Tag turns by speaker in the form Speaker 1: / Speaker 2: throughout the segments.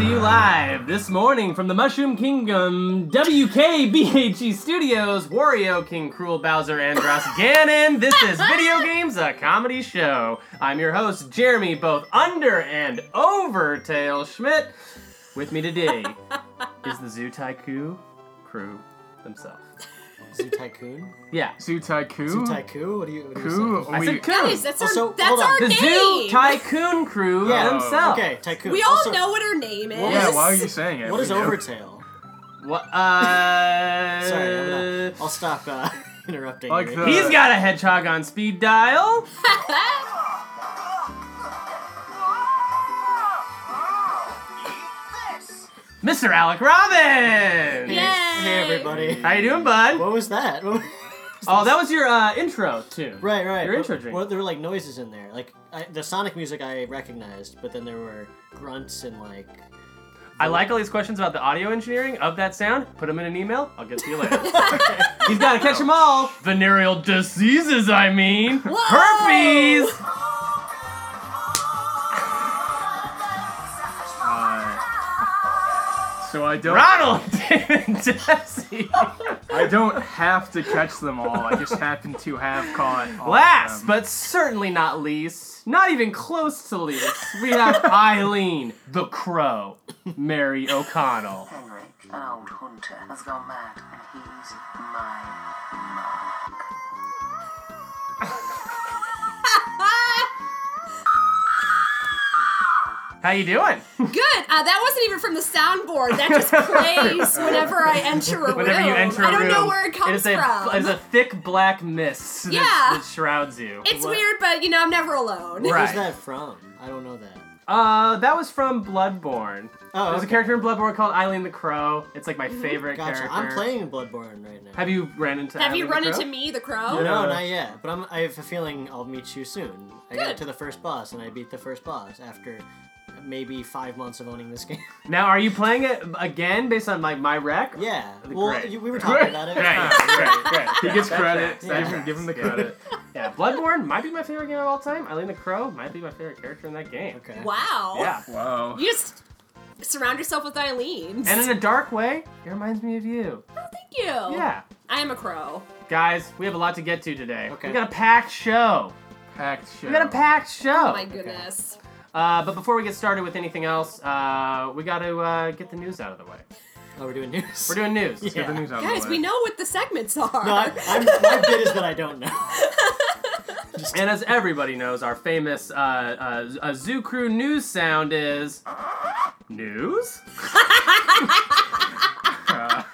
Speaker 1: you live this morning from the Mushroom Kingdom, WKBHE E Studios, Wario King Cruel Bowser Andros Ganon. This is Video Games, a comedy show. I'm your host, Jeremy, both under and over Tail Schmidt. With me today is the Zoo Tycoon crew themselves.
Speaker 2: Zoo Tycoon?
Speaker 1: Yeah.
Speaker 3: Zoo Tycoon.
Speaker 2: Zoo Tycoon? What do you, what do you
Speaker 3: Coo-
Speaker 2: say?
Speaker 1: I
Speaker 3: Oh, we-
Speaker 1: said coon.
Speaker 4: Guys, that's our,
Speaker 2: Also,
Speaker 4: that's
Speaker 2: hold on.
Speaker 4: our
Speaker 1: the
Speaker 4: name.
Speaker 1: Zoo Tycoon crew
Speaker 2: Yeah,
Speaker 1: themselves.
Speaker 2: Okay, Tycoon.
Speaker 4: we all
Speaker 2: Also,
Speaker 4: know what her name is.
Speaker 2: Well,
Speaker 3: yeah, why are you saying it?
Speaker 2: What is
Speaker 3: We know.
Speaker 2: Overtail?
Speaker 1: What? Uh.
Speaker 2: Sorry, I'm gonna, I'll stop uh, interrupting.
Speaker 3: Like
Speaker 2: you.
Speaker 3: the-
Speaker 1: He's got a hedgehog on speed dial. Mr. Alec Robbins.
Speaker 4: Yay!
Speaker 2: Hey, everybody.
Speaker 1: How you doing, bud?
Speaker 2: What was that? What was-
Speaker 1: oh, that was your uh, intro too.
Speaker 2: right, right.
Speaker 1: Your
Speaker 2: But-
Speaker 1: intro drink.
Speaker 2: Well, there were like noises in there. Like I, the Sonic music I recognized, but then there were grunts and like.
Speaker 1: I like all these questions about the audio engineering of that sound. Put them in an email. I'll get to you later. He's got to catch them all. Venereal diseases, I mean.
Speaker 4: Whoa!
Speaker 1: Herpes.
Speaker 3: So I don't.
Speaker 1: Ronald David Jesse.
Speaker 3: I don't have to catch them all. I just happen to have caught. all of
Speaker 1: Last,
Speaker 3: them.
Speaker 1: but certainly not least, not even close to least, we have Eileen the Crow, Mary O'Connell.
Speaker 5: Henry, an old hunter, has gone mad, and he's my
Speaker 4: Ah,
Speaker 1: How you doing?
Speaker 4: Good. Uh, that wasn't even from the soundboard. That just plays whenever I enter a
Speaker 1: Whenever
Speaker 4: room.
Speaker 1: you enter a
Speaker 4: I don't
Speaker 1: room,
Speaker 4: know where it comes
Speaker 1: is a,
Speaker 4: from.
Speaker 1: It is a thick black mist that,
Speaker 4: Yeah.
Speaker 1: that shrouds you.
Speaker 4: It's weird, but you know I'm never alone.
Speaker 1: Right.
Speaker 2: Where's that from? I don't know that.
Speaker 1: Uh, that was from Bloodborne.
Speaker 2: Oh,
Speaker 1: There's a
Speaker 2: okay.
Speaker 1: character in Bloodborne called Eileen the Crow. It's like my
Speaker 4: Mm-hmm.
Speaker 1: favorite
Speaker 2: Gotcha.
Speaker 1: character.
Speaker 2: I'm playing Bloodborne right now.
Speaker 1: Have you ran into?
Speaker 4: Have
Speaker 1: Eileen
Speaker 4: you
Speaker 1: the
Speaker 4: run
Speaker 1: Crow?
Speaker 4: into me, the crow?
Speaker 2: No,
Speaker 1: Uh,
Speaker 2: not yet. But I'm, I have a feeling I'll meet you soon. I
Speaker 4: Good.
Speaker 2: got to the first boss, and I beat the first boss after maybe five months of owning this game.
Speaker 1: Now, are you playing it again based on like my rec?
Speaker 2: yeah.
Speaker 1: Great.
Speaker 2: Well, you, we were talking about it.
Speaker 1: Right, right, right,
Speaker 3: He
Speaker 1: right.
Speaker 3: gets
Speaker 1: That
Speaker 3: credit.
Speaker 1: tracks, that
Speaker 3: Give, him, give him the
Speaker 1: tracks.
Speaker 3: credit.
Speaker 1: Yeah, Bloodborne might be my favorite game of all time. Eileen the Crow might be my favorite character in that game.
Speaker 2: Okay. Oh.
Speaker 4: Wow.
Speaker 1: Yeah.
Speaker 3: Wow.
Speaker 4: You just surround yourself with Eileen's.
Speaker 1: And in a dark way, it reminds me of you.
Speaker 4: Thank you.
Speaker 1: Yeah.
Speaker 4: I am a crow.
Speaker 1: Guys, we have a lot to get to today.
Speaker 2: Okay.
Speaker 1: We got a packed show.
Speaker 3: Packed show.
Speaker 1: We got a packed show.
Speaker 4: Oh my goodness.
Speaker 1: uh, but before we get started with anything else, uh, we got to uh, get the news out of the way.
Speaker 2: Oh, we're doing news.
Speaker 1: We're doing news.
Speaker 3: Let's get the news out of the
Speaker 4: Guys,
Speaker 3: way.
Speaker 4: we know what the segments are.
Speaker 2: No, I, I'm, my bit is that I don't know.
Speaker 1: And as everybody knows, our famous uh, uh, uh, Zoo Crew news sound is. News?
Speaker 2: Like,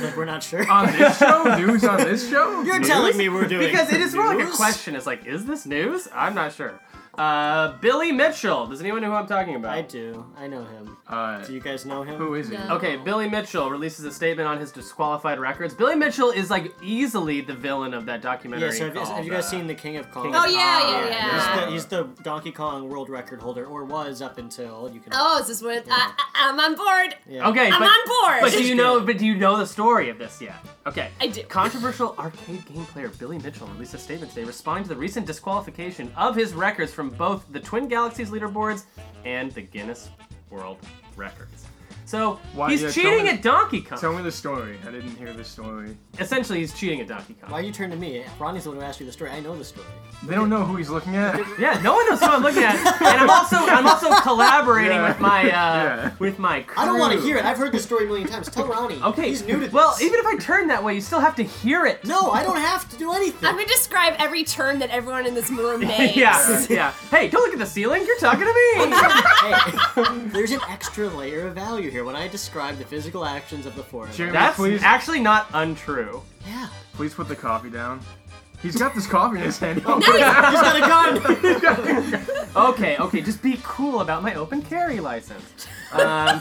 Speaker 2: like we're not sure.
Speaker 3: on this show. News on this show.
Speaker 2: You're telling me we're doing
Speaker 1: Because it is more like a
Speaker 2: news?
Speaker 1: question. It's like, is this news? I'm not sure. Uh, Billy Mitchell. Does anyone know who I'm talking about?
Speaker 2: I do. I know him.
Speaker 3: Uh,
Speaker 2: Do you guys know him?
Speaker 3: who is he?
Speaker 4: No.
Speaker 1: Okay, Billy Mitchell releases a statement on his disqualified records. Billy Mitchell is like easily the villain of that documentary.
Speaker 2: Yeah. So have, you-
Speaker 1: called,
Speaker 2: have you guys
Speaker 1: uh,
Speaker 2: seen the King of Kong?
Speaker 1: King
Speaker 4: Oh
Speaker 1: of-
Speaker 4: yeah,
Speaker 1: Ah,
Speaker 4: yeah,
Speaker 1: yeah.
Speaker 2: He's
Speaker 4: yeah.
Speaker 2: the, he's the Donkey Kong world record holder, or was up until you can.
Speaker 4: Oh, is this what? I, I, am on board.
Speaker 2: Yeah.
Speaker 1: Okay,
Speaker 4: I'm
Speaker 1: but,
Speaker 4: on board.
Speaker 1: But do you
Speaker 2: She's
Speaker 1: know?
Speaker 2: good.
Speaker 1: But do you know the story of this yet? Okay.
Speaker 4: I do.
Speaker 1: Controversial arcade game player Billy Mitchell released a statement today responding to the recent disqualification of his records from both the Twin Galaxies leaderboards and the Guinness World Records. So
Speaker 3: Why-
Speaker 1: he's
Speaker 3: yeah, tell
Speaker 1: cheating
Speaker 3: me-
Speaker 1: at Donkey Kong.
Speaker 3: Tell me the story. I didn't hear the story.
Speaker 1: Essentially, he's cheating at Donkey Kong.
Speaker 2: Why you turn to me? Ronnie's the one who asked you the story. I know the story.
Speaker 3: They don't know who he's looking at.
Speaker 1: Yeah, no one knows what I'm looking at, and I'm also I'm also collaborating
Speaker 3: Yeah.
Speaker 1: with my uh,
Speaker 3: Yeah.
Speaker 1: with my crew.
Speaker 2: I don't want to hear it. I've heard this story a million times. Tell Ronnie.
Speaker 1: Okay.
Speaker 2: He's new to this.
Speaker 1: well, even if I turn that way, you still have to hear it.
Speaker 2: No, I don't have to do anything.
Speaker 4: I'm gonna describe every term that everyone in this room makes.
Speaker 1: Yeah, yeah. Hey, don't look at the ceiling. You're talking to me.
Speaker 2: hey, there's an extra layer of value here. When I describe the physical actions of the four of
Speaker 3: Jeremy,
Speaker 2: us.
Speaker 1: That's
Speaker 3: please,
Speaker 1: actually not untrue.
Speaker 2: Yeah.
Speaker 3: please put the coffee down. He's got this coffee in his hand.
Speaker 2: He's got a gun.
Speaker 1: Okay, okay, just be cool about my open carry license. Um,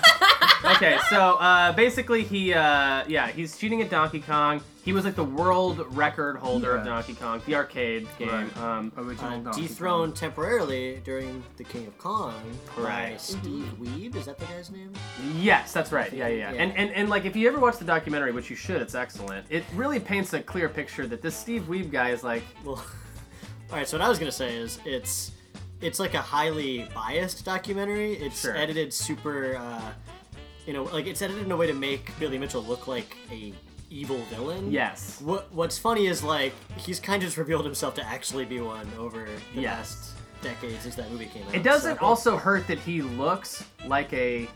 Speaker 1: okay, so uh, basically, he, uh, yeah, he's cheating at Donkey Kong. He was like the world record holder of
Speaker 3: Yeah.
Speaker 1: Donkey Kong, the arcade game.
Speaker 3: Right.
Speaker 1: Um,
Speaker 3: Original
Speaker 2: Uh,
Speaker 3: Donkey Kong.
Speaker 2: dethroned temporarily during the King of Kong by
Speaker 1: Right.
Speaker 2: Steve Weeb. Is that the guy's name?
Speaker 1: Yes, that's right. Yeah, yeah, yeah.
Speaker 2: Yeah.
Speaker 1: And, and and like if you ever watch the documentary, which you should, it's excellent. It really paints a clear picture that this Steve Weeb guy is like
Speaker 2: Well, all right. So what I was gonna say is it's. it's like a highly biased documentary. It's
Speaker 1: Sure.
Speaker 2: edited super, uh, you know, like it's edited in a way to make Billy Mitchell look like a evil villain.
Speaker 1: Yes.
Speaker 2: What What's funny is like he's kind of just revealed himself to actually be one over the
Speaker 1: Yes.
Speaker 2: last decade since that movie came out.
Speaker 1: It doesn't
Speaker 2: so-
Speaker 1: also hurt that he looks like a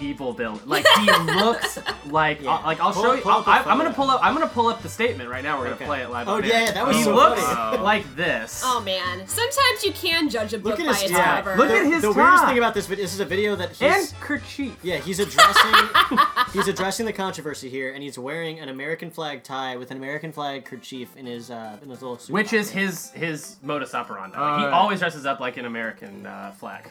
Speaker 1: evil villain. Like he looks like
Speaker 2: Yeah.
Speaker 1: uh, like I'll
Speaker 2: Pull
Speaker 1: show
Speaker 2: up-
Speaker 1: you.
Speaker 2: pull up the
Speaker 1: I, am gonna
Speaker 2: photo.
Speaker 1: pull up. I'm gonna pull up the statement right now. We're
Speaker 2: Okay.
Speaker 1: gonna play it live.
Speaker 2: Oh,
Speaker 1: on air.
Speaker 2: yeah, that was
Speaker 1: he
Speaker 2: so
Speaker 1: looks
Speaker 3: funny.
Speaker 1: like this.
Speaker 4: Oh man, sometimes you can judge a book
Speaker 2: Look at
Speaker 4: by
Speaker 2: his
Speaker 4: its
Speaker 2: tie.
Speaker 4: cover.
Speaker 1: Look at
Speaker 2: The-
Speaker 1: his
Speaker 2: The weirdest
Speaker 1: tie.
Speaker 2: thing about this video, this is a video that he's
Speaker 1: and kerchief.
Speaker 2: Yeah, he's addressing he's addressing the controversy here, and he's wearing an American flag tie with an American flag kerchief in his uh, in his little suit.
Speaker 1: Which is his his modus operandi. Like, he
Speaker 2: Uh,
Speaker 3: Alright.
Speaker 1: always dresses up like an American uh, flag.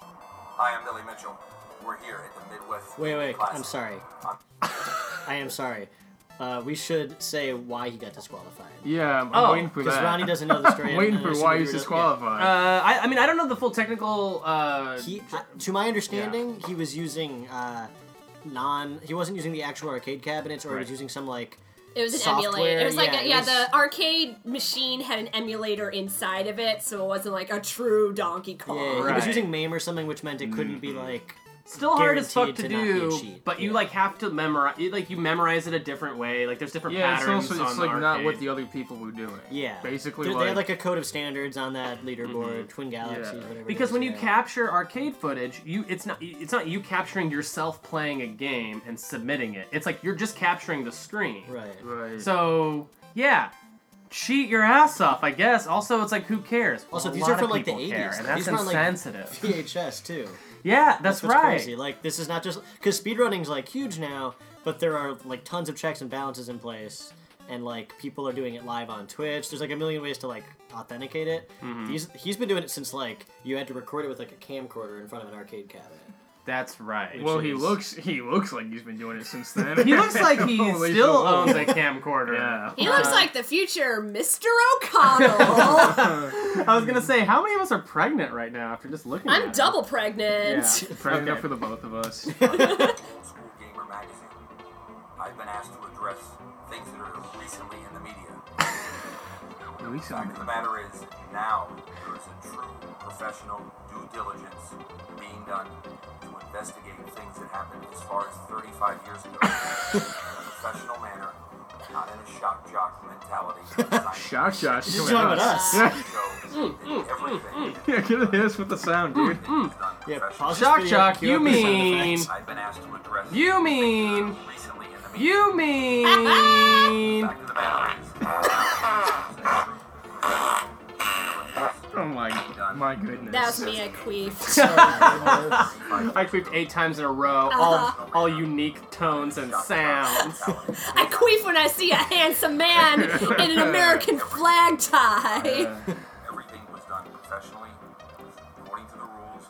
Speaker 6: Hi, I'm Billy Mitchell. We're here at the Midwest.
Speaker 2: Wait, wait,
Speaker 6: Classic.
Speaker 2: I'm sorry.
Speaker 6: I'm-
Speaker 2: I am sorry. Uh, we should say why he got disqualified.
Speaker 3: Yeah, I'm, I'm
Speaker 1: Oh,
Speaker 3: waiting for
Speaker 2: Because
Speaker 3: that.
Speaker 2: Ronnie doesn't know the story. and-
Speaker 3: I'm waiting
Speaker 2: and I
Speaker 3: for
Speaker 2: assume
Speaker 3: why
Speaker 2: we
Speaker 3: he's
Speaker 2: were just-
Speaker 1: Uh,
Speaker 3: disqualified.
Speaker 1: I, I mean, I don't know the full technical. Uh,
Speaker 2: yeah. He, uh, to my understanding, he was using uh, non. He wasn't using the actual arcade cabinets, or he was
Speaker 1: Right.
Speaker 2: using some like.
Speaker 4: It was an
Speaker 2: Software,
Speaker 4: emulator. It was like
Speaker 2: yeah,
Speaker 4: yeah,
Speaker 2: it
Speaker 4: yeah
Speaker 2: was-
Speaker 4: the arcade machine had an emulator inside of it, so it wasn't like a true Donkey Kong.
Speaker 2: Yeah, he
Speaker 1: Oh, Right. Mm-hmm.
Speaker 2: was using MAME or something, which meant it couldn't be like.
Speaker 1: still hard as fuck to,
Speaker 2: guaranteed to not be a
Speaker 1: do,
Speaker 2: cheat,
Speaker 1: but you
Speaker 2: yeah.
Speaker 1: like have to memorize. you, Like you memorize it a different way. Like there's different
Speaker 3: yeah, it's
Speaker 1: patterns
Speaker 3: also
Speaker 1: on
Speaker 3: it's
Speaker 1: the
Speaker 3: like not what
Speaker 1: arcade.
Speaker 3: the other people were doing.
Speaker 2: Yeah.
Speaker 3: basically
Speaker 2: they,
Speaker 3: like,
Speaker 2: they had like a code of standards on that leaderboard, Twin Galaxies,
Speaker 3: Yeah.
Speaker 2: whatever. it
Speaker 1: Mm-hmm. Because
Speaker 2: is,
Speaker 1: when you
Speaker 2: yeah.
Speaker 1: capture arcade footage, you it's not it's not you capturing yourself playing a game and submitting it. It's like you're just capturing the screen.
Speaker 2: Right.
Speaker 3: right.
Speaker 1: So yeah, cheat your ass off, I guess. Also, it's like who cares?
Speaker 2: Also,
Speaker 1: a
Speaker 2: these
Speaker 1: lot
Speaker 2: are
Speaker 1: of
Speaker 2: from, like, the
Speaker 1: people care,
Speaker 2: 80s.
Speaker 1: and that's
Speaker 2: These were on, like,
Speaker 1: insensitive.
Speaker 2: VHS too.
Speaker 1: yeah, that's,
Speaker 2: That's what's
Speaker 1: right.
Speaker 2: crazy. Like this is not just because speedrunning's like huge now, but there are like tons of checks and balances in place, and like people are doing it live on Twitch. There's like a million ways to like authenticate it. He's he's been doing it since like you had to record it with like a camcorder in front of an arcade cabinet.
Speaker 1: That's right.
Speaker 3: well, he
Speaker 2: Jeez.
Speaker 3: looks he looks like he's been doing it since then.
Speaker 1: he looks like he
Speaker 3: Holy
Speaker 1: still owns
Speaker 3: shit.
Speaker 1: a camcorder.
Speaker 3: Yeah.
Speaker 4: He looks
Speaker 2: Uh-huh.
Speaker 4: like the future Mr. O'Connell.
Speaker 1: I was gonna say, how many of us are pregnant right now after just looking? at
Speaker 4: I'm
Speaker 1: it?
Speaker 4: double
Speaker 1: Yeah.
Speaker 4: pregnant.
Speaker 3: pregnant
Speaker 1: Okay.
Speaker 3: for the both of us.
Speaker 6: Old School Gamer Magazine. I've been asked to address things that are recently in the media. Fact of the matter is, now there is a true professional due diligence being done to investigate things that happened as far as 35 years ago in a professional manner, not in a shock jock mentality.
Speaker 3: Shock shot.
Speaker 2: He's talking about us. Yeah, Mm,
Speaker 6: Show that everything that
Speaker 3: Yeah, get this with the sound, dude.
Speaker 6: is done professionally.
Speaker 2: pause this
Speaker 1: Shock
Speaker 2: video,
Speaker 1: jock,
Speaker 2: cue
Speaker 1: you
Speaker 2: up the sound
Speaker 1: mean-
Speaker 2: effects.
Speaker 6: I've been asked to address
Speaker 1: You mean-
Speaker 6: things that are recently in the media.
Speaker 1: You mean?
Speaker 6: Back to the boundaries. Now,
Speaker 3: Oh my, my goodness.
Speaker 4: that was me, I queefed.
Speaker 1: I queefed eight times in a row,
Speaker 4: Uh-huh.
Speaker 1: all all unique tones and sounds.
Speaker 4: I queef when I see a handsome man in an American flag
Speaker 2: Uh,
Speaker 4: tie.
Speaker 6: Everything was done professionally, according to the rules,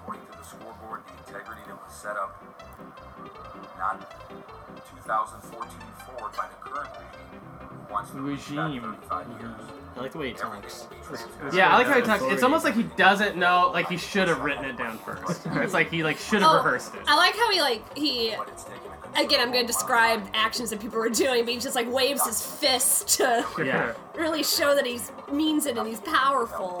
Speaker 6: according to the scoreboard, the integrity that was set up. Not 2014 forward by the current regime who wants to
Speaker 3: Regime.
Speaker 6: regime. 35 years.
Speaker 2: I like the way he talks.
Speaker 6: Everything will be transparent.
Speaker 1: Yeah, I like how he talks. It's almost like he doesn't know. Like he should have written it down first. It's like he like should have
Speaker 4: Oh,
Speaker 1: rehearsed it.
Speaker 4: I like how he like he
Speaker 6: But it's taken a
Speaker 4: again I'm gonna describe actions that people were doing, but he just like waves his fist to
Speaker 1: Yeah.
Speaker 4: really show that he's means it and he's powerful.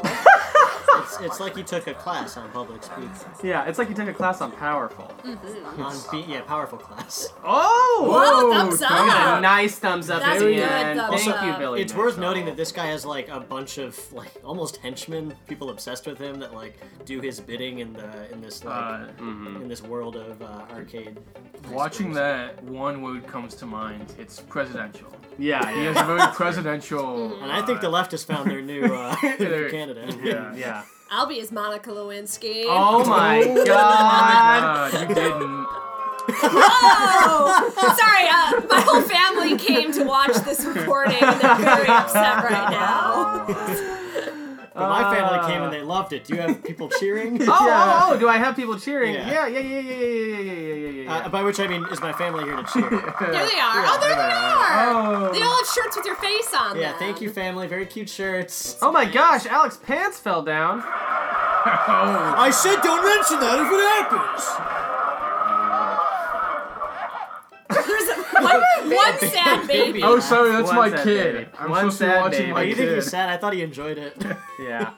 Speaker 2: It's, it's like he took a class on public speaking.
Speaker 1: Yeah, it's like he took a class on powerful.
Speaker 4: Mm.
Speaker 2: on be- yeah, powerful class.
Speaker 1: Oh!
Speaker 4: Whoa, thumbs
Speaker 3: thumbs
Speaker 1: You got a
Speaker 4: up!
Speaker 1: nice thumbs up
Speaker 4: That's
Speaker 1: at the
Speaker 4: good
Speaker 1: end.
Speaker 4: thumbs
Speaker 1: Thank you,
Speaker 4: up.
Speaker 1: Billy.
Speaker 2: It's worth
Speaker 1: Mitchell.
Speaker 2: noting that this guy has like a bunch of like almost henchmen, people obsessed with him that like do his bidding in the in this like
Speaker 3: Uh,
Speaker 1: Mm-hmm.
Speaker 2: in this world of uh, arcade.
Speaker 3: Watching that, one word comes to mind. It's presidential.
Speaker 1: Yeah,
Speaker 3: He
Speaker 1: yeah,
Speaker 3: has a very presidential.
Speaker 2: And I think the left has found their new uh, new candidate.
Speaker 3: Yeah.
Speaker 1: yeah.
Speaker 4: I'll be his Monica Lewinsky.
Speaker 1: Oh my god!
Speaker 3: Uh, you didn't.
Speaker 4: Oh! Sorry, uh, my whole family came to watch this recording and they're very upset right now.
Speaker 2: But my family came and they loved it. Do you have people cheering?
Speaker 1: Oh, oh, oh, do I have people cheering? Yeah,
Speaker 2: Yeah.
Speaker 1: yeah, yeah, yeah, yeah, yeah, yeah, yeah, yeah.
Speaker 2: Uh,
Speaker 1: yeah.
Speaker 2: by which I mean, is my family here to cheer?
Speaker 4: There they are. Oh, there they are.
Speaker 3: Oh.
Speaker 4: They all have shirts with your face on
Speaker 2: Yeah,
Speaker 4: them.
Speaker 2: thank you, family. Very cute shirts.
Speaker 1: Oh my gosh, Alex pants fell down.
Speaker 3: oh,
Speaker 2: I said don't mention that if it happens.
Speaker 4: There's one, one sad baby.
Speaker 3: Oh, sorry, that's
Speaker 1: One
Speaker 3: my
Speaker 1: sad
Speaker 3: kid.
Speaker 1: baby.
Speaker 3: I'm
Speaker 1: One
Speaker 3: supposed to be
Speaker 1: sad
Speaker 3: watching my
Speaker 2: Why
Speaker 1: baby.
Speaker 2: do you Oh, think he
Speaker 3: kid.
Speaker 2: was sad? I thought he enjoyed it.
Speaker 1: Yeah.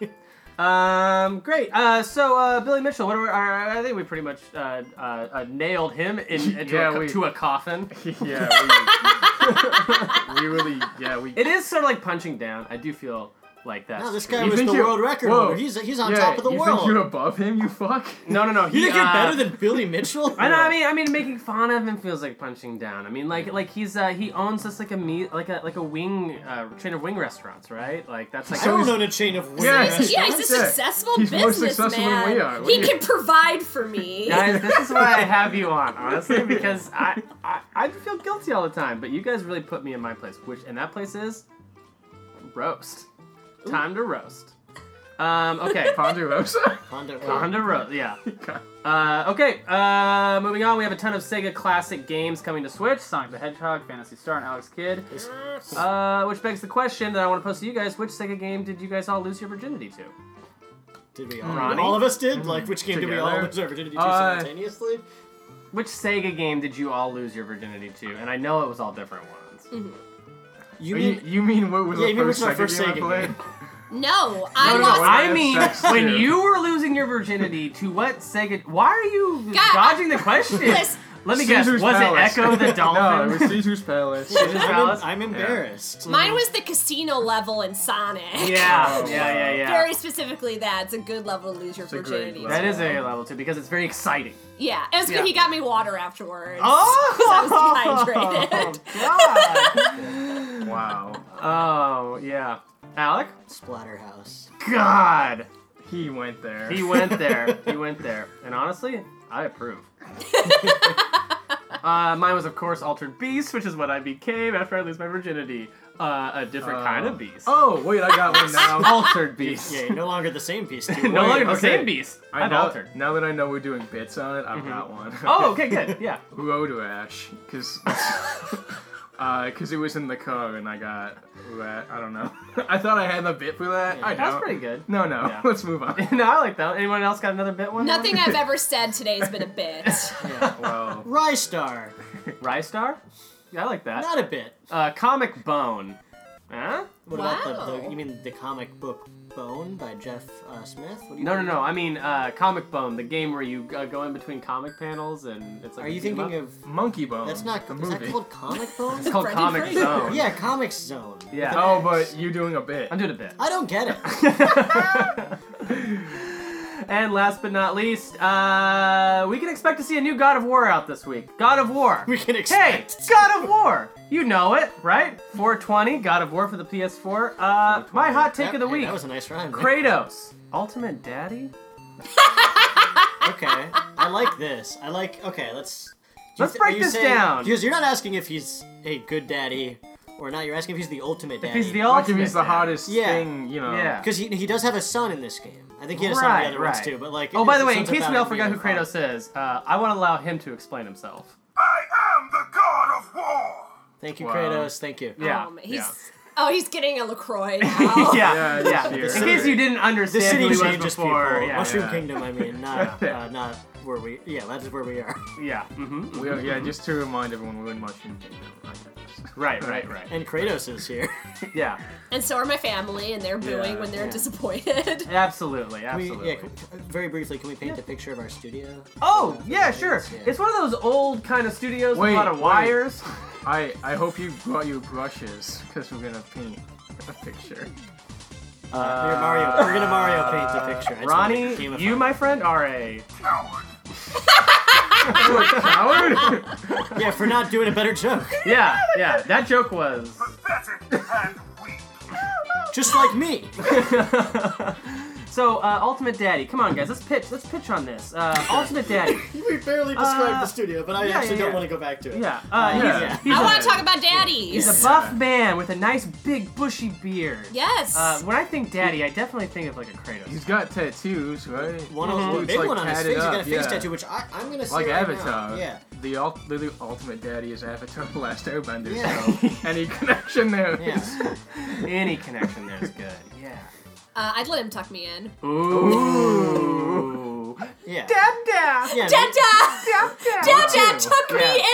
Speaker 1: Um, great. Uh, so uh, Billy Mitchell, what are we, uh, I think we pretty much uh, uh, uh, nailed him in, into
Speaker 3: Yeah,
Speaker 1: a, co-
Speaker 3: we-
Speaker 1: to a coffin.
Speaker 3: yeah, we, we really, yeah, we.
Speaker 1: It is sort of like punching down. I do feel like that.
Speaker 2: No, this guy
Speaker 3: You
Speaker 2: was
Speaker 3: think
Speaker 2: the
Speaker 3: you-
Speaker 2: world record
Speaker 3: Whoa.
Speaker 2: holder. He's he's on
Speaker 3: yeah,
Speaker 2: top of the
Speaker 3: you
Speaker 2: world.
Speaker 3: think you're above him, you fuck?
Speaker 1: no, no, no. He,
Speaker 2: You think you're
Speaker 1: uh,
Speaker 2: better than Billy Mitchell?
Speaker 1: I know. I mean, I mean, making fun of him feels like punching down. I mean, like, like he's uh, he owns this like a me like a like a wing uh, chain of wing restaurants, right? Like that's like
Speaker 2: I don't own a chain of women.
Speaker 3: Yeah,
Speaker 2: restaurants.
Speaker 4: Yeah, he's a
Speaker 3: Yeah.
Speaker 4: successful
Speaker 3: He's more
Speaker 4: businessman.
Speaker 3: successful than we are.
Speaker 4: He
Speaker 3: We-
Speaker 4: can provide for me.
Speaker 1: guys, this is why I have you on, honestly, because I, I I feel guilty all the time, but you guys really put me in my place, which and that place is roast. Time to roast. Um, okay,
Speaker 3: Ponderosa.
Speaker 2: Honda-
Speaker 1: time to roast. Yeah.
Speaker 3: God.
Speaker 1: Uh, okay. Uh, moving on, we have a ton of Sega classic games coming to Switch.
Speaker 3: Sonic the Hedgehog, Fantasy Star, and Alex Kidd.
Speaker 1: Uh, which begs the question that I want to pose to you guys: Which Sega game did you guys all lose your virginity to?
Speaker 2: Did we all?
Speaker 1: Ronnie? Mm-hmm.
Speaker 2: All of us did. Like, which game did we all
Speaker 3: Together.
Speaker 2: lose our virginity to
Speaker 3: Uh,
Speaker 2: simultaneously?
Speaker 1: Which Sega game did you all lose your virginity to? And I know it was all different ones.
Speaker 2: You
Speaker 3: You mean,
Speaker 2: mean?
Speaker 3: you mean what was
Speaker 2: Yeah, you
Speaker 3: the
Speaker 2: mean
Speaker 3: first,
Speaker 2: which was our
Speaker 3: second
Speaker 2: first
Speaker 3: game
Speaker 2: Sega
Speaker 3: I
Speaker 2: game?
Speaker 3: played?
Speaker 4: No, I
Speaker 3: no,
Speaker 4: lost.
Speaker 3: I-
Speaker 1: I mean,
Speaker 3: That's true.
Speaker 1: when you were losing your virginity to what Sega? Why are you
Speaker 4: God,
Speaker 1: dodging the question?
Speaker 4: Listen.
Speaker 1: Let me guess. Was
Speaker 3: Caesar's Palace.
Speaker 1: it Echo the Dolphin?
Speaker 3: no, it was Caesar's Palace.
Speaker 1: Caesar's
Speaker 2: I'm,
Speaker 1: Palace?
Speaker 2: I'm embarrassed.
Speaker 4: Mine was the casino level in Sonic.
Speaker 1: yeah, yeah,
Speaker 3: Oh,
Speaker 1: yeah,
Speaker 3: wow.
Speaker 1: yeah.
Speaker 4: Very specifically, that it's a good level to lose your
Speaker 3: a great
Speaker 4: virginity.
Speaker 3: level.
Speaker 1: that is a level two because it's very exciting.
Speaker 4: Yeah, it was
Speaker 1: Yeah.
Speaker 4: good. He got me water afterwards.
Speaker 1: Oh,
Speaker 4: 'cause I was dehydrated.
Speaker 3: wow,
Speaker 1: oh yeah, Alec.
Speaker 2: Splatterhouse.
Speaker 1: God,
Speaker 3: he went there.
Speaker 1: he went there. he went there, and honestly, I approve. uh, mine was, of course, Altered Beast, which is what I became after I lose my virginity. Uh, a different kind of beast.
Speaker 3: Oh wait, I got one now.
Speaker 1: altered beast.
Speaker 2: Yeah, no longer the same piece. Too.
Speaker 1: no
Speaker 3: Wait,
Speaker 1: longer the
Speaker 3: okay.
Speaker 1: same beast.
Speaker 3: I
Speaker 1: I've
Speaker 3: know,
Speaker 1: altered.
Speaker 3: Now that I know we're doing bits on it, I've got one.
Speaker 1: Oh, okay, good. Yeah.
Speaker 3: Road rash, because Uh, it was in the car and I got that. I don't know. I thought I had the bit for that. I
Speaker 1: That's
Speaker 3: don't.
Speaker 1: pretty good.
Speaker 3: No, no.
Speaker 1: Yeah.
Speaker 3: Let's move on.
Speaker 1: no, I like that. one. Anyone else got another bit one?
Speaker 4: Nothing I've ever said today has been a bit.
Speaker 3: well,
Speaker 2: Rystar.
Speaker 1: Rystar? Yeah, I like that.
Speaker 2: Not a bit.
Speaker 1: Uh, comic Bone. Huh?
Speaker 2: What about the,
Speaker 4: Wow.
Speaker 2: the? You mean the comic book Bone by Jeff uh, Smith? What do you
Speaker 1: No, no,
Speaker 2: mean?
Speaker 1: no. I mean, uh, Comic Bone, the game where you uh, go in between comic panels and it's like.
Speaker 2: Are you
Speaker 1: beat 'em
Speaker 2: thinking
Speaker 1: up.
Speaker 2: of?
Speaker 3: Monkey Bone.
Speaker 2: That's not.
Speaker 3: the
Speaker 2: Is
Speaker 3: movie.
Speaker 2: that called comic Bone?
Speaker 1: It's called
Speaker 4: Freddy
Speaker 1: Comic
Speaker 4: Freddy?
Speaker 1: Zone.
Speaker 2: yeah, Comic Zone.
Speaker 1: Yeah.
Speaker 3: Oh, but you doing a bit.
Speaker 1: I'm doing a bit.
Speaker 2: I don't get it.
Speaker 1: And last but not least, uh, we can expect to see a new God of War out this week. God of War.
Speaker 2: We can
Speaker 1: Hey,
Speaker 2: expect.
Speaker 1: God of War! You know it, right? 420, God of War for the PS4. Uh, my hot take
Speaker 2: That-
Speaker 1: of the
Speaker 2: hey,
Speaker 1: week
Speaker 2: That was a nice rhyme. man.
Speaker 1: Kratos, Ultimate Daddy?
Speaker 2: Okay. I like this. I like. Okay, let's. do you
Speaker 1: Let's
Speaker 2: th-
Speaker 1: break
Speaker 2: are you
Speaker 1: this
Speaker 2: saying-
Speaker 1: down.
Speaker 2: Because you're not asking if he's a good daddy or not. You're asking if he's the ultimate daddy.
Speaker 1: He's the
Speaker 3: Like
Speaker 1: ultimate.
Speaker 3: if he's the
Speaker 1: daddy.
Speaker 3: hottest
Speaker 2: Yeah.
Speaker 3: thing, you know.
Speaker 1: Yeah.
Speaker 2: Because he, he does have a son in this game. I think he has a son in the other ones too. But like.
Speaker 1: oh, by the
Speaker 2: his
Speaker 1: way, in
Speaker 2: son's
Speaker 1: case
Speaker 2: about
Speaker 1: we all
Speaker 2: him
Speaker 1: forgot who
Speaker 2: being a
Speaker 1: Kratos
Speaker 2: father.
Speaker 1: is, uh, I want to allow him to explain himself.
Speaker 6: I am the god of war.
Speaker 2: Thank you,
Speaker 3: Wow.
Speaker 2: Kratos. Thank you.
Speaker 1: Yeah,
Speaker 4: Um, he's
Speaker 1: yeah.
Speaker 4: oh, he's getting a Lacroix now.
Speaker 1: yeah,
Speaker 3: Yeah,
Speaker 1: yeah.
Speaker 3: this
Speaker 1: In
Speaker 3: year.
Speaker 1: case you didn't
Speaker 2: The
Speaker 1: understand
Speaker 2: city
Speaker 1: who he was
Speaker 2: changes
Speaker 1: before,
Speaker 2: people.
Speaker 1: yeah,
Speaker 2: Mushroom
Speaker 3: yeah.
Speaker 2: Kingdom. I mean, not uh, not where we. Yeah, that is where we are.
Speaker 1: yeah. hmm
Speaker 3: We are- yeah, just to remind everyone, we're in Mushroom Kingdom.
Speaker 1: Right, right, right.
Speaker 2: And Kratos is here.
Speaker 1: Yeah,
Speaker 4: And so are my family, and they're booing
Speaker 3: Yeah,
Speaker 4: when they're
Speaker 2: yeah.
Speaker 4: disappointed.
Speaker 1: absolutely,
Speaker 2: We,
Speaker 1: absolutely.
Speaker 2: yeah. c- Very briefly, can we paint a picture of our studio?
Speaker 1: Oh, yeah, sure.
Speaker 2: Yeah.
Speaker 1: It's one of those old kind of studios with
Speaker 3: Wait,
Speaker 1: a lot of
Speaker 3: wait.
Speaker 1: wires.
Speaker 3: I I hope you brought your brushes because we're gonna paint a picture.
Speaker 2: we're, gonna Mario, we're gonna Mario paint the picture. I just wanna
Speaker 1: Uh, Ronnie,
Speaker 2: gamify
Speaker 1: you,
Speaker 2: it.
Speaker 1: my friend, are a
Speaker 6: Coward.
Speaker 3: Howard?
Speaker 2: Yeah, for not doing a better joke.
Speaker 1: yeah, yeah. That joke was.
Speaker 6: Pathetic and weak.
Speaker 2: Just like me.
Speaker 1: So, uh, Ultimate Daddy, come on, guys, let's pitch. Let's pitch on this. Uh, Ultimate Daddy.
Speaker 2: We barely
Speaker 1: described the
Speaker 2: studio, but I
Speaker 1: yeah, actually yeah, don't yeah. wanna
Speaker 2: to go back to it.
Speaker 1: Yeah, uh,
Speaker 3: Yeah.
Speaker 1: he's, he's
Speaker 4: Oh, I
Speaker 1: a-
Speaker 4: want to talk about daddies.
Speaker 1: He's a buff man with a nice big bushy beard.
Speaker 4: yes.
Speaker 1: Uh, when I think daddy, I definitely think of like a Kratos.
Speaker 3: He's got tattoos, right?
Speaker 2: One of
Speaker 3: His
Speaker 2: the
Speaker 3: dude's,
Speaker 2: Mm-hmm. big one on his
Speaker 3: tatted
Speaker 2: face. He's got a
Speaker 3: up,
Speaker 2: face
Speaker 3: yeah.
Speaker 2: tattoo, which I, I'm gonna say
Speaker 3: Like
Speaker 2: right
Speaker 3: Avatar.
Speaker 2: Now. Yeah.
Speaker 3: The, ul- the, the ultimate daddy is Avatar The Last Airbender,
Speaker 2: Yeah.
Speaker 3: so any connection there
Speaker 2: Yeah.
Speaker 3: is...
Speaker 1: Any connection there is good. Yeah.
Speaker 4: Uh, I'd let him tuck me in.
Speaker 1: Ooh.
Speaker 2: Yeah.
Speaker 1: Dada.
Speaker 2: Yeah,
Speaker 4: Dada! Dada,
Speaker 2: Yeah.
Speaker 4: tuck
Speaker 1: Tuck
Speaker 4: me
Speaker 1: it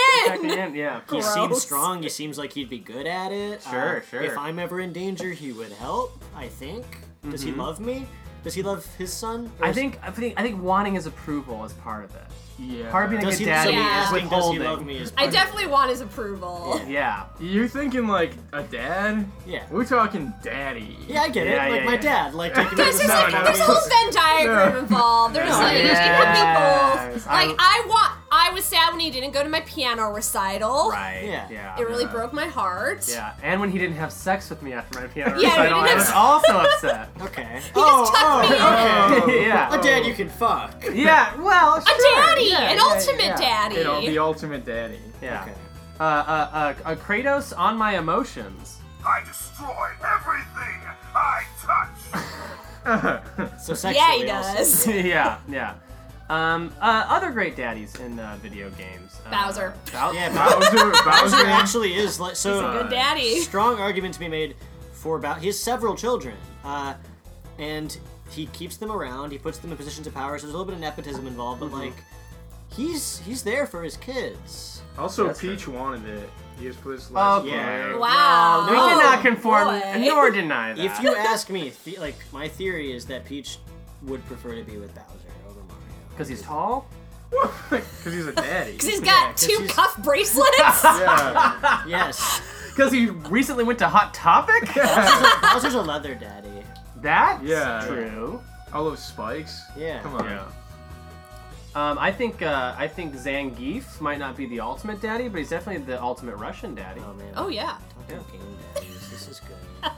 Speaker 4: in!
Speaker 1: in, Yeah.
Speaker 2: He seems
Speaker 4: Gross.
Speaker 2: strong. He seems like he'd be good at it. Uh,
Speaker 1: Sure, sure.
Speaker 2: If I'm ever in danger, he would help. I think. Does he love me? Does he love his son? or
Speaker 1: Mm-hmm. I
Speaker 2: is-
Speaker 1: think I think I think wanting his approval is part of it.
Speaker 3: Yeah.
Speaker 1: Part of being a
Speaker 2: Does
Speaker 1: good
Speaker 2: he,
Speaker 1: dad
Speaker 2: so
Speaker 4: Yeah.
Speaker 1: is
Speaker 2: asking, does he
Speaker 1: withholding.
Speaker 2: love me? Is
Speaker 4: I definitely want his approval.
Speaker 1: Yeah.
Speaker 3: You're thinking like a dad?
Speaker 2: Yeah.
Speaker 3: We're talking daddy.
Speaker 2: Yeah, I get
Speaker 1: Yeah,
Speaker 2: it. Like
Speaker 1: yeah,
Speaker 2: my
Speaker 1: yeah.
Speaker 2: dad, like taking
Speaker 4: There's just
Speaker 3: No,
Speaker 4: like
Speaker 3: no,
Speaker 4: there's a
Speaker 3: no.
Speaker 4: whole Venn diagram
Speaker 3: No.
Speaker 4: involved. There's
Speaker 3: No.
Speaker 4: like it could be
Speaker 1: Yes. Um,
Speaker 4: both. Like I want. I was sad when he didn't go to my piano recital.
Speaker 1: Right.
Speaker 2: Yeah.
Speaker 1: Yeah.
Speaker 4: Oh, It really broke my heart.
Speaker 1: Yeah. And when he didn't have sex with me after my piano
Speaker 4: Yeah,
Speaker 1: recital,
Speaker 4: he
Speaker 1: I
Speaker 4: didn't
Speaker 1: was
Speaker 4: have-
Speaker 1: also upset.
Speaker 2: Okay.
Speaker 4: just tucked me in.
Speaker 3: Oh.
Speaker 1: yeah.
Speaker 2: A dad you can fuck.
Speaker 1: Yeah. Well.
Speaker 4: A daddy, an ultimate
Speaker 3: You know,
Speaker 4: daddy.
Speaker 3: the ultimate daddy.
Speaker 1: Yeah.
Speaker 2: Okay.
Speaker 1: Uh, uh, uh, uh, Kratos on my emotions.
Speaker 6: I destroy everything I touch.
Speaker 2: So sexually
Speaker 4: Yeah, he
Speaker 2: also.
Speaker 4: does.
Speaker 1: yeah, yeah. Um, uh, other great daddies in uh, video games. Uh,
Speaker 4: Bowser.
Speaker 1: Bow-
Speaker 2: Yeah,
Speaker 1: Bow-
Speaker 3: Bowser,
Speaker 2: Bowser
Speaker 3: Bowser.
Speaker 2: actually is like so. uh,
Speaker 4: He's a good daddy.
Speaker 2: Strong argument to be made for about he has several children, uh, and he keeps them around. He puts them in positions of power. So there's a little bit of nepotism involved, but like he's he's there for his kids.
Speaker 3: Also,
Speaker 1: That's
Speaker 3: Peach wanted it. He just put his
Speaker 1: Oh,
Speaker 3: last
Speaker 2: Yeah.
Speaker 4: Wow. Oh,
Speaker 1: We cannot conform
Speaker 4: boy.
Speaker 1: nor deny that.
Speaker 2: If you ask me, the, like my theory is that Peach would prefer to be with Bowser over Mario
Speaker 1: Because he's tall?
Speaker 3: Because he's a daddy.
Speaker 4: Because he's got
Speaker 2: Yeah, 'cause
Speaker 4: two
Speaker 2: he's-
Speaker 4: cuff bracelets.
Speaker 3: yeah.
Speaker 2: Yes,
Speaker 1: Because he recently went to Hot Topic?
Speaker 2: Bowser's a, Bowser's a leather daddy.
Speaker 1: That's
Speaker 3: Yeah.
Speaker 1: true.
Speaker 3: All those spikes.
Speaker 2: Yeah.
Speaker 3: Come on.
Speaker 1: Um, I think uh, I think Zangief might not be the ultimate daddy, but he's definitely the ultimate Russian daddy.
Speaker 2: Oh man.
Speaker 4: oh yeah.
Speaker 2: Fucking game daddies. This is good.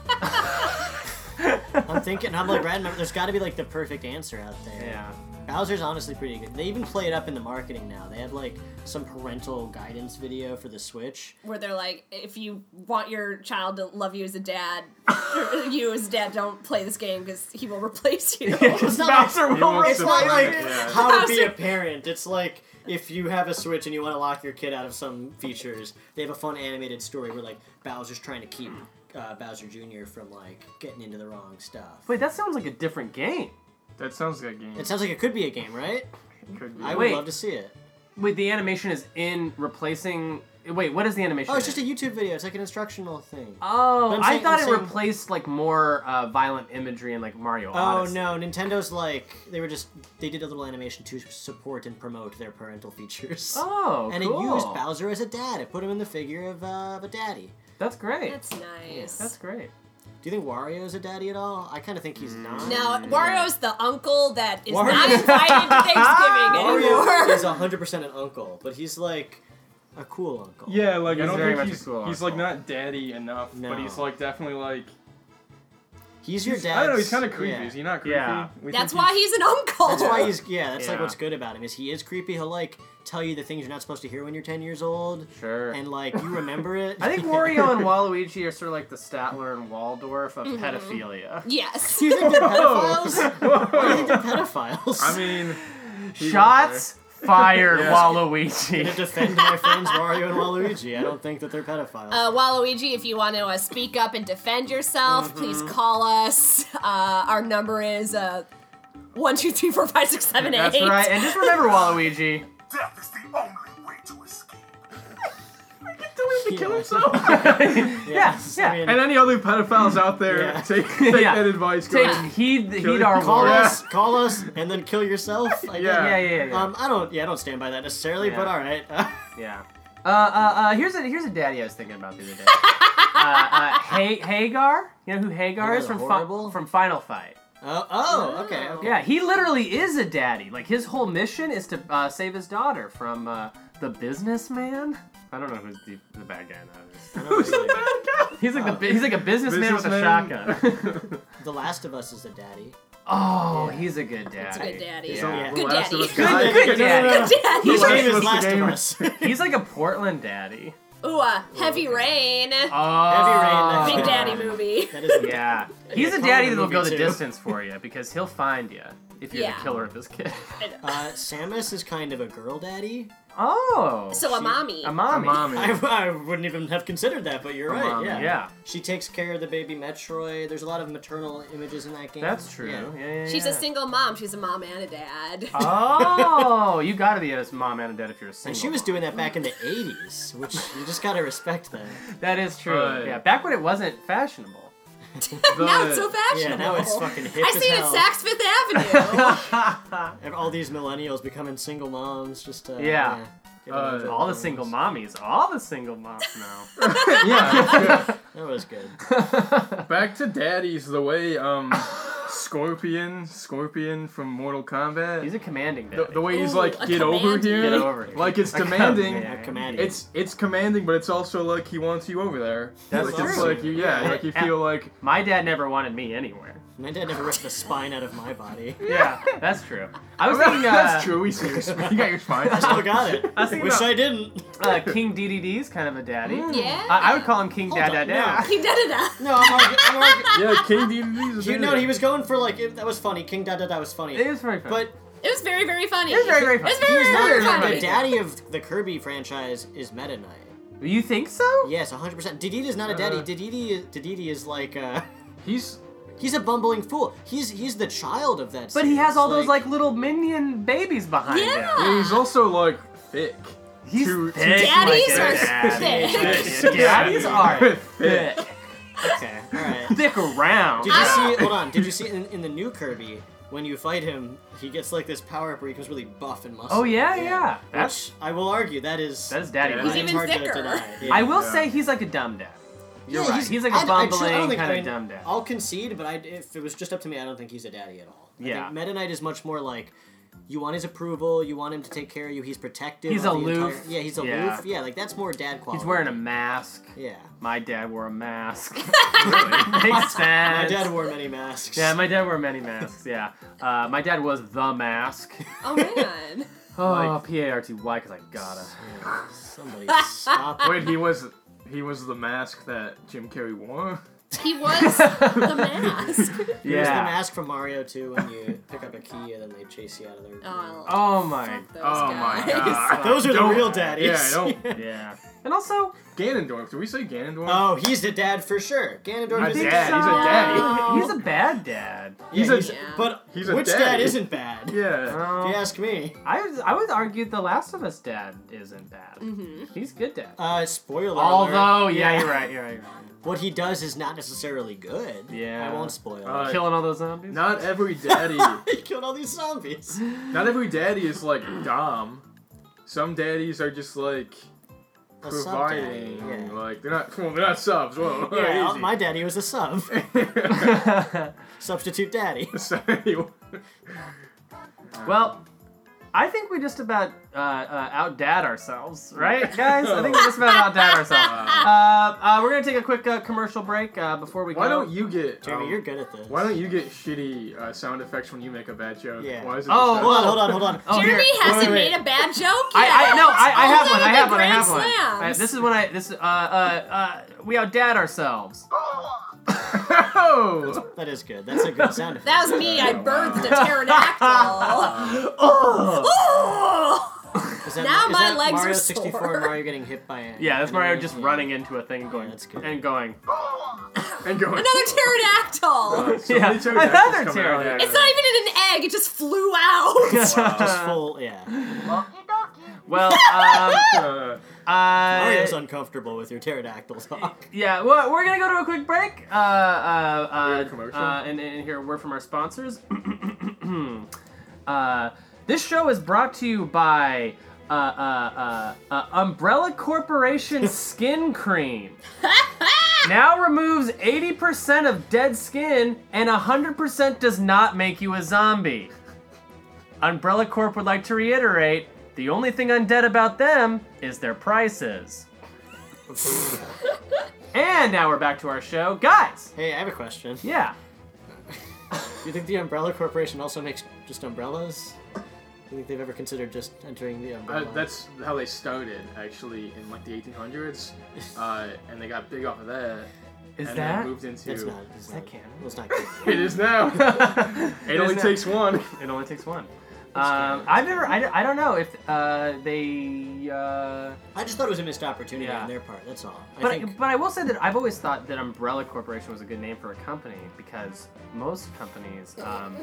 Speaker 2: I'm thinking. I'm like, Brad, there's got to be like the perfect answer out there.
Speaker 1: Yeah.
Speaker 2: Bowser's honestly pretty good. They even play it up in the marketing now. They had like some parental guidance video for the Switch.
Speaker 4: Where they're like, if you want your child to love you as a dad, you as a dad don't play this game because he will replace you.
Speaker 1: Because
Speaker 2: not like-
Speaker 1: Bowser
Speaker 3: He
Speaker 1: will
Speaker 3: wants
Speaker 2: It's not
Speaker 3: Yeah.
Speaker 2: like
Speaker 3: Yeah.
Speaker 2: how to be a
Speaker 4: Bowser-
Speaker 2: parent. It's like if you have a Switch and you want to lock your kid out of some features, they have a fun animated story where like Bowser's trying to keep uh, Bowser Jr. from like getting into the wrong stuff.
Speaker 1: Wait, that sounds like a different game.
Speaker 3: That sounds like a game.
Speaker 2: It sounds like it could be a game, right?
Speaker 3: Could be.
Speaker 2: I
Speaker 1: Wait.
Speaker 2: would love to see it.
Speaker 1: Wait, the animation is in replacing. Wait, what is the animation?
Speaker 2: Oh, it's
Speaker 1: in?
Speaker 2: just a YouTube video. It's like an instructional thing. But
Speaker 1: Oh,
Speaker 2: I'm
Speaker 1: I
Speaker 2: saying-
Speaker 1: thought
Speaker 2: I'm
Speaker 1: it
Speaker 2: saying-
Speaker 1: replaced like more uh, violent imagery and like Mario.
Speaker 2: Oh
Speaker 1: Odyssey.
Speaker 2: no, Nintendo's like they were just they did a little animation to support and promote their parental features.
Speaker 1: Oh,
Speaker 2: and
Speaker 1: cool.
Speaker 2: it used Bowser as a dad. It put him in the figure of, uh, of a daddy.
Speaker 1: That's great.
Speaker 4: That's nice.
Speaker 1: That's great.
Speaker 2: Do you think Wario's a daddy at all? I kind of think he's not.
Speaker 4: No, Wario's the uncle that is
Speaker 2: Wario-
Speaker 4: not invited to Thanksgiving
Speaker 2: Wario
Speaker 4: anymore.
Speaker 2: is hundred percent an uncle, but he's like a cool uncle.
Speaker 3: Yeah, like
Speaker 1: He's
Speaker 3: I don't
Speaker 1: very
Speaker 3: think
Speaker 1: much a
Speaker 3: he's
Speaker 1: cool
Speaker 3: he's like
Speaker 1: uncle.
Speaker 3: not daddy enough,
Speaker 2: No.
Speaker 3: but he's like definitely like
Speaker 2: he's your dad.
Speaker 3: I don't know. He's kind of creepy.
Speaker 2: Yeah.
Speaker 3: Is he not creepy?
Speaker 1: Yeah.
Speaker 3: We
Speaker 4: That's
Speaker 3: think
Speaker 4: why he's an uncle.
Speaker 2: That's why he's yeah. That's like
Speaker 1: Yeah.
Speaker 2: what's good about him is he is creepy. He'll like tell you the things you're not supposed to hear when you're ten years old,
Speaker 1: Sure.
Speaker 2: and like you remember it.
Speaker 1: I think Wario and Waluigi are sort of like the Statler and Waldorf of
Speaker 2: Mm-hmm.
Speaker 1: pedophilia.
Speaker 4: Yes.
Speaker 2: Do you think they're
Speaker 3: Whoa.
Speaker 2: pedophiles? Why do you think they're pedophiles?
Speaker 3: I mean, he was
Speaker 1: Shots fired,
Speaker 3: Yeah.
Speaker 2: to
Speaker 1: Waluigi.
Speaker 2: defend my friends Wario and Waluigi. I don't think that they're pedophiles.
Speaker 4: Uh, Waluigi, if you want to uh, speak up and defend yourself, please call us. Uh, our number is uh, 1, 2, 3, 4, 5, 6, 7, 8.
Speaker 1: That's right. And just remember, Waluigi.
Speaker 6: Death is the only way to escape.
Speaker 3: Tell him to kill
Speaker 2: Yeah.
Speaker 3: himself.
Speaker 1: Yes. Yeah.
Speaker 2: I mean,
Speaker 3: and any other pedophiles out there,
Speaker 2: Yeah.
Speaker 3: take, take
Speaker 1: Yeah.
Speaker 3: that advice.
Speaker 1: Take
Speaker 3: guys.
Speaker 1: heed, heed
Speaker 3: him.
Speaker 1: our
Speaker 2: call
Speaker 1: warning.
Speaker 2: us, call us, and then kill yourself. I
Speaker 3: Yeah.
Speaker 1: Yeah, yeah, yeah.
Speaker 2: Um, I don't. Yeah, I don't stand by that necessarily,
Speaker 1: Yeah.
Speaker 2: but all right.
Speaker 1: Yeah. Uh, uh, uh, here's a here's a daddy I was thinking about the other day. uh, uh, ha- Hagar, you know who Hagar
Speaker 2: Hagar
Speaker 1: is
Speaker 2: the
Speaker 1: from Fi-
Speaker 2: Horrible?
Speaker 1: from Final Fight.
Speaker 2: oh, oh, okay. okay.
Speaker 1: Yeah, he literally is a daddy. Like his whole mission is to uh, save his daughter from uh, the businessman. I don't know who's the, the bad guy now.
Speaker 2: I don't really-
Speaker 1: He's like the bi- he's
Speaker 2: Uh,
Speaker 1: like a businessman with a
Speaker 3: Businessman.
Speaker 1: shotgun.
Speaker 2: the Last of Us is a daddy.
Speaker 1: Oh, he's a good daddy.
Speaker 4: That's a good daddy.
Speaker 1: Yeah.
Speaker 2: Yeah.
Speaker 4: Good
Speaker 3: Last of
Speaker 4: daddy.
Speaker 3: Us guy.
Speaker 1: Good, good daddy.
Speaker 4: Daddy.
Speaker 1: He's
Speaker 2: His
Speaker 1: like,
Speaker 2: name is
Speaker 3: What's the
Speaker 2: Last of
Speaker 3: game?
Speaker 2: Us. Heavy Rain.
Speaker 1: he's like a Portland daddy.
Speaker 4: Ooh, uh, Heavy Rain.
Speaker 1: Oh,
Speaker 2: that's
Speaker 4: Big
Speaker 2: a-
Speaker 4: Daddy movie.
Speaker 2: That is a
Speaker 1: Yeah, he's
Speaker 2: Yeah,
Speaker 1: a
Speaker 2: call
Speaker 1: daddy
Speaker 2: it a
Speaker 1: that'll go
Speaker 2: movie,
Speaker 1: the
Speaker 2: too.
Speaker 1: distance for you because he'll find you if you're
Speaker 4: Yeah.
Speaker 1: the killer of his kid.
Speaker 2: Uh, Samus is kind of a girl daddy.
Speaker 1: Oh,
Speaker 4: So a mommy.
Speaker 1: a mommy.
Speaker 3: Mommy.
Speaker 2: I, I wouldn't even have considered that, but you're right.
Speaker 3: on,
Speaker 2: yeah.
Speaker 1: yeah.
Speaker 2: She takes care of the baby Metroid. There's a lot of maternal images in that game.
Speaker 1: That's true.
Speaker 2: Yeah.
Speaker 1: Yeah, yeah,
Speaker 4: She's
Speaker 1: yeah.
Speaker 4: a single mom. She's a mom and a dad.
Speaker 1: Oh, you gotta be a mom and a dad if you're a single.
Speaker 2: And she was
Speaker 1: mom.
Speaker 2: doing that back in the 80s, which you just gotta respect that.
Speaker 1: That is true.
Speaker 3: Right.
Speaker 1: yeah, back when it wasn't fashionable.
Speaker 3: The-
Speaker 4: now it's so fashionable.
Speaker 2: Yeah, now it's fucking hip
Speaker 4: I
Speaker 2: as
Speaker 4: see it at Saks Fifth
Speaker 2: hell.
Speaker 4: Avenue.
Speaker 2: And all these millennials becoming single moms, just uh,
Speaker 1: Yeah.
Speaker 2: giving
Speaker 3: Uh,
Speaker 2: them
Speaker 1: all the
Speaker 2: jobs.
Speaker 1: single mommies, all the single moms now.
Speaker 3: yeah.
Speaker 2: That was good.
Speaker 3: Back to daddies, the way um, Scorpion, Scorpion from Mortal Kombat,
Speaker 1: He's a commanding daddy.
Speaker 3: the, the way he's
Speaker 4: Ooh,
Speaker 3: like,
Speaker 4: a
Speaker 3: get over
Speaker 4: commanding-
Speaker 3: here,
Speaker 1: Get over here.
Speaker 3: like it's
Speaker 1: A
Speaker 3: demanding.
Speaker 1: command.
Speaker 2: That command.
Speaker 3: It's it's commanding, but it's also like he wants you over there.
Speaker 1: That's
Speaker 3: like, It's
Speaker 2: true.
Speaker 3: like you, yeah,
Speaker 1: Yeah.
Speaker 3: like you feel like
Speaker 1: My dad never wanted me anywhere.
Speaker 2: my dad never ripped the spine out of my body.
Speaker 1: Yeah, that's true. I was thinking, uh,
Speaker 3: that's true. We serious. You got your spine.
Speaker 2: I still got it.
Speaker 1: I was thinking
Speaker 2: Wish
Speaker 1: about-
Speaker 2: I didn't.
Speaker 1: uh, King DDD's kind of a daddy.
Speaker 4: yeah.
Speaker 1: I, I would call him King Dad Dad Dad.
Speaker 4: He did it. uh,
Speaker 2: Mm. No, I'm argu- I'm argu-
Speaker 3: yeah, King DDD's. a
Speaker 2: You
Speaker 3: bit
Speaker 2: know,
Speaker 3: of-
Speaker 2: he was going for like it, that was funny. King da da da was funny.
Speaker 1: It is very funny.
Speaker 2: but
Speaker 4: It was very, very funny.
Speaker 1: It was very, very funny.
Speaker 4: It was very,
Speaker 2: he's
Speaker 4: very, very
Speaker 2: not
Speaker 4: funny.
Speaker 2: the daddy of the Kirby franchise is Meta Knight.
Speaker 1: you think so?
Speaker 2: Yes, 100. percent Dedede is not a
Speaker 1: Uh.
Speaker 2: daddy. Dedede is Dedede is like uh,
Speaker 3: he's
Speaker 2: he's a bumbling fool. He's he's the child of that.
Speaker 1: But he has
Speaker 2: series,
Speaker 1: all those like little minion babies behind him.
Speaker 4: Yeah.
Speaker 3: he's also like thick.
Speaker 1: He's
Speaker 3: Too- too
Speaker 1: thick.
Speaker 4: Daddies
Speaker 1: like
Speaker 4: are
Speaker 1: a daddy.
Speaker 4: thick.
Speaker 1: Daddies are
Speaker 3: thick.
Speaker 1: thick.
Speaker 2: Okay, all right.
Speaker 1: Thick around.
Speaker 2: Did you see? Hold on. Did you see in, in the new Kirby when you fight him, he gets like this power up where he becomes really buff and muscle.
Speaker 1: Oh yeah, yeah. That's
Speaker 2: Which I will argue that is
Speaker 1: that is daddy.
Speaker 3: He's
Speaker 2: that is
Speaker 4: even
Speaker 2: hard
Speaker 4: thicker.
Speaker 2: To deny.
Speaker 1: I will
Speaker 3: Yeah.
Speaker 1: say he's like a dumb dad. You're
Speaker 2: Yeah,
Speaker 1: right. He's, like a
Speaker 2: I- I tru- I don't
Speaker 1: bumbling kind
Speaker 2: think- I
Speaker 1: of
Speaker 2: mean,
Speaker 1: dumb dad.
Speaker 2: I'll concede, but I, if it was just up to me, I don't think he's a daddy at all. I
Speaker 1: Yeah.
Speaker 2: think Meta Knight is much more like you want his approval, you want him to take care of you. He's protective.
Speaker 1: He's
Speaker 2: of the
Speaker 1: aloof.
Speaker 2: entire- yeah, he's aloof.
Speaker 1: Yeah.
Speaker 2: Yeah. like that's more dad quality.
Speaker 1: He's wearing a mask.
Speaker 2: Yeah.
Speaker 1: My dad wore a mask.
Speaker 3: Really?
Speaker 1: Makes sense.
Speaker 2: My dad wore many masks.
Speaker 1: yeah, my dad wore many masks. Yeah, uh, my dad was the mask.
Speaker 4: Oh man.
Speaker 1: Oh,
Speaker 3: Like-
Speaker 1: P A R T Y, because I gotta.
Speaker 2: Yeah, Somebody stop. it.
Speaker 3: Wait, he was he was the mask that Jim Carrey wore.
Speaker 4: He was the mask.
Speaker 2: There's the
Speaker 1: Yeah.
Speaker 2: mask from Mario too when you pick up a key and then they chase you out of their.
Speaker 4: Oh,
Speaker 1: Oh my.
Speaker 4: fuck those
Speaker 3: Oh
Speaker 4: guys.
Speaker 3: my god.
Speaker 2: Those are the
Speaker 3: Don't-
Speaker 2: real daddies.
Speaker 3: Yeah, I don't.
Speaker 1: Yeah. And also,
Speaker 3: Ganondorf. Did we say Ganondorf?
Speaker 2: Oh, he's the dad for sure. Ganondorf
Speaker 3: My
Speaker 2: is
Speaker 3: dad.
Speaker 2: the
Speaker 3: He's a daddy.
Speaker 4: Oh.
Speaker 1: he's a bad dad.
Speaker 2: He's,
Speaker 3: a-
Speaker 4: Yeah.
Speaker 2: But
Speaker 3: He's a
Speaker 2: which dad
Speaker 3: daddy.
Speaker 2: isn't bad?
Speaker 3: Yeah.
Speaker 2: If you
Speaker 1: Um,
Speaker 2: ask me.
Speaker 1: I was- I would argue The Last of Us dad isn't bad. He's good dad.
Speaker 2: Uh, spoiler. alert.
Speaker 1: Although, yeah, you're right. You're right. You're right.
Speaker 2: What he does is not necessarily good.
Speaker 1: Yeah.
Speaker 2: I won't spoil.
Speaker 3: Uh,
Speaker 1: Killing all those zombies.
Speaker 3: Not every daddy.
Speaker 2: it. he killed all these zombies.
Speaker 3: not every daddy is like Dom. Some daddies are just like
Speaker 2: A sub daddy,
Speaker 3: providing.
Speaker 2: yeah.
Speaker 3: Like they're not. Well, they're not subs. Whoa.
Speaker 2: Yeah, uh,
Speaker 3: easy.
Speaker 2: my daddy was a sub, substitute daddy.
Speaker 3: Sorry.
Speaker 1: well, I think we just about uh, uh, out dad ourselves, right, guys? I think we just about out dad ourselves. Uh, uh, we're gonna take a quick uh, commercial break uh, before we
Speaker 3: Why
Speaker 1: go.
Speaker 3: don't you get?
Speaker 2: Jeremy,
Speaker 3: um,
Speaker 2: you're good at this.
Speaker 3: Why don't you get shitty uh, sound effects when you make a bad joke?
Speaker 2: Yeah.
Speaker 3: Why is it
Speaker 1: Oh,
Speaker 3: just that?
Speaker 2: Hold on, hold on, hold on.
Speaker 1: Oh, here.
Speaker 4: Jeremy hasn't
Speaker 2: wait, wait.
Speaker 4: made a bad joke yet.
Speaker 1: I, I no, I, I have one. I have one. I have one. Uh,
Speaker 4: Slams.
Speaker 1: this is when I this uh uh uh we outdad ourselves.
Speaker 3: Oh!
Speaker 2: That is good. That's a good sound effect.
Speaker 4: that was me. I birthed a pterodactyl. oh.
Speaker 2: Is that,
Speaker 4: Now
Speaker 2: is
Speaker 4: my
Speaker 2: that
Speaker 4: legs
Speaker 2: Mario
Speaker 4: are
Speaker 2: 64
Speaker 4: sore.
Speaker 2: Mario getting hit by a
Speaker 1: Yeah, that's Mario
Speaker 2: enemy?
Speaker 1: just
Speaker 2: Yeah.
Speaker 1: running into a thing and going
Speaker 2: Mm-hmm. that's good.
Speaker 1: and going.
Speaker 3: And going.
Speaker 4: Another pterodactyl.
Speaker 3: So
Speaker 1: Yeah,
Speaker 3: many pterodactyls
Speaker 1: another
Speaker 3: coming out of there.
Speaker 1: pterodactyl.
Speaker 4: it's not even in an egg. It just flew out.
Speaker 2: Just full, yeah.
Speaker 1: Well, um,
Speaker 3: Uh,
Speaker 2: Oh,
Speaker 1: uh,
Speaker 2: Mario's uncomfortable with your pterodactyl talk.
Speaker 1: yeah, well, we're gonna go to a quick break. Uh, uh,
Speaker 3: Weird
Speaker 1: uh,
Speaker 3: commercial.
Speaker 1: uh, and, and hear a word from our sponsors. uh, this show is brought to you by uh, uh, uh, uh, Umbrella Corporation Skin Cream. now removes 80% of dead skin and 100% does not make you a zombie. Umbrella Corp would like to reiterate the only thing undead about them is their prices. and now we're back to our show. Guys,
Speaker 2: Hey, I have a question.
Speaker 1: yeah.
Speaker 2: Do you think the Umbrella Corporation also makes just umbrellas? Do you think they've ever considered just entering the umbrella?
Speaker 3: uh, that's how they started, actually, in like the 1800s, uh, and they got big off of that,
Speaker 1: Is that
Speaker 3: and then moved into.
Speaker 2: That's not. Is
Speaker 1: that canon?
Speaker 2: Well, it's not canon.
Speaker 3: It is now. it
Speaker 1: It
Speaker 3: only
Speaker 1: is now.
Speaker 3: takes one.
Speaker 1: It only takes one. Um, I've never. I, I don't know if uh, they. Uh,
Speaker 2: I just thought it was a missed opportunity
Speaker 1: Yeah.
Speaker 2: on their part. That's all. I
Speaker 1: but I,
Speaker 2: think
Speaker 1: but I will say that I've always thought that Umbrella Corporation was a good name for a company because most companies um,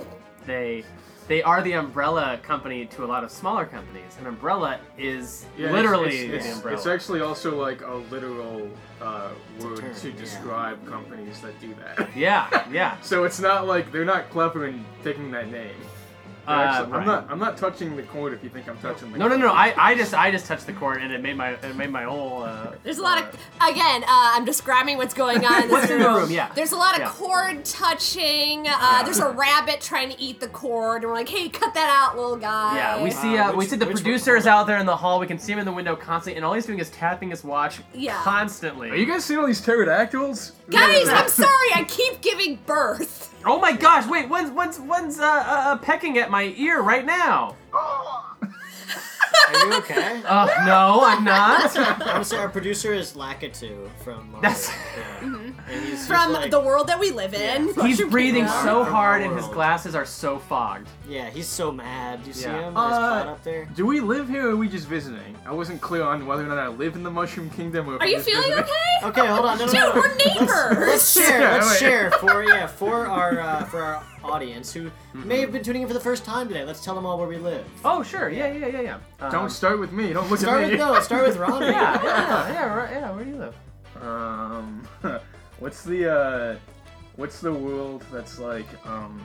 Speaker 1: they they are the umbrella company to a lot of smaller companies. An umbrella is
Speaker 3: Yeah, it's-
Speaker 1: literally
Speaker 3: it's, it's,
Speaker 1: the umbrella.
Speaker 3: It's actually also like a literal uh, word
Speaker 2: term,
Speaker 3: to
Speaker 2: yeah.
Speaker 3: describe companies that do that.
Speaker 1: yeah, yeah.
Speaker 3: So it's not like they're not clever in taking that name. They're
Speaker 1: Uh,
Speaker 3: actually-
Speaker 1: right.
Speaker 3: I'm not. I'm not touching the cord. If you think I'm touching the
Speaker 1: No, no,
Speaker 3: cord.
Speaker 1: no. I, I just I just touched the cord and it made my it made my whole. Uh,
Speaker 4: There's a lot of again. Uh, I'm describing what's going on in this
Speaker 1: in the room, yeah.
Speaker 4: There's a lot of
Speaker 1: Yeah.
Speaker 4: cord touching. Uh, There's a rabbit trying to eat the cord, and we're like, "Hey, cut that out, little guy."
Speaker 1: Yeah, we see. Uh,
Speaker 2: Wow,
Speaker 1: we
Speaker 2: which-
Speaker 1: see the
Speaker 2: which one?
Speaker 1: producer is out there in the hall. We can see him in the window constantly, and all he's doing is tapping his watch
Speaker 4: Yeah.
Speaker 1: constantly.
Speaker 3: Are you guys seeing all these pterodactyls?
Speaker 4: Guys, I'm sorry. I keep giving birth.
Speaker 1: oh my gosh! Wait, one's one's one's uh, uh, uh, pecking at my ear right now.
Speaker 2: are you okay?
Speaker 1: Uh, no, I'm not.
Speaker 2: I would say our producer is Lakitu from Mario.
Speaker 1: That's-
Speaker 2: Yeah. And
Speaker 4: Mm-hmm.
Speaker 2: he's,
Speaker 4: From
Speaker 2: he's like,
Speaker 4: the world that we live in,
Speaker 2: Yeah.
Speaker 1: he's
Speaker 4: Mushroom
Speaker 1: breathing
Speaker 4: Kingdom.
Speaker 1: so
Speaker 2: Our
Speaker 1: hard, and his
Speaker 2: world.
Speaker 1: glasses are so fogged.
Speaker 2: Yeah, he's so mad. Do you see
Speaker 1: Yeah.
Speaker 2: him? His
Speaker 3: Uh,
Speaker 2: caught up there.
Speaker 3: Do we live here or are we just visiting? I wasn't clear on whether or not I live in the Mushroom Kingdom or. if
Speaker 4: Are
Speaker 3: I'm
Speaker 4: you
Speaker 3: just
Speaker 4: feeling
Speaker 3: visiting.
Speaker 4: okay?
Speaker 2: Okay, hold on. No, no, no.
Speaker 4: Dude, we're
Speaker 2: Let's
Speaker 4: neighbors.
Speaker 2: share.
Speaker 3: Yeah,
Speaker 2: Let's
Speaker 3: wait.
Speaker 2: share for yeah for our uh, for our audience who may have been tuning in for the first time today. Let's tell them all where we live.
Speaker 1: Oh sure, yeah, yeah, yeah, yeah. Um,
Speaker 3: Don't start with me. Don't look
Speaker 2: Start
Speaker 3: at
Speaker 2: with
Speaker 3: me.
Speaker 2: no. Start with Ronnie.
Speaker 1: yeah, yeah, yeah, right, yeah. Where do you live?
Speaker 3: Um, what's the uh, what's the world that's like? Um,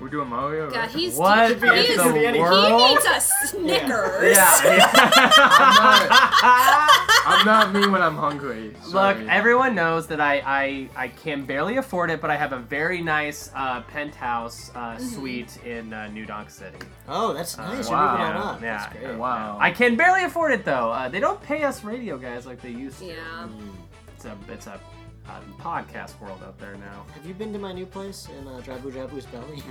Speaker 3: we're doing Mario.
Speaker 4: Yeah,
Speaker 3: right?
Speaker 4: he's
Speaker 1: What
Speaker 4: he,
Speaker 2: be
Speaker 1: in
Speaker 4: is,
Speaker 2: anything. Could be
Speaker 1: the
Speaker 4: he
Speaker 1: world?
Speaker 4: needs a Snickers.
Speaker 1: Yeah. Ah,
Speaker 3: I'm not, I'm not me when I'm hungry.
Speaker 1: Look,
Speaker 3: Sorry.
Speaker 1: everyone knows that I, I I can barely afford it, but I have a very nice uh, penthouse uh, suite in uh, New Donk City.
Speaker 2: Oh, that's nice. You're
Speaker 3: wow.
Speaker 2: moving
Speaker 1: Yeah,
Speaker 2: on up.
Speaker 1: Uh, yeah,
Speaker 2: that's great.
Speaker 3: wow.
Speaker 1: I can barely afford it though. Uh, they don't pay us radio guys like they used to.
Speaker 4: Yeah.
Speaker 1: It's a it's a, uh podcast world out there now.
Speaker 2: Have you been to my new place in uh, Drabu Drabu's Belly?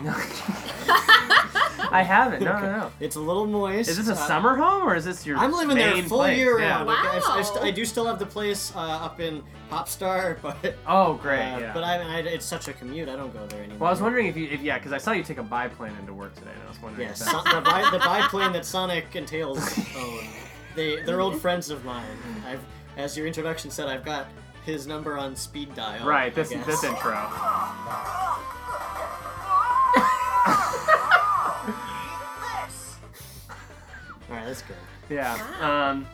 Speaker 1: I haven't. No, no, no.
Speaker 2: It's a little moist.
Speaker 1: Is this a
Speaker 2: Uh,
Speaker 1: summer home or is this your?
Speaker 2: I'm living there
Speaker 1: main
Speaker 2: full
Speaker 1: place?
Speaker 2: year
Speaker 1: Yeah.
Speaker 2: round. okay? I, I, st-
Speaker 4: Wow.
Speaker 2: I do still have the place uh, up in Popstar, but uh,
Speaker 1: Oh, great. yeah.
Speaker 2: but I, I, it's such a commute. I don't go there anymore.
Speaker 1: well, I was wondering if you if yeah, because I saw you take a biplane into work today, and I was wondering.
Speaker 2: Yeah,
Speaker 1: if that,
Speaker 2: Son- the, bi- the biplane that Sonic and Tails own. They they're old friends of mine. I've as your introduction said, I've got his number on speed dial.
Speaker 1: right.
Speaker 2: I
Speaker 1: This
Speaker 2: guess.
Speaker 1: this intro.
Speaker 2: All right, that's good.
Speaker 1: Yeah. Um,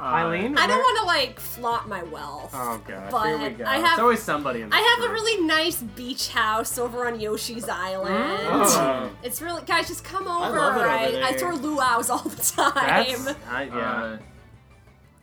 Speaker 3: Uh,
Speaker 1: Eileen.
Speaker 4: I don't
Speaker 1: where-
Speaker 4: want to like flaunt my wealth.
Speaker 1: Oh god.
Speaker 4: But
Speaker 1: Here we go.
Speaker 4: I
Speaker 1: it's
Speaker 4: have-
Speaker 1: always somebody in. This
Speaker 4: I have a
Speaker 1: group.
Speaker 4: really nice beach house over on Yoshi's Island.
Speaker 3: uh,
Speaker 1: Oh.
Speaker 4: It's really guys, just come
Speaker 2: love
Speaker 4: over.
Speaker 2: it over
Speaker 4: I,
Speaker 2: there.
Speaker 4: I throw luau's all the time.
Speaker 1: That's. I, yeah.
Speaker 3: Uh,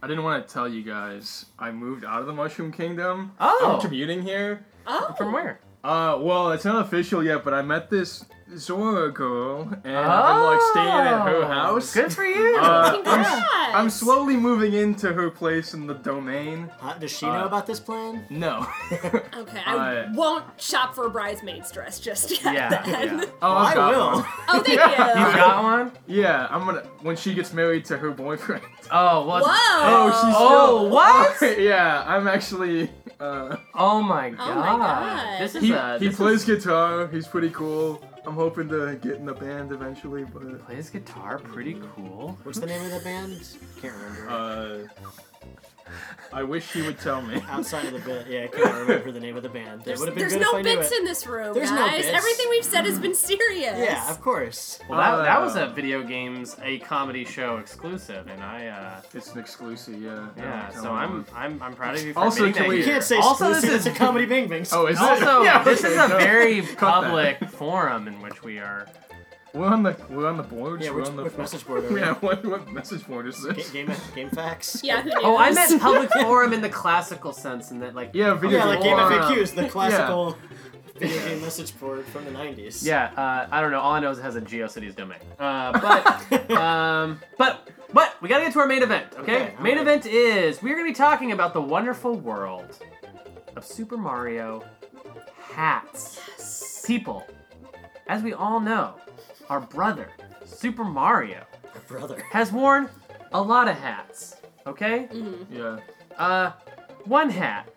Speaker 3: I didn't want to tell you guys. I moved out of the Mushroom Kingdom.
Speaker 1: Oh.
Speaker 3: I'm commuting here.
Speaker 4: oh,
Speaker 1: From where?
Speaker 3: Uh, well, it's not official yet, but I met this Zora girl, and I've been like staying at her
Speaker 1: Oh,
Speaker 3: house.
Speaker 1: Good for you.
Speaker 3: Uh, I'm,
Speaker 4: Congrats.
Speaker 3: s- I'm slowly moving into her place in the domain.
Speaker 2: Huh, does she know
Speaker 3: Uh,
Speaker 2: about this plan?
Speaker 3: No.
Speaker 4: Okay, I
Speaker 3: Uh,
Speaker 4: won't shop for a bridesmaid's dress just yet.
Speaker 1: yeah.
Speaker 4: then.
Speaker 1: yeah.
Speaker 3: Oh, I've
Speaker 2: I
Speaker 3: got
Speaker 2: will.
Speaker 3: one.
Speaker 4: Oh, thank
Speaker 1: You
Speaker 4: you.
Speaker 1: got one?
Speaker 3: Yeah, I'm gonna when she gets married to her boyfriend.
Speaker 1: Oh, what?
Speaker 4: Whoa.
Speaker 3: Oh, she's
Speaker 1: Oh, what?
Speaker 3: still. yeah, I'm actually. Uh,
Speaker 1: Oh my god.
Speaker 4: God.
Speaker 1: This is
Speaker 3: he
Speaker 1: a.
Speaker 3: he
Speaker 1: this
Speaker 3: plays
Speaker 1: is-
Speaker 3: guitar. He's pretty cool. I'm hoping to get in the band eventually, but
Speaker 1: plays guitar pretty cool.
Speaker 2: What's the name of the band? Can't remember.
Speaker 3: uh, I wish he would tell me.
Speaker 2: Outside of the bit, yeah, I can't remember the name of the band. It would have been
Speaker 4: There's
Speaker 2: good if I
Speaker 4: no
Speaker 2: knew
Speaker 4: bits
Speaker 2: it.
Speaker 4: in this room,
Speaker 2: There's no
Speaker 4: guys.
Speaker 2: bits.
Speaker 4: Everything we've said has been serious.
Speaker 2: yeah, of course.
Speaker 1: Well, that, that was
Speaker 3: Uh,
Speaker 1: a video games, a comedy show exclusive, and I, uh,
Speaker 3: It's an exclusive, yeah. I
Speaker 1: yeah.
Speaker 3: don't
Speaker 1: So
Speaker 3: tell
Speaker 1: I'm,
Speaker 3: anyone.
Speaker 1: I'm, I'm proud of you for
Speaker 3: Also,
Speaker 1: being
Speaker 3: can
Speaker 1: that
Speaker 3: we-
Speaker 2: You
Speaker 1: here.
Speaker 2: can't say
Speaker 1: also,
Speaker 2: exclusive.
Speaker 1: this is
Speaker 2: it's a comedy Bing Bings.
Speaker 3: Oh, is it?
Speaker 1: also
Speaker 3: Yeah,
Speaker 1: this
Speaker 3: okay,
Speaker 1: is a
Speaker 3: no.
Speaker 1: very
Speaker 3: Cut that.
Speaker 1: public forum in which we are.
Speaker 3: We're on the we're on the board.
Speaker 2: yeah,
Speaker 3: we're
Speaker 2: which,
Speaker 3: on the
Speaker 2: which message board are we?
Speaker 3: Yeah, what, what message board is
Speaker 2: Ga-
Speaker 3: this?
Speaker 2: Game, game facts?
Speaker 4: Yeah. Who knew?
Speaker 1: Oh, I meant public forum in the classical sense, and that like
Speaker 3: Yeah, video
Speaker 2: Yeah, like Game
Speaker 1: Forum.
Speaker 2: FAQs, the classical video game message board from the 90s.
Speaker 1: Yeah, uh, I don't know. All I know is it has a GeoCities domain. Uh, but, um, but, but we gotta get to our main event, okay?
Speaker 2: Okay, all
Speaker 1: main
Speaker 2: right.
Speaker 1: event is we're gonna be talking about the wonderful world of Super Mario hats. People, as we all know, our brother Super Mario
Speaker 2: Brother.
Speaker 1: has worn a lot of hats, okay?
Speaker 2: Mm.
Speaker 3: Yeah.
Speaker 1: Uh, one hat.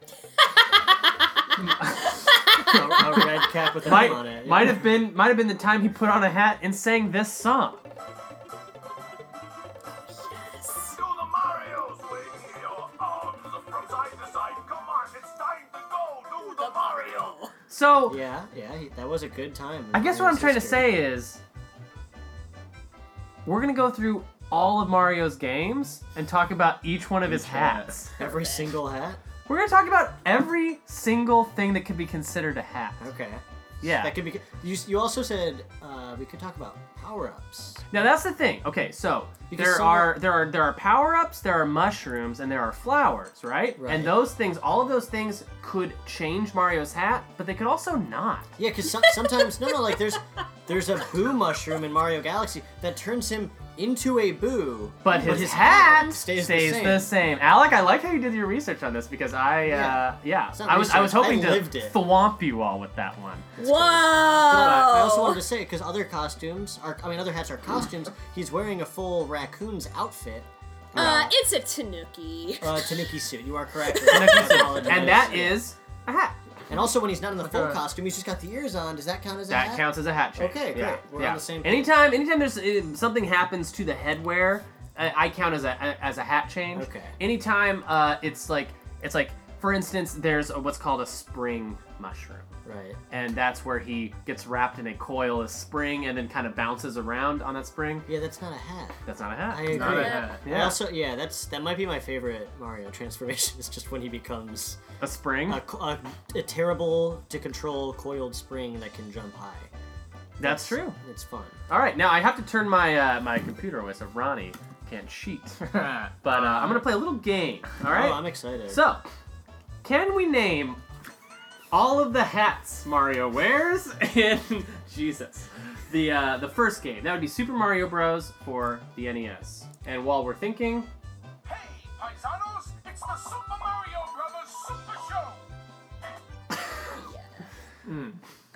Speaker 2: a, a red cap with a
Speaker 1: might
Speaker 2: name on it.
Speaker 1: might have been might have been the time he put on a hat and sang this song.
Speaker 6: Do the Marios wave your arms from side to side. Come on, it's time to go. Do the Mario.
Speaker 1: So
Speaker 2: Yeah, yeah, he, that was a good time. in
Speaker 1: I guess what I'm
Speaker 2: Mario's
Speaker 1: trying to
Speaker 2: history.
Speaker 1: say is we're gonna go through all of Mario's games and talk about each one of his
Speaker 3: hat.
Speaker 1: hats.
Speaker 2: every single hat.
Speaker 1: We're gonna talk about every single thing that could be considered a hat.
Speaker 2: Okay,
Speaker 1: Yeah.
Speaker 2: that could be. You, you also said uh, we could talk about power ups.
Speaker 1: Now that's the thing. Okay, so
Speaker 2: Because
Speaker 1: there
Speaker 2: some
Speaker 1: are there are there are power ups, there are mushrooms, and there are flowers, right?
Speaker 2: Right.
Speaker 1: And those things, all of those things, could change Mario's hat, but they could also not.
Speaker 2: Yeah, because so- sometimes no, no, like there's there's a boo mushroom in Mario Galaxy that turns him into a boo.
Speaker 1: But his, hat
Speaker 2: stays
Speaker 1: stays,
Speaker 2: the
Speaker 1: the, same.
Speaker 2: same.
Speaker 1: Alec, I like how you did your research on this because I,
Speaker 2: Yeah.
Speaker 1: uh, yeah,
Speaker 2: not
Speaker 1: I was I was
Speaker 2: research. I
Speaker 1: hoping
Speaker 2: lived
Speaker 1: to
Speaker 2: it.
Speaker 1: thwomp you all with that one.
Speaker 4: Whoa!
Speaker 2: I also wanted to say because other costumes are, I mean, other hats are costumes. He's wearing a full raccoon's outfit,
Speaker 4: uh, it's a tanuki.
Speaker 2: uh, tanuki suit. You are correct.
Speaker 1: and that is a hat.
Speaker 2: And also, when he's not in the full
Speaker 3: Okay.
Speaker 2: costume, he's just got the ears on. Does that count as a
Speaker 1: That
Speaker 2: hat?
Speaker 1: counts as a hat change.
Speaker 2: Okay, great.
Speaker 1: Yeah.
Speaker 2: We're on
Speaker 1: yeah.
Speaker 2: the same page.
Speaker 1: Anytime, anytime there's uh, something happens to the headwear, I, I count as a as a hat change.
Speaker 2: Okay.
Speaker 1: Anytime uh, it's like it's like for instance, there's a, what's called a spring mushroom,
Speaker 2: Right.
Speaker 1: and that's where he gets wrapped in a coil of spring and then kind of bounces around on that spring.
Speaker 2: Yeah, that's not a hat.
Speaker 1: That's not a
Speaker 2: I
Speaker 1: hat.
Speaker 2: agree.
Speaker 3: Not a
Speaker 2: I
Speaker 3: hat.
Speaker 1: Yeah.
Speaker 2: Also, yeah, that's that might be my favorite Mario transformation. Is just when he becomes
Speaker 1: A spring.
Speaker 2: a, co- a, a terrible to control coiled spring that can jump high.
Speaker 1: That's true.
Speaker 2: It's fun.
Speaker 1: All right, now I have to turn my uh, my computer away so Ronnie can't cheat. But uh, I'm gonna play a little game. All right.
Speaker 2: Oh, I'm excited.
Speaker 1: So, can we name all of the hats Mario wears in Jesus? The uh, the first game that would be Super Mario Bros. for the NES. And while we're thinking,
Speaker 6: Hey, paisanos, it's the Super Mario Brothers Super Show.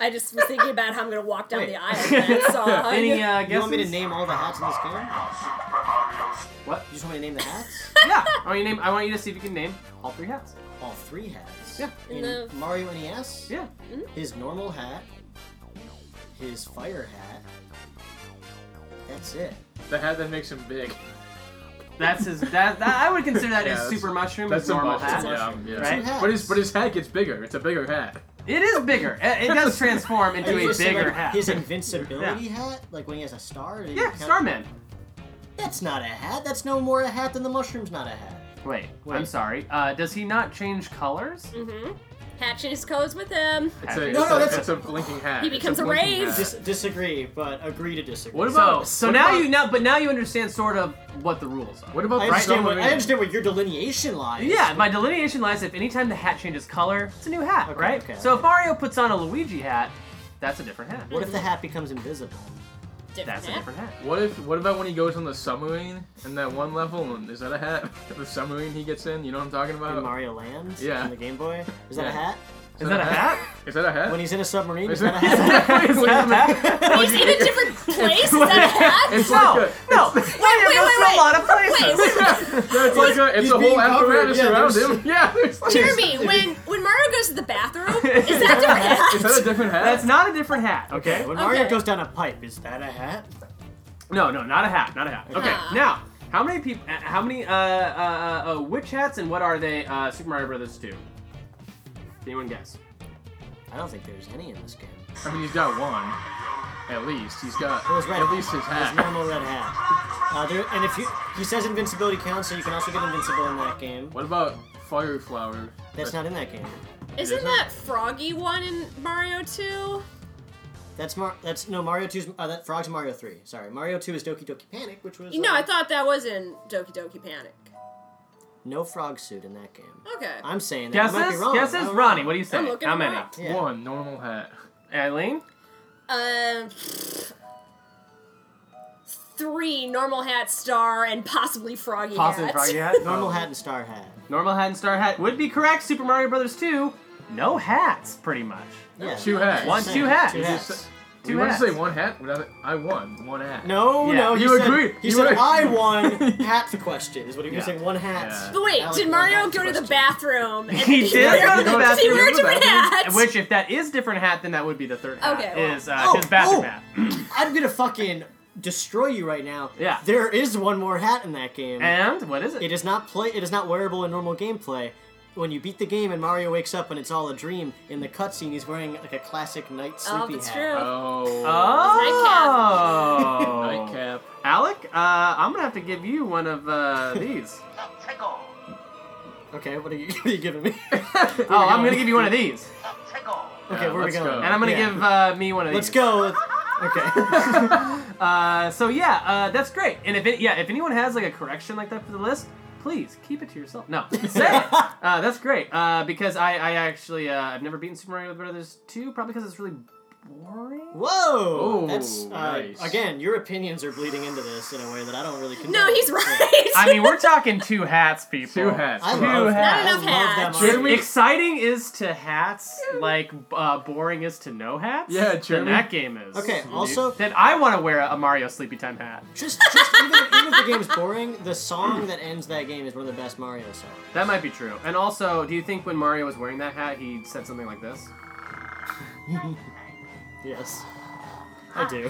Speaker 4: I just was thinking about how I'm gonna walk down
Speaker 2: Wait.
Speaker 4: the aisle to that song.
Speaker 1: any uh, guesses?
Speaker 2: you want me to name all the hats in this game? You
Speaker 6: Super Mario's.
Speaker 1: what?
Speaker 2: just want me to name the hats?
Speaker 1: Yeah. I want you to name. I want you to see if you can name all three hats.
Speaker 2: All three hats.
Speaker 1: Yeah.
Speaker 2: In
Speaker 4: No.
Speaker 2: Mario NES.
Speaker 1: Yeah.
Speaker 2: His normal hat. His fire hat. That's it.
Speaker 3: The hat that makes him big.
Speaker 1: That's his. That, that I would consider that
Speaker 3: Yeah,
Speaker 1: as
Speaker 3: that's-
Speaker 1: super mushroom.
Speaker 3: That's
Speaker 1: his normal
Speaker 3: a mushroom.
Speaker 1: hat.
Speaker 3: Yeah,
Speaker 2: Mushroom.
Speaker 3: yeah.
Speaker 1: Right?
Speaker 2: Two
Speaker 3: But his
Speaker 2: hats.
Speaker 3: but his hat gets bigger. It's a bigger hat.
Speaker 1: It is bigger. It, it does transform into
Speaker 2: Are you
Speaker 1: a
Speaker 2: saying,
Speaker 1: bigger
Speaker 2: like,
Speaker 1: hat.
Speaker 2: His invincibility hat, like when he has a star. does it
Speaker 1: yeah,
Speaker 2: count?
Speaker 1: Starman.
Speaker 2: That's not a hat. That's no more a hat than the mushroom's not a hat.
Speaker 1: Wait, I'm
Speaker 2: Wait.
Speaker 1: sorry. Uh, does he not change colors?
Speaker 4: mm-hmm. Hatching his codes with him.
Speaker 3: It's a,
Speaker 1: No,
Speaker 3: it's
Speaker 2: no,
Speaker 3: a,
Speaker 2: that's-
Speaker 3: it's a blinking hat.
Speaker 4: He
Speaker 3: It's
Speaker 4: becomes a
Speaker 3: blinking
Speaker 4: rave.
Speaker 3: hat.
Speaker 2: Dis- disagree, but agree to disagree.
Speaker 3: What
Speaker 1: So,
Speaker 3: about
Speaker 1: so
Speaker 3: what
Speaker 1: now
Speaker 3: about-
Speaker 1: you now, but now you understand sort of what the rules are.
Speaker 3: What about
Speaker 2: I
Speaker 3: Bright
Speaker 2: understand, what, I
Speaker 3: Summer?
Speaker 2: understand what your delineation lies.
Speaker 1: Yeah, my delineation lies if anytime the hat changes color, it's a new hat,
Speaker 2: Okay,
Speaker 1: right?
Speaker 2: okay,
Speaker 1: so
Speaker 2: okay.
Speaker 1: if Mario puts on a Luigi hat, that's a different hat.
Speaker 2: What if the hat becomes invisible?
Speaker 4: Different
Speaker 1: That's a
Speaker 4: hat.
Speaker 1: different hat.
Speaker 3: What if? What about when he goes on the submarine in that one level? And is that a hat? the submarine he gets in. You know what I'm talking about?
Speaker 2: in Mario Land?
Speaker 3: Oh. yeah.
Speaker 2: On the Game Boy? Is that a
Speaker 3: Yeah.
Speaker 2: hat?
Speaker 1: Is that a hat?
Speaker 3: Is that a hat?
Speaker 2: When he's in a submarine, is
Speaker 3: Is
Speaker 2: that a
Speaker 3: it-
Speaker 2: hat?
Speaker 1: Is that a hat?
Speaker 4: He's in a different place. Is that a hat?
Speaker 3: It's
Speaker 1: No,
Speaker 3: like a,
Speaker 1: no. Wait,
Speaker 4: wait,
Speaker 1: goes to
Speaker 4: wait,
Speaker 1: a lot of
Speaker 4: Wait,
Speaker 1: places.
Speaker 4: wait,
Speaker 3: no, it's like a, it's
Speaker 2: He's
Speaker 3: a
Speaker 2: being
Speaker 3: whole
Speaker 2: covered,
Speaker 3: apparatus
Speaker 2: yeah,
Speaker 3: around
Speaker 2: there's-
Speaker 3: him. Yeah. It's like,
Speaker 4: Jeremy, when when Mario goes to the bathroom, is that different hat?
Speaker 3: Is that a different hat?
Speaker 1: That's not a different hat. Okay.
Speaker 2: When Mario
Speaker 4: Okay.
Speaker 2: goes down a pipe, is that a hat?
Speaker 1: No, no, not a hat, not a hat. Okay,
Speaker 4: Ah.
Speaker 1: now how many people? How many? Uh, uh, uh, uh, which hats and what are they? Uh, Super Mario Brothers Two. Anyone guess?
Speaker 2: I don't think there's any in this game.
Speaker 3: I mean, he's got one. At least he's got
Speaker 2: Well, it's red.
Speaker 3: at least his
Speaker 2: His
Speaker 3: hat.
Speaker 2: normal red hat. Uh, there, and if you, he says invincibility counts, so you can also get invincible in that game.
Speaker 3: What about fire flower?
Speaker 2: That's not in that game.
Speaker 4: Isn't that Froggy one in Mario 2?
Speaker 2: That's Mar. That's no Mario 2's. Uh, that Frog's Mario Three. Sorry, Mario Two is Doki Doki Panic, which was
Speaker 4: You know,
Speaker 2: uh,
Speaker 4: I thought that was in Doki Doki Panic.
Speaker 2: no frog suit in that game.
Speaker 4: Okay.
Speaker 2: I'm saying that. I might be
Speaker 1: Guesses?
Speaker 2: wrong. I
Speaker 1: Guesses?
Speaker 2: don't know.
Speaker 1: Ronnie, Oh. what do you say?
Speaker 4: I'm looking
Speaker 1: how
Speaker 4: them
Speaker 1: many?
Speaker 4: up.
Speaker 2: Yeah.
Speaker 3: One normal hat.
Speaker 1: Eileen?
Speaker 4: Um, three normal hat star and possibly Froggy
Speaker 1: Possibly
Speaker 4: hat.
Speaker 1: froggy hat.
Speaker 2: Normal hat and star hat.
Speaker 1: Normal hat and star hat would be correct. Super Mario Brothers Two, no hats, pretty much.
Speaker 2: Yeah.
Speaker 3: Two hats.
Speaker 1: One,
Speaker 2: Same.
Speaker 1: two hats.
Speaker 2: Two hats.
Speaker 1: Two
Speaker 3: you want to
Speaker 1: hats.
Speaker 3: say one hat? Without it? I won one hat.
Speaker 2: No,
Speaker 1: Yeah.
Speaker 2: no, he
Speaker 3: You
Speaker 2: said,
Speaker 3: agree.
Speaker 2: He
Speaker 3: You
Speaker 2: said
Speaker 3: agree.
Speaker 2: I won hat question is what he was
Speaker 1: Yeah.
Speaker 2: saying. One hat.
Speaker 3: Yeah.
Speaker 4: But wait,
Speaker 2: Alec
Speaker 4: did
Speaker 2: won
Speaker 4: Mario
Speaker 2: hat
Speaker 4: go to the
Speaker 2: question.
Speaker 4: bathroom? And
Speaker 1: He did
Speaker 4: wear-
Speaker 1: go to the
Speaker 4: did he
Speaker 1: bathroom.
Speaker 4: wear different hats?
Speaker 1: Which, if that is different hat, then that would be the third hat.
Speaker 4: Okay, well-
Speaker 1: Is uh,
Speaker 2: Oh,
Speaker 1: his bathroom
Speaker 2: oh.
Speaker 1: hat.
Speaker 2: I'm gonna fucking destroy you right now.
Speaker 1: Yeah.
Speaker 2: There is one more hat in that game.
Speaker 1: And what is it?
Speaker 2: it is not play. It is not wearable in normal gameplay. When you beat the game and Mario wakes up and it's all a dream, in the cutscene he's wearing like a classic night
Speaker 4: Oh,
Speaker 2: sleepy
Speaker 4: that's
Speaker 2: hat.
Speaker 4: true.
Speaker 3: Oh.
Speaker 1: Oh,
Speaker 3: Nightcap.
Speaker 1: Alec, uh, I'm gonna have to give you one of uh, these.
Speaker 5: tickle,
Speaker 2: Okay, what are you, what are you giving me?
Speaker 1: oh, I'm gonna give you one of these,
Speaker 5: tickle,
Speaker 2: Okay, where are we
Speaker 3: let's
Speaker 2: going?
Speaker 3: go.
Speaker 1: and I'm gonna
Speaker 2: Yeah.
Speaker 1: give uh, me one of
Speaker 2: Let's
Speaker 1: these.
Speaker 2: go. Okay.
Speaker 1: Uh, so yeah, uh, that's great. And if it, yeah, if anyone has like a correction like that for the list, please keep it to yourself. No, say it. Uh, that's great. Uh, because I, I actually uh, I've never beaten Super Mario Brothers two, probably because it's really boring.
Speaker 2: Whoa.
Speaker 3: Oh,
Speaker 2: That's uh,
Speaker 3: nice.
Speaker 2: again. Your opinions are bleeding into this in a way that I don't really.
Speaker 4: No,
Speaker 2: condone.
Speaker 4: he's right.
Speaker 1: I mean, we're talking two hats, people.
Speaker 3: Two hats.
Speaker 2: I
Speaker 3: Come
Speaker 1: Two
Speaker 2: love
Speaker 3: on.
Speaker 2: that.
Speaker 4: Not enough
Speaker 2: I love
Speaker 4: hats.
Speaker 2: that Mario.
Speaker 3: Jeremy
Speaker 1: Exciting is to hats, like uh, boring is to no hats.
Speaker 3: Yeah,
Speaker 1: Then
Speaker 3: Jeremy-
Speaker 1: that game is.
Speaker 2: Okay, also-
Speaker 1: Then I want to wear a Mario Sleepy Time hat.
Speaker 2: Just, just even, even if the game's boring, the song that ends that game is one of the best Mario songs.
Speaker 1: That might be true. And also, do you think when Mario was wearing that hat, he said something like this?
Speaker 2: Yes, I do.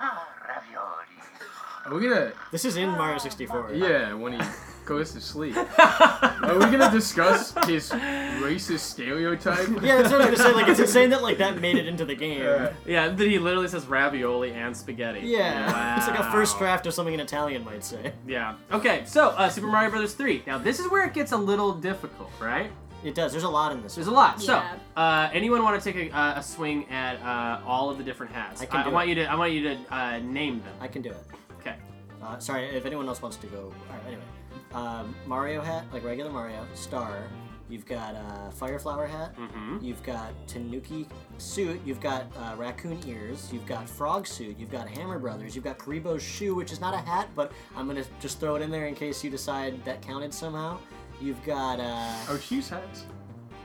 Speaker 5: ah, ravioli.
Speaker 3: Are we gonna?
Speaker 2: This is in Mario 64.
Speaker 3: Yeah, when he goes to sleep. Are we gonna discuss his racist stereotype?
Speaker 2: Yeah, that's what I was gonna say. Like, it's insane that like that made it into the game.
Speaker 3: Uh,
Speaker 1: Yeah, then he literally says ravioli and spaghetti.
Speaker 2: Yeah, it's like a
Speaker 1: Wow.
Speaker 2: first draft of something an Italian might say.
Speaker 1: Yeah. Okay, so uh, Super Mario Brothers 3. Now, this is where it gets a little difficult, right?
Speaker 2: It does. There's a lot in this.
Speaker 1: There's a lot.
Speaker 4: Yeah.
Speaker 1: So, uh, anyone want to take a, uh, a swing at uh, all of the different hats?
Speaker 2: I can do
Speaker 1: want
Speaker 2: it.
Speaker 1: you to. I want you to uh, name them.
Speaker 2: I can do it.
Speaker 1: Okay.
Speaker 2: Uh, sorry, if anyone else wants to go. All right, anyway, um, Mario hat, like regular Mario star. You've got uh, Fireflower hat.
Speaker 1: Mm-hmm.
Speaker 2: You've got Tanuki suit. You've got uh, raccoon ears. You've got frog suit. You've got Hammer Brothers. You've got Karibo's shoe, which is not a hat, but I'm gonna just throw it in there in case you decide that counted somehow. You've got uh,
Speaker 3: are Oh, shoes hats?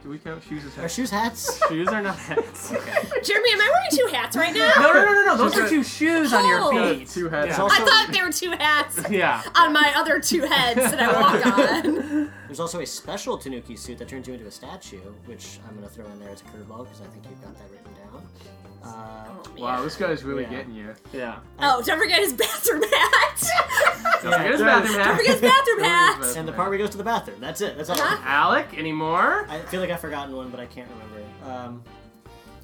Speaker 3: Do we count shoes as
Speaker 2: are
Speaker 3: hats?
Speaker 2: shoes hats.
Speaker 1: Shoes are not hats.
Speaker 4: Jeremy, am I wearing two hats right now?
Speaker 1: No, no, no, no, no. Those
Speaker 3: She's
Speaker 1: are
Speaker 3: a-
Speaker 1: two shoes on
Speaker 4: Oh.
Speaker 1: your
Speaker 3: Uh,
Speaker 1: feet.
Speaker 3: two
Speaker 1: Yeah.
Speaker 3: hats.
Speaker 2: There's also,
Speaker 4: I thought they were two hats
Speaker 1: Yeah.
Speaker 4: on my other two heads that I walk on.
Speaker 2: there's also a special Tanuki suit that turns you into a statue, which I'm gonna throw in there as a curveball because I think you've got that written down. Uh,
Speaker 4: Oh,
Speaker 3: Wow,
Speaker 4: man.
Speaker 3: this guy's really
Speaker 2: Yeah.
Speaker 3: getting you.
Speaker 1: Yeah.
Speaker 4: Oh, don't forget his bathroom hat.
Speaker 1: Don't forget his
Speaker 3: that
Speaker 1: bathroom
Speaker 3: is-
Speaker 1: hat.
Speaker 4: don't forget his bathroom hat.
Speaker 2: and the part where he goes to the bathroom. That's it. That's all.
Speaker 4: Uh-huh.
Speaker 1: Alec, any more?
Speaker 2: I feel like I've forgotten one, but I can't remember. it. Um,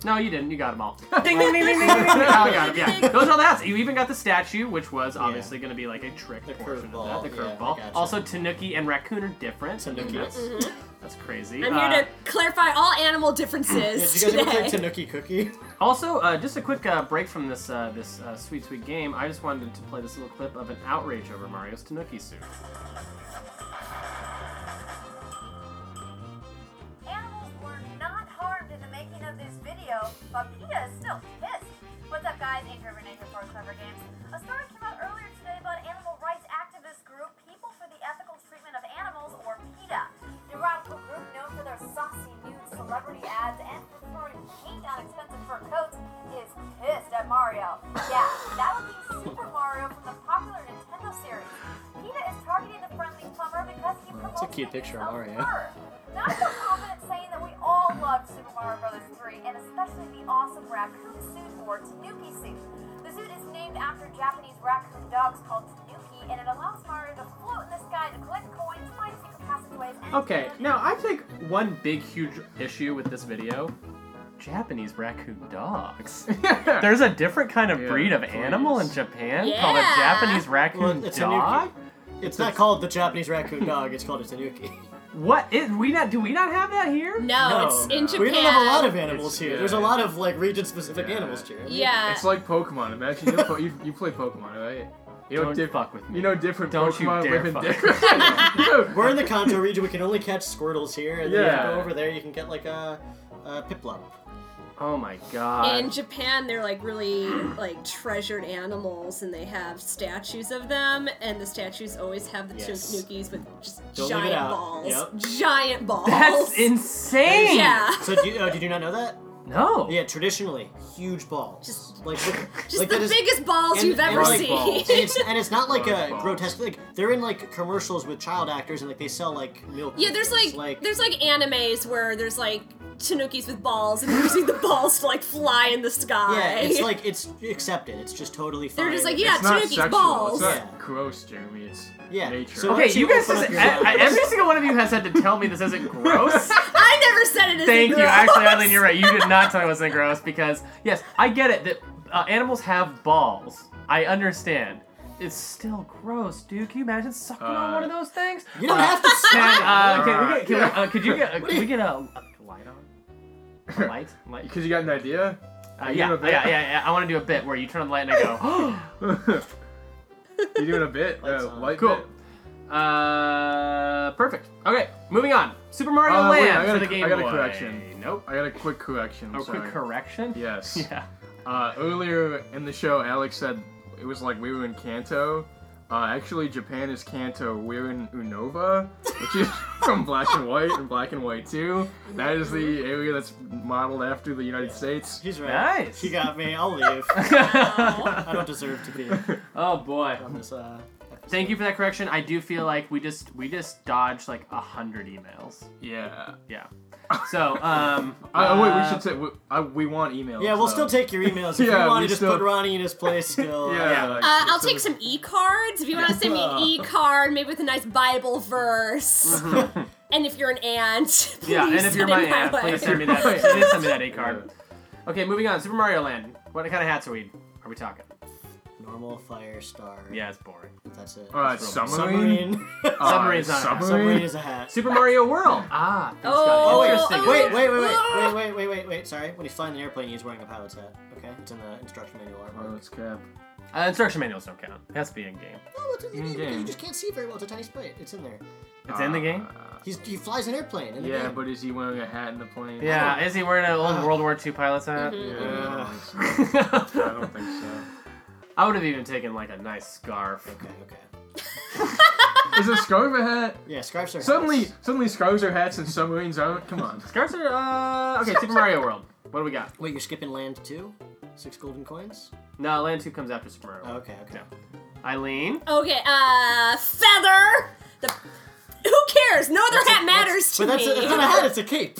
Speaker 1: No, you didn't. You got them all. ding, ding, ding, ding, ding, ding, ding. Alec got 'em, Yeah. Those are all the hats. You even got the statue, which was obviously going to be like a trick
Speaker 2: The
Speaker 1: portion
Speaker 2: curveball,
Speaker 1: of that. The
Speaker 2: yeah, I
Speaker 1: curveball.
Speaker 2: gotcha.
Speaker 1: Also, Tanuki and Raccoon are different.
Speaker 2: Tanuki.
Speaker 1: That's, that's crazy.
Speaker 4: I'm
Speaker 1: Uh,
Speaker 4: here to clarify all animal
Speaker 2: yeah,
Speaker 4: differences
Speaker 2: did you guys ever
Speaker 4: today.
Speaker 2: play Tanuki Cookie?
Speaker 1: Also, uh, just a quick uh, break from this uh, this uh, sweet sweet game. I just wanted to play this little clip of an outrage over Mario's Tanuki suit.
Speaker 7: Animals were not harmed in the making of this video, but PETA is still pissed. What's up, guys? Andrew Renee here for Clever Games. A story came out earlier today about animal rights activist group People for the Ethical Treatment of Animals, or PETA. They're a radical group known for their saucy new celebrity ads and for throwing paint on expensive fur coats is pissed at Mario. Yeah, that would be Super Mario from the popular Nintendo series. PETA is targeting the friendly plumber because he promotes
Speaker 2: a cute picture of
Speaker 7: making
Speaker 2: Mario.
Speaker 7: self-fur. Not so confident saying that we all loved Super Mario Bros. 3, and especially the awesome raccoon suit or Tanuki suit. The suit is named after Japanese raccoon dogs called Tanuki, and it allows Mario to float in the sky to collect coins, find secret passageways, and
Speaker 1: Okay, now I take one big huge issue with this video. Japanese raccoon dogs. There's a different kind of
Speaker 3: Yeah,
Speaker 1: breed of
Speaker 3: please.
Speaker 1: animal in Japan called a
Speaker 4: Yeah.
Speaker 1: Japanese
Speaker 2: Well,
Speaker 1: raccoon
Speaker 2: it's a new-
Speaker 1: dog.
Speaker 2: It's not called the Japanese raccoon dog. It's called a tanuki.
Speaker 1: What? It, we not? Do we not have that here?
Speaker 4: No, Oh, it's in Japan.
Speaker 2: We don't have a lot of animals
Speaker 3: It's-
Speaker 2: here.
Speaker 3: yeah.
Speaker 2: There's a lot of like region-specific
Speaker 3: Yeah.
Speaker 2: animals here.
Speaker 4: Yeah.
Speaker 3: It's like Pokemon. Imagine you, po- you, you play Pokemon, right? You
Speaker 1: Don't
Speaker 3: diff-
Speaker 1: fuck with me.
Speaker 3: You know different
Speaker 1: Don't you
Speaker 3: Pokemon
Speaker 1: dare
Speaker 3: live in
Speaker 1: fuck
Speaker 3: different.
Speaker 2: We're in the Kanto region. We can only catch squirtles here, and then if
Speaker 3: Yeah.
Speaker 2: you go over there, you can get like a, a piplup.
Speaker 1: Oh my god.
Speaker 2: Um,
Speaker 4: in Japan, they're like really like treasured animals, and they have statues of them. And the statues always have the
Speaker 2: Yes.
Speaker 4: Tanukis with just
Speaker 2: Don't leave it
Speaker 4: giant
Speaker 2: out.
Speaker 4: balls,
Speaker 2: Yep.
Speaker 4: giant balls.
Speaker 1: That's insane.
Speaker 4: Yeah.
Speaker 2: So do you, oh, did you not know that?
Speaker 1: No.
Speaker 2: Yeah, traditionally huge balls. Just like look-
Speaker 4: Just
Speaker 2: like
Speaker 4: the
Speaker 2: that is-
Speaker 4: biggest balls
Speaker 2: and-
Speaker 4: you've
Speaker 2: and
Speaker 4: ever
Speaker 2: like
Speaker 4: seen.
Speaker 3: balls.
Speaker 2: And it's, and it's not like
Speaker 3: Large
Speaker 2: a
Speaker 3: balls.
Speaker 2: grotesque like they're in like commercials with child actors and like they sell like milk.
Speaker 4: Yeah, there's
Speaker 2: things,
Speaker 4: like, there's like animes where there's like Chinookies with balls, and you see the balls like fly in the sky.
Speaker 2: yeah, it's like it's accepted. It's just totally fine.
Speaker 4: they're just like yeah,
Speaker 3: it's not
Speaker 4: Chinookies
Speaker 3: sexual.
Speaker 4: balls.
Speaker 3: It's
Speaker 2: Yeah.
Speaker 3: not gross, Jeremy. It's
Speaker 2: Yeah,
Speaker 3: nature.
Speaker 2: so-
Speaker 1: Okay,
Speaker 2: Once
Speaker 1: you
Speaker 2: you
Speaker 1: guys,
Speaker 2: open
Speaker 1: just,
Speaker 2: up your
Speaker 1: I- I-
Speaker 2: eyes-
Speaker 1: every single one of you has had to tell me this isn't gross.
Speaker 4: I never said it. as
Speaker 1: Thank
Speaker 4: gross.
Speaker 1: you. Actually, Eileen, you're right. You did not tell me it wasn't gross because, yes, I get it that uh, animals have balls. I understand. It's still gross, dude. Can you imagine sucking on
Speaker 3: Uh,
Speaker 1: one of those things?
Speaker 2: you don't
Speaker 1: Uh,
Speaker 2: have to.
Speaker 1: Can,
Speaker 2: say
Speaker 1: uh, can we get,
Speaker 3: Alright.
Speaker 1: can we, uh, could you get, uh, could we get a, a light on? A light? Light?
Speaker 3: Because you got an idea?
Speaker 1: Uh,
Speaker 3: Are you
Speaker 1: yeah,
Speaker 3: doing a
Speaker 1: yeah,
Speaker 3: bit?
Speaker 1: yeah, yeah. I want to do a bit where you turn on the light and I go,
Speaker 3: You're doing a bit?
Speaker 2: Lights
Speaker 3: Uh,
Speaker 2: on.
Speaker 3: light
Speaker 1: Cool.
Speaker 3: bit?
Speaker 1: Uh, perfect. Okay, moving on. Super Mario
Speaker 3: Uh, wait,
Speaker 1: Land
Speaker 3: I got
Speaker 1: for
Speaker 3: a-
Speaker 1: the Game
Speaker 3: I got a
Speaker 1: Boy.
Speaker 3: correction.
Speaker 1: Nope.
Speaker 3: I got a quick correction.
Speaker 1: Oh,
Speaker 3: sorry.
Speaker 1: quick correction.
Speaker 3: Yes.
Speaker 1: Yeah.
Speaker 3: Uh, earlier in the show, Alex said it was like we were in Kanto. Uh, actually, Japan is Kanto. We're in Unova, which is from Black and White and Black and White 2. That is the area that's modeled after the United States.
Speaker 2: He's right.
Speaker 1: Nice.
Speaker 2: He got me. I'll leave. I don't deserve to be
Speaker 1: oh boy.
Speaker 2: on this. Uh, episode.
Speaker 1: Thank you for that correction. I do feel like we just we just dodged like a hundred emails.
Speaker 3: Yeah.
Speaker 1: Yeah. So um.
Speaker 3: Uh, oh, wait, we
Speaker 1: uh,
Speaker 3: should say we, I, we want emails.
Speaker 2: Yeah, we'll
Speaker 3: though.
Speaker 2: still take your emails. If
Speaker 3: Yeah,
Speaker 2: you want to
Speaker 3: we
Speaker 2: just
Speaker 3: still-
Speaker 2: put Ronnie in his place still.
Speaker 3: Yeah.
Speaker 1: Yeah.
Speaker 3: like,
Speaker 4: Uh, I'll
Speaker 3: it's
Speaker 4: take
Speaker 3: a-
Speaker 4: some e cards if you want to send me an e card, maybe with a nice Bible verse. and if you're an aunt, please
Speaker 1: Mm-hmm. Yeah, and if you're
Speaker 4: send
Speaker 1: my
Speaker 4: it
Speaker 1: aunt,
Speaker 4: way.
Speaker 1: please send me that.
Speaker 3: Wait.
Speaker 1: please send me that A card. Okay, moving on. Super Mario Land. What kind of hats are we? Are we talking?
Speaker 2: Normal fire star.
Speaker 1: Yeah, it's boring.
Speaker 2: That's it.
Speaker 3: Uh, submarine.
Speaker 2: submarine.
Speaker 3: Uh,
Speaker 1: Submarine's not a hat.
Speaker 2: submarine is a hat.
Speaker 1: Super Mario World. Ah. thanks,
Speaker 4: Oh,
Speaker 1: Scotty.
Speaker 4: oh,
Speaker 1: Interesting.
Speaker 4: oh,
Speaker 2: Wait, wait, wait, wait, wait, wait, wait, wait, wait. Sorry. When he's flying the airplane, he's wearing a pilot's hat. Okay, it's in the instruction manual.
Speaker 3: Oh,
Speaker 2: artwork.
Speaker 3: it's cap.
Speaker 1: Uh, instruction manuals don't count. It has to be in game.
Speaker 2: No, it's in the
Speaker 3: In
Speaker 2: game because you
Speaker 3: game.
Speaker 2: just can't see very well. It's a tiny sprite. It's in there.
Speaker 1: It's in the game.
Speaker 2: He's, he flies an airplane. In the
Speaker 3: Yeah,
Speaker 2: game.
Speaker 3: but is he wearing a hat in the plane?
Speaker 1: Yeah. Ah. Is he wearing an old World War II pilot's hat?
Speaker 3: Yeah, I don't think so. I don't think so.
Speaker 1: I would have even taken like a nice scarf.
Speaker 2: Okay, okay.
Speaker 3: Is it scarf a hat?
Speaker 2: Yeah, scarves are.
Speaker 3: Suddenly,
Speaker 2: hats.
Speaker 3: suddenly scarves are hats and submarines aren't. Come on.
Speaker 1: Scarves are uh okay. Super Mario World. What do we got?
Speaker 2: Wait, you're skipping land two? Six golden coins?
Speaker 1: No, Land Two comes after Super Mario.
Speaker 2: Oh,
Speaker 1: World.
Speaker 2: okay, okay.
Speaker 1: Eileen.
Speaker 4: Okay, uh, Feather. The, who cares? No other hat matters to
Speaker 2: But that's,
Speaker 4: me.
Speaker 2: that's not a hat, it's a cape.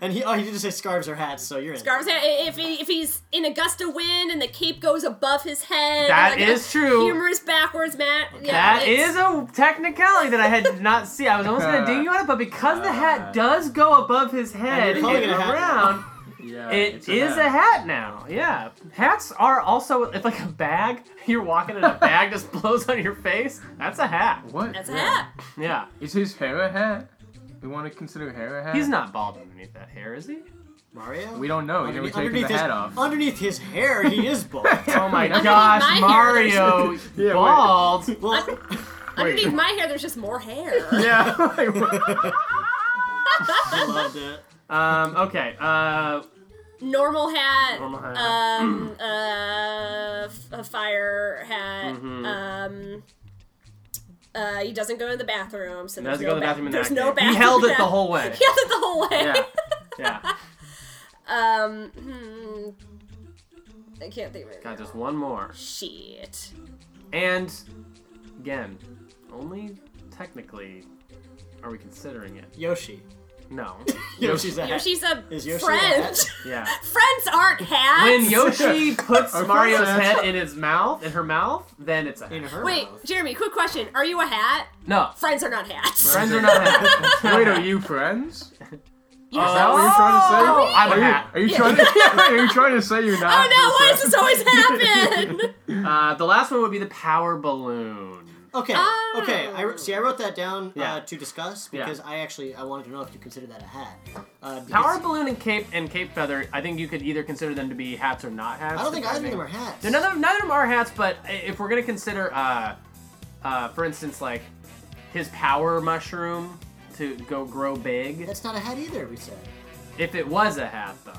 Speaker 2: and he, oh, he did just say scarves are hats, so you're in.
Speaker 4: Scarves hat- If, he, if he's in a gust of wind and the cape goes above his head,
Speaker 1: That
Speaker 4: That is
Speaker 1: is true.
Speaker 4: Humorous backwards, Matt. Yeah,
Speaker 1: That
Speaker 4: it's-
Speaker 1: is a technicality that I had did not see. I was almost gonna ding you on it, but because the hat does go above his head and
Speaker 2: you're calling it a hat
Speaker 1: around,
Speaker 3: Yeah,
Speaker 1: it
Speaker 3: it's
Speaker 1: is a hat now. Yeah, hats are also it's like a bag. You're walking and a bag just blows on your face. That's a hat.
Speaker 3: What?
Speaker 4: That's a
Speaker 3: Yeah.
Speaker 4: hat.
Speaker 1: Yeah,
Speaker 3: Is his hair a hat? We want to consider hair a hat.
Speaker 1: he's not bald underneath that hair, is he?
Speaker 2: Mario?
Speaker 3: We don't know. You know,
Speaker 2: Underneath,
Speaker 3: we're taking the
Speaker 2: underneath his,
Speaker 3: hat off.
Speaker 2: underneath his hair, he is bald.
Speaker 1: Oh my
Speaker 4: Underneath
Speaker 1: gosh,
Speaker 4: my hair,
Speaker 1: Mario
Speaker 3: Yeah, wait.
Speaker 1: bald.
Speaker 2: well,
Speaker 4: Underneath my hair, there's just more hair.
Speaker 3: yeah. like, what?
Speaker 2: I loved it.
Speaker 1: Um, okay. Uh,
Speaker 4: normal hat,
Speaker 1: Normal hat. Mm.
Speaker 4: um, uh, f- a fire hat.
Speaker 1: Mm-hmm.
Speaker 4: Um, uh, he doesn't go to the bathroom, so
Speaker 1: he
Speaker 4: there's
Speaker 1: doesn't go to
Speaker 4: no
Speaker 1: the
Speaker 4: ba-
Speaker 1: bathroom in
Speaker 4: There's
Speaker 1: that
Speaker 4: no
Speaker 1: game.
Speaker 4: bathroom.
Speaker 1: He held it
Speaker 4: hat.
Speaker 1: the whole way.
Speaker 4: He held it the whole way.
Speaker 1: Yeah. Yeah.
Speaker 4: Um, hmm, I can't think of it.
Speaker 1: Got just one more.
Speaker 4: Shit.
Speaker 1: And again, only technically are we considering it.
Speaker 2: Yoshi.
Speaker 1: No.
Speaker 2: Yoshi's a hat.
Speaker 4: Yoshi's a
Speaker 2: Is Yoshi a
Speaker 4: friend.
Speaker 2: hat?
Speaker 1: Yeah.
Speaker 4: Friends aren't hats.
Speaker 1: When Yoshi puts
Speaker 3: Our
Speaker 1: Mario's
Speaker 3: friends.
Speaker 1: head in his mouth, in her mouth, then it's a
Speaker 2: In her
Speaker 4: Wait,
Speaker 2: mouth.
Speaker 4: Jeremy, quick question. Are you a hat?
Speaker 1: no.
Speaker 4: Friends are not hats.
Speaker 1: Friends are not hats.
Speaker 3: Wait, are you friends?
Speaker 4: Yes.
Speaker 3: Is that what you're trying to say?
Speaker 1: Oh, I'm a
Speaker 3: are you,
Speaker 1: hat.
Speaker 3: Are you trying to? are you trying to say you're
Speaker 4: Oh
Speaker 3: not?
Speaker 4: no, why does this always happen?
Speaker 1: Uh, the last one would be the power balloon.
Speaker 2: Okay,
Speaker 4: Oh.
Speaker 2: okay. I wr- see. I wrote that down
Speaker 1: Yeah.
Speaker 2: uh, to discuss
Speaker 1: Yeah.
Speaker 2: because I actually I wanted to know if you consider that a hat. Uh, because
Speaker 1: Power balloon and cape and cape feather. I think you could either consider them to be hats or not hats.
Speaker 2: I don't think either of
Speaker 1: depending.
Speaker 2: them are hats.
Speaker 1: No, Neither of, neither of them are hats, but i- if we're gonna consider, uh, uh, for instance, like his power mushroom to go grow big,
Speaker 2: That's not a hat either. We said.
Speaker 1: if it was a hat though,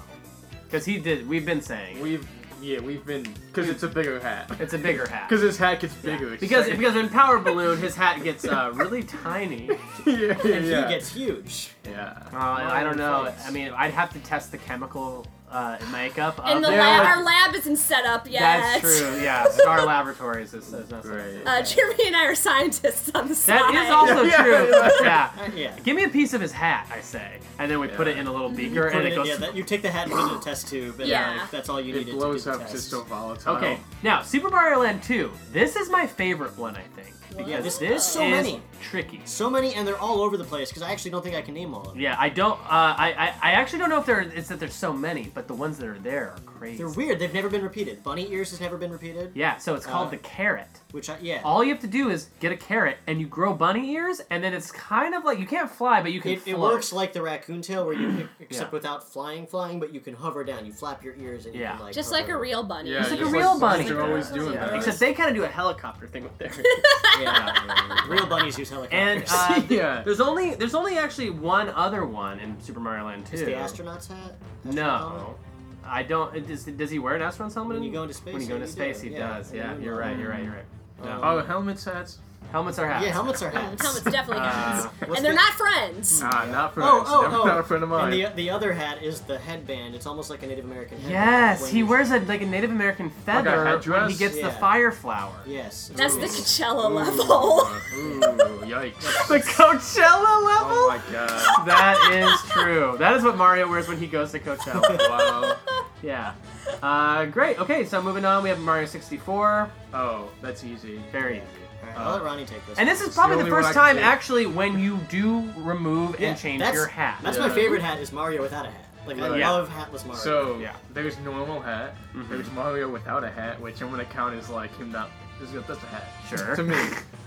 Speaker 1: because he did, we've been saying it.
Speaker 3: We've yeah, we've been because it's a bigger hat.
Speaker 1: it's a bigger hat.
Speaker 3: Because his hat gets bigger. It's
Speaker 1: because
Speaker 3: like-
Speaker 1: because in Power Balloon, his hat gets uh, really tiny. Uh,
Speaker 3: yeah, yeah,
Speaker 2: And
Speaker 3: yeah.
Speaker 2: he gets huge.
Speaker 3: yeah.
Speaker 1: I don't know.
Speaker 2: Nice.
Speaker 1: I mean, I'd have to test the chemical uh, uh, makeup. of
Speaker 4: And the
Speaker 1: their-
Speaker 4: lab, our lab isn't set up yet.
Speaker 1: That's true. Yeah, Star Laboratories is, is not
Speaker 3: Right.
Speaker 4: Uh, Jeremy and I are scientists on the
Speaker 1: That
Speaker 4: side.
Speaker 1: is also
Speaker 3: Yeah,
Speaker 1: true.
Speaker 3: yeah.
Speaker 1: Yeah.
Speaker 2: Uh, Yeah.
Speaker 1: Give me a piece of his hat, I say, and then we put it in a little beaker,
Speaker 2: Mm-hmm. Put
Speaker 1: and
Speaker 2: it
Speaker 1: it
Speaker 2: in-
Speaker 1: goes.
Speaker 2: yeah, that, you take the hat and put it in a test tube, and
Speaker 4: Yeah.
Speaker 2: like, that's all you need
Speaker 3: It blows
Speaker 2: to do the
Speaker 3: up
Speaker 2: test.
Speaker 3: just so volatile.
Speaker 1: Okay,
Speaker 2: oh.
Speaker 1: now Super Mario Land 2. This is my favorite one, I think, because
Speaker 2: Yeah, this-
Speaker 1: this
Speaker 2: so
Speaker 1: is
Speaker 2: many.
Speaker 1: tricky.
Speaker 2: So many, and they're all over the place because I actually don't think I can name all of them.
Speaker 1: Yeah, I don't. Uh, I, I I actually don't know if there. It's that there's so many, but the ones that are there are crazy.
Speaker 2: They're weird. They've never been repeated. Bunny ears has never been repeated.
Speaker 1: Yeah, so it's called
Speaker 2: Uh,
Speaker 1: the carrot.
Speaker 2: Which I yeah.
Speaker 1: All you have to do is get a carrot and you grow bunny ears, and then it's kind of like you can't fly, but you can.
Speaker 2: it, it
Speaker 1: float.
Speaker 2: works like the raccoon tail where you e, except
Speaker 1: Yeah.
Speaker 2: without flying flying, but you can hover down. You flap your ears and you
Speaker 1: Yeah.
Speaker 2: can like
Speaker 4: Just like a
Speaker 2: hover.
Speaker 4: real bunny.
Speaker 3: Yeah,
Speaker 1: It's like a
Speaker 3: just
Speaker 1: real bunny.
Speaker 3: They're always doing
Speaker 1: Yeah,
Speaker 3: that.
Speaker 1: Except they kind of do a helicopter thing with theirs.
Speaker 2: yeah. real bunnies use helicopters.
Speaker 1: And uh,
Speaker 3: Yeah.
Speaker 1: there's only there's only actually one other one in Super Mario Land 2.
Speaker 2: is the astronaut's hat?
Speaker 1: No,
Speaker 2: Astronaut?
Speaker 1: I don't. it- Does, does he wear an astronaut's helmet?
Speaker 2: When you
Speaker 1: in-
Speaker 2: go into space,
Speaker 1: When you go
Speaker 2: yeah,
Speaker 1: into
Speaker 2: you
Speaker 1: space,
Speaker 2: do,
Speaker 1: he
Speaker 2: yeah.
Speaker 1: does. Yeah,
Speaker 2: Yeah.
Speaker 1: you're right. You're right. You're right. No.
Speaker 2: Um,
Speaker 3: Oh, helmet sets.
Speaker 1: helmets are hats.
Speaker 2: Yeah, helmets are hats.
Speaker 4: Helmets definitely
Speaker 1: Uh,
Speaker 4: hats.
Speaker 2: what's
Speaker 4: and they're
Speaker 2: the-
Speaker 4: not friends.
Speaker 3: Ah, not for
Speaker 2: Oh,
Speaker 3: us.
Speaker 2: oh,
Speaker 3: Never-
Speaker 2: oh!
Speaker 3: Not a friend of
Speaker 2: And
Speaker 3: mine.
Speaker 2: the, the other hat is the headband. It's almost like a Native American headband.
Speaker 1: Yes,
Speaker 2: when
Speaker 1: he
Speaker 2: you-
Speaker 1: wears a like a Native American
Speaker 3: Like a
Speaker 1: feather when he
Speaker 3: headdress?
Speaker 1: gets the
Speaker 2: Yeah.
Speaker 1: fire flower.
Speaker 2: Yes.
Speaker 4: That's the
Speaker 2: Ooh.
Speaker 4: Coachella
Speaker 3: Ooh,
Speaker 4: level.
Speaker 3: Ooh, yikes.
Speaker 1: The Coachella level.
Speaker 3: Oh my god.
Speaker 1: That is true. That is what Mario wears when he goes to Coachella.
Speaker 3: Wow.
Speaker 1: yeah. Uh, great. Okay, so moving on, we have Mario 64.
Speaker 3: Oh, that's easy.
Speaker 1: Very easy.
Speaker 2: All right, I'll let Ronnie take this.
Speaker 1: And this is
Speaker 3: the
Speaker 1: probably the,
Speaker 3: only one
Speaker 1: first
Speaker 3: I
Speaker 1: time,
Speaker 3: can do.
Speaker 1: actually, when you do remove
Speaker 2: Yeah,
Speaker 1: and change
Speaker 2: that's-
Speaker 1: your hat.
Speaker 2: That's
Speaker 3: Yeah. Oh,
Speaker 2: my favorite hat is Mario without a hat. Like I
Speaker 1: Yeah.
Speaker 2: love hatless Mario.
Speaker 3: So
Speaker 1: Yeah.
Speaker 3: there's normal hat. There's Mario without a hat, which I'm gonna count as like him not. That's that's a hat.
Speaker 1: Sure.
Speaker 3: To me,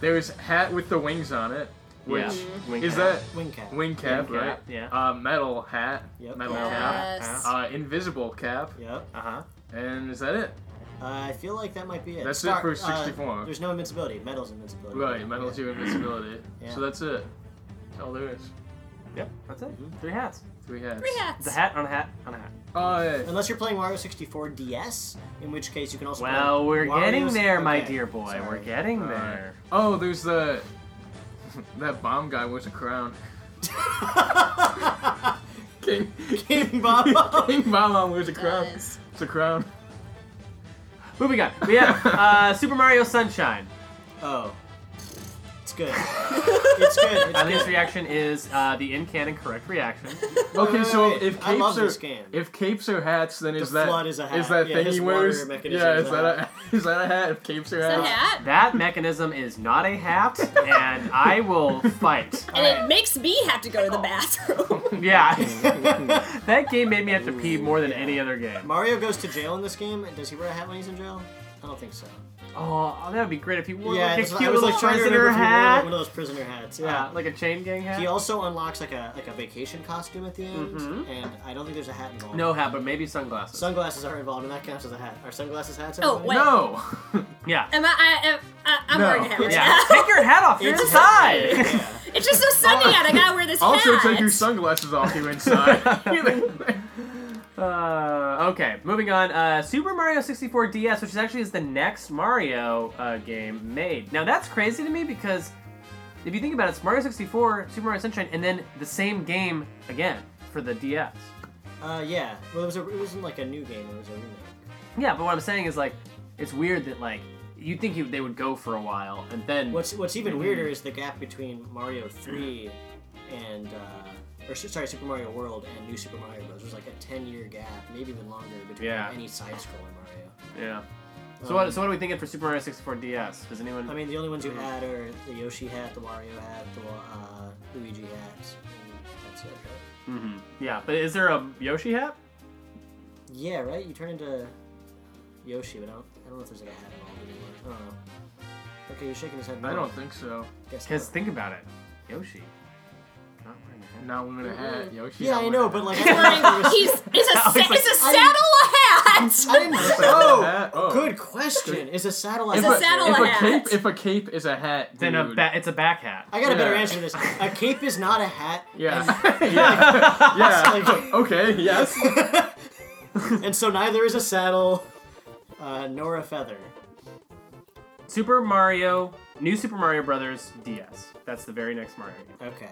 Speaker 3: there's hat with the wings on it, which
Speaker 1: Yeah. Wing
Speaker 3: is
Speaker 1: cap.
Speaker 3: that
Speaker 2: wing cap.
Speaker 3: wing cap,
Speaker 1: Wing cap,
Speaker 3: right?
Speaker 1: yeah.
Speaker 3: Uh, metal hat.
Speaker 2: Yep.
Speaker 3: Metal cap.
Speaker 4: yes.
Speaker 1: Yeah.
Speaker 3: Uh, invisible cap.
Speaker 2: Yep.
Speaker 1: Uh huh.
Speaker 3: And is that it?
Speaker 2: Uh, I feel like that might be it. uh,
Speaker 3: That's it for 64.
Speaker 2: there's no invincibility. Metal's invincibility.
Speaker 3: Right. Metal two invincibility.
Speaker 2: Yeah.
Speaker 3: So that's it. That's all there is.
Speaker 1: Yep. That's it.
Speaker 2: Mm-hmm.
Speaker 1: Three hats.
Speaker 3: Three hats.
Speaker 4: Three
Speaker 1: It's a
Speaker 4: hats.
Speaker 1: hat on a hat on a hat.
Speaker 3: Uh,
Speaker 2: Unless you're playing Mario 64 DS, in which case you can also.
Speaker 1: Well,
Speaker 2: play
Speaker 1: we're
Speaker 2: Wario's-
Speaker 1: getting there, my
Speaker 2: okay,
Speaker 1: dear boy.
Speaker 2: sorry.
Speaker 1: We're getting
Speaker 3: Uh,
Speaker 1: there.
Speaker 3: oh, there's the that bomb guy wears a crown. King
Speaker 2: King Bob.
Speaker 3: King Bomb wears a crown.
Speaker 4: Does.
Speaker 3: It's a crown.
Speaker 1: Moving on. We have uh, Super Mario Sunshine.
Speaker 2: oh, it's good. It's good. It's
Speaker 1: Eileen's
Speaker 2: good.
Speaker 1: Uh, reaction is uh, the in canon correct reaction.
Speaker 3: Okay, so
Speaker 2: wait,
Speaker 3: if
Speaker 2: I love
Speaker 3: capes are
Speaker 2: this game.
Speaker 3: if capes are hats, then is that
Speaker 2: flood is a hat.
Speaker 3: that
Speaker 2: Yeah,
Speaker 3: thing
Speaker 2: his
Speaker 3: he
Speaker 2: water
Speaker 3: wears?
Speaker 2: mechanism
Speaker 3: Yeah,
Speaker 2: is
Speaker 3: is
Speaker 2: a
Speaker 3: that a is that a hat? If capes are
Speaker 4: It's a
Speaker 3: hats,
Speaker 4: hat.
Speaker 1: That mechanism is not a hat, and I will fight.
Speaker 4: And it makes me have to go to the bathroom.
Speaker 1: Yeah, that game made me have to pee more than any other game.
Speaker 2: Mario goes to jail in this game, and does he wear a hat when he's in jail? I don't think so.
Speaker 1: Oh, that would be great if you wore like
Speaker 2: that's
Speaker 1: a
Speaker 2: what-
Speaker 1: cute
Speaker 2: I was
Speaker 1: little
Speaker 2: like trying to remember
Speaker 1: prisoner
Speaker 2: if he wore, like,
Speaker 1: hat.
Speaker 2: one of those prisoner hats. Uh,
Speaker 1: yeah, like a chain gang hat.
Speaker 2: He also unlocks like a like a vacation costume at the end,
Speaker 1: Mhm.
Speaker 2: and I don't think there's a hat involved.
Speaker 1: no hat, but maybe sunglasses.
Speaker 2: Sunglasses are involved, and that counts as a hat. Are sunglasses hats?
Speaker 4: Oh,
Speaker 2: everybody?
Speaker 4: wait.
Speaker 3: no.
Speaker 1: yeah.
Speaker 4: Am I? I, am- I I'm
Speaker 3: No.
Speaker 4: wearing a hat right
Speaker 1: Yeah,
Speaker 4: now.
Speaker 1: take your hat off. You're
Speaker 2: It's-
Speaker 1: inside.
Speaker 2: Yeah.
Speaker 4: It's just so sunny out. I gotta wear this
Speaker 3: also,
Speaker 4: hat.
Speaker 3: take your sunglasses off you inside.
Speaker 1: Uh, okay, moving on. Uh, Super Mario 64 DS, which is actually is the next Mario uh, game made. Now that's crazy to me because if you think about it, it's Mario 64, Super Mario Sunshine, and then the same game again for the DS.
Speaker 2: Uh, yeah. Well, it was a, it wasn't like a new game. It was a remake.
Speaker 1: Yeah, but what I'm saying is like, it's weird that like you'd think you, they would go for a while and then
Speaker 2: What's What's even weirder is the gap between Mario Three and uh, or s- sorry, Super Mario World and New Super Mario Bros. There's like a ten year gap, maybe even longer between
Speaker 1: Yeah.
Speaker 2: any side scrolling Mario.
Speaker 1: yeah. So
Speaker 2: Um,
Speaker 1: what so what are we thinking for Super Mario 64 DS? Does anyone?
Speaker 2: I mean, the only ones you had are the Yoshi hat, the Wario hat, the uh, Luigi hat, and that's it. Right?
Speaker 1: Mhm. yeah, but is there a Yoshi hat?
Speaker 2: Yeah, right. You turn into Yoshi, but I don't, I don't know if there's like a hat involved anymore. I don't know. Okay, you're shaking his head.
Speaker 3: I
Speaker 2: no.
Speaker 3: don't think so.
Speaker 2: Guess
Speaker 1: Because
Speaker 2: not.
Speaker 1: think about it, Yoshi. Not wearing a hat.
Speaker 3: Not wearing a hat. Yoshi.
Speaker 2: yeah,
Speaker 3: not
Speaker 2: I
Speaker 3: wearing
Speaker 2: know,
Speaker 3: a
Speaker 2: but
Speaker 3: hat.
Speaker 2: like,
Speaker 4: He's
Speaker 2: I
Speaker 4: wearing-
Speaker 2: didn't.
Speaker 4: he's it's a sa-
Speaker 1: Alex, like,
Speaker 4: it's a
Speaker 2: I
Speaker 4: saddle
Speaker 2: I didn't
Speaker 3: hat.
Speaker 2: know.
Speaker 3: Oh.
Speaker 2: Good question. Is a saddle a
Speaker 3: if
Speaker 4: a
Speaker 2: hat?
Speaker 3: a,
Speaker 4: saddle
Speaker 3: if
Speaker 4: hat.
Speaker 3: a cape if a cape is a hat,
Speaker 1: Then a
Speaker 3: dude.
Speaker 1: ba- it's a back hat.
Speaker 2: I got a better
Speaker 3: Yeah.
Speaker 2: answer to this. A cape is not a hat.
Speaker 3: Yeah. yeah. Yeah. okay. Yes.
Speaker 2: And so neither is a saddle, uh, nor a feather.
Speaker 1: Super Mario, New Super Mario Brothers DS. That's the very next Mario game.
Speaker 2: Okay.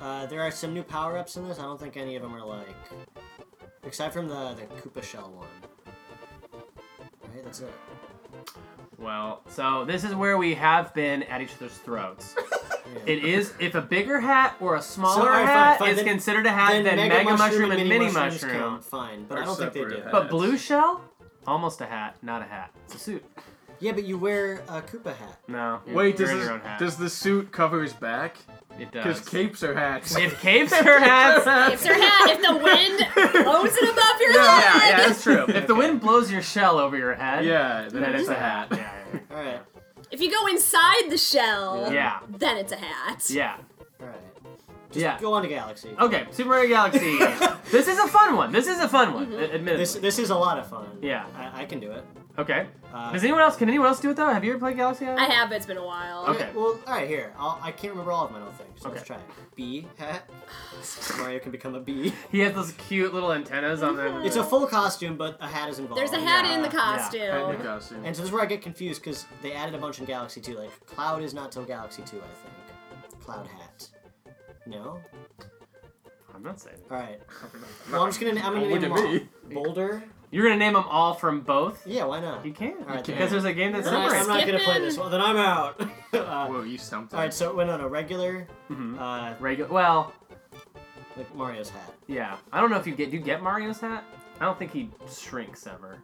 Speaker 2: Uh, there are some new power ups in this. I don't think any of them are like Except from the, the Koopa Shell one. Right, that's it.
Speaker 1: Well, so this is where we have been at each other's throats.
Speaker 2: Yeah.
Speaker 1: It is if a bigger hat or a smaller
Speaker 2: all right, fine,
Speaker 1: hat
Speaker 2: fine,
Speaker 1: is
Speaker 2: then-
Speaker 1: considered a hat, then, mega, mushroom, and mini
Speaker 2: mushrooms
Speaker 1: mushroom.
Speaker 2: count, fine, but
Speaker 3: Are
Speaker 2: I don't think they
Speaker 3: separate
Speaker 2: do.
Speaker 3: hats.
Speaker 1: But blue shell, almost a hat, not a hat. It's a suit.
Speaker 2: Yeah, but you wear a Koopa hat.
Speaker 1: No. you're-
Speaker 3: Wait,
Speaker 1: you're
Speaker 3: does
Speaker 1: in
Speaker 3: this,
Speaker 1: your own hat.
Speaker 3: does the suit cover his back?
Speaker 1: it
Speaker 3: Because
Speaker 1: does?
Speaker 3: capes are hats.
Speaker 1: if capes are hats,
Speaker 4: If your hat, if the wind blows it above your
Speaker 1: yeah,
Speaker 4: head.
Speaker 1: yeah, that's true. If the wind blows your shell over your head,
Speaker 3: yeah,
Speaker 1: then it's a hat. Yeah, yeah,
Speaker 2: All right,
Speaker 4: If you go inside the shell,
Speaker 1: Yeah.
Speaker 4: then it's a hat.
Speaker 1: yeah.
Speaker 2: all right.
Speaker 1: Yeah. yeah.
Speaker 2: Go on to Galaxy.
Speaker 1: Okay, Super Mario Galaxy. this is a fun one. This is a fun one. a- Admittedly.
Speaker 2: This this is a lot of fun.
Speaker 1: Yeah.
Speaker 2: I, I can do it.
Speaker 1: okay.
Speaker 2: Uh,
Speaker 1: Does anyone else? Can anyone else do it though? Have you ever played Galaxy?
Speaker 4: I have, it's been a while.
Speaker 1: Okay.
Speaker 2: Well, all right, here. I'll, I can't remember all of them, I don't think. So
Speaker 1: Okay.
Speaker 2: let's try it. Bee hat. Mario can become a bee.
Speaker 1: He has those cute little antennas on them.
Speaker 2: It's a full costume, but a hat is involved.
Speaker 4: There's a hat in the
Speaker 1: Yeah, yeah.
Speaker 4: costume.
Speaker 3: Hat and a costume.
Speaker 2: And so this is where I get confused because they added a bunch in Galaxy 2. Like Cloud is not till Galaxy 2, I think. Cloud hat. No.
Speaker 1: I'm not saying. it.
Speaker 2: All right. Well, I'm just gonna. I'm gonna
Speaker 3: Look
Speaker 2: name them
Speaker 3: at
Speaker 2: all.
Speaker 3: me.
Speaker 2: Boulder.
Speaker 1: You're gonna name them all from both.
Speaker 2: Yeah, why not?
Speaker 1: You can't
Speaker 2: All right, then.
Speaker 1: because there's a game that's
Speaker 2: Then I, am
Speaker 1: separates.
Speaker 2: not gonna play
Speaker 4: Skipping.
Speaker 2: this one. Then I'm out. uh, all
Speaker 3: Whoa, you something.
Speaker 2: right, so it went on a regular,
Speaker 1: Mhm.
Speaker 2: uh,
Speaker 1: Regular. Well,
Speaker 2: like Mario's hat.
Speaker 1: yeah. I don't know if you get. Do you get Mario's hat? I don't think he shrinks ever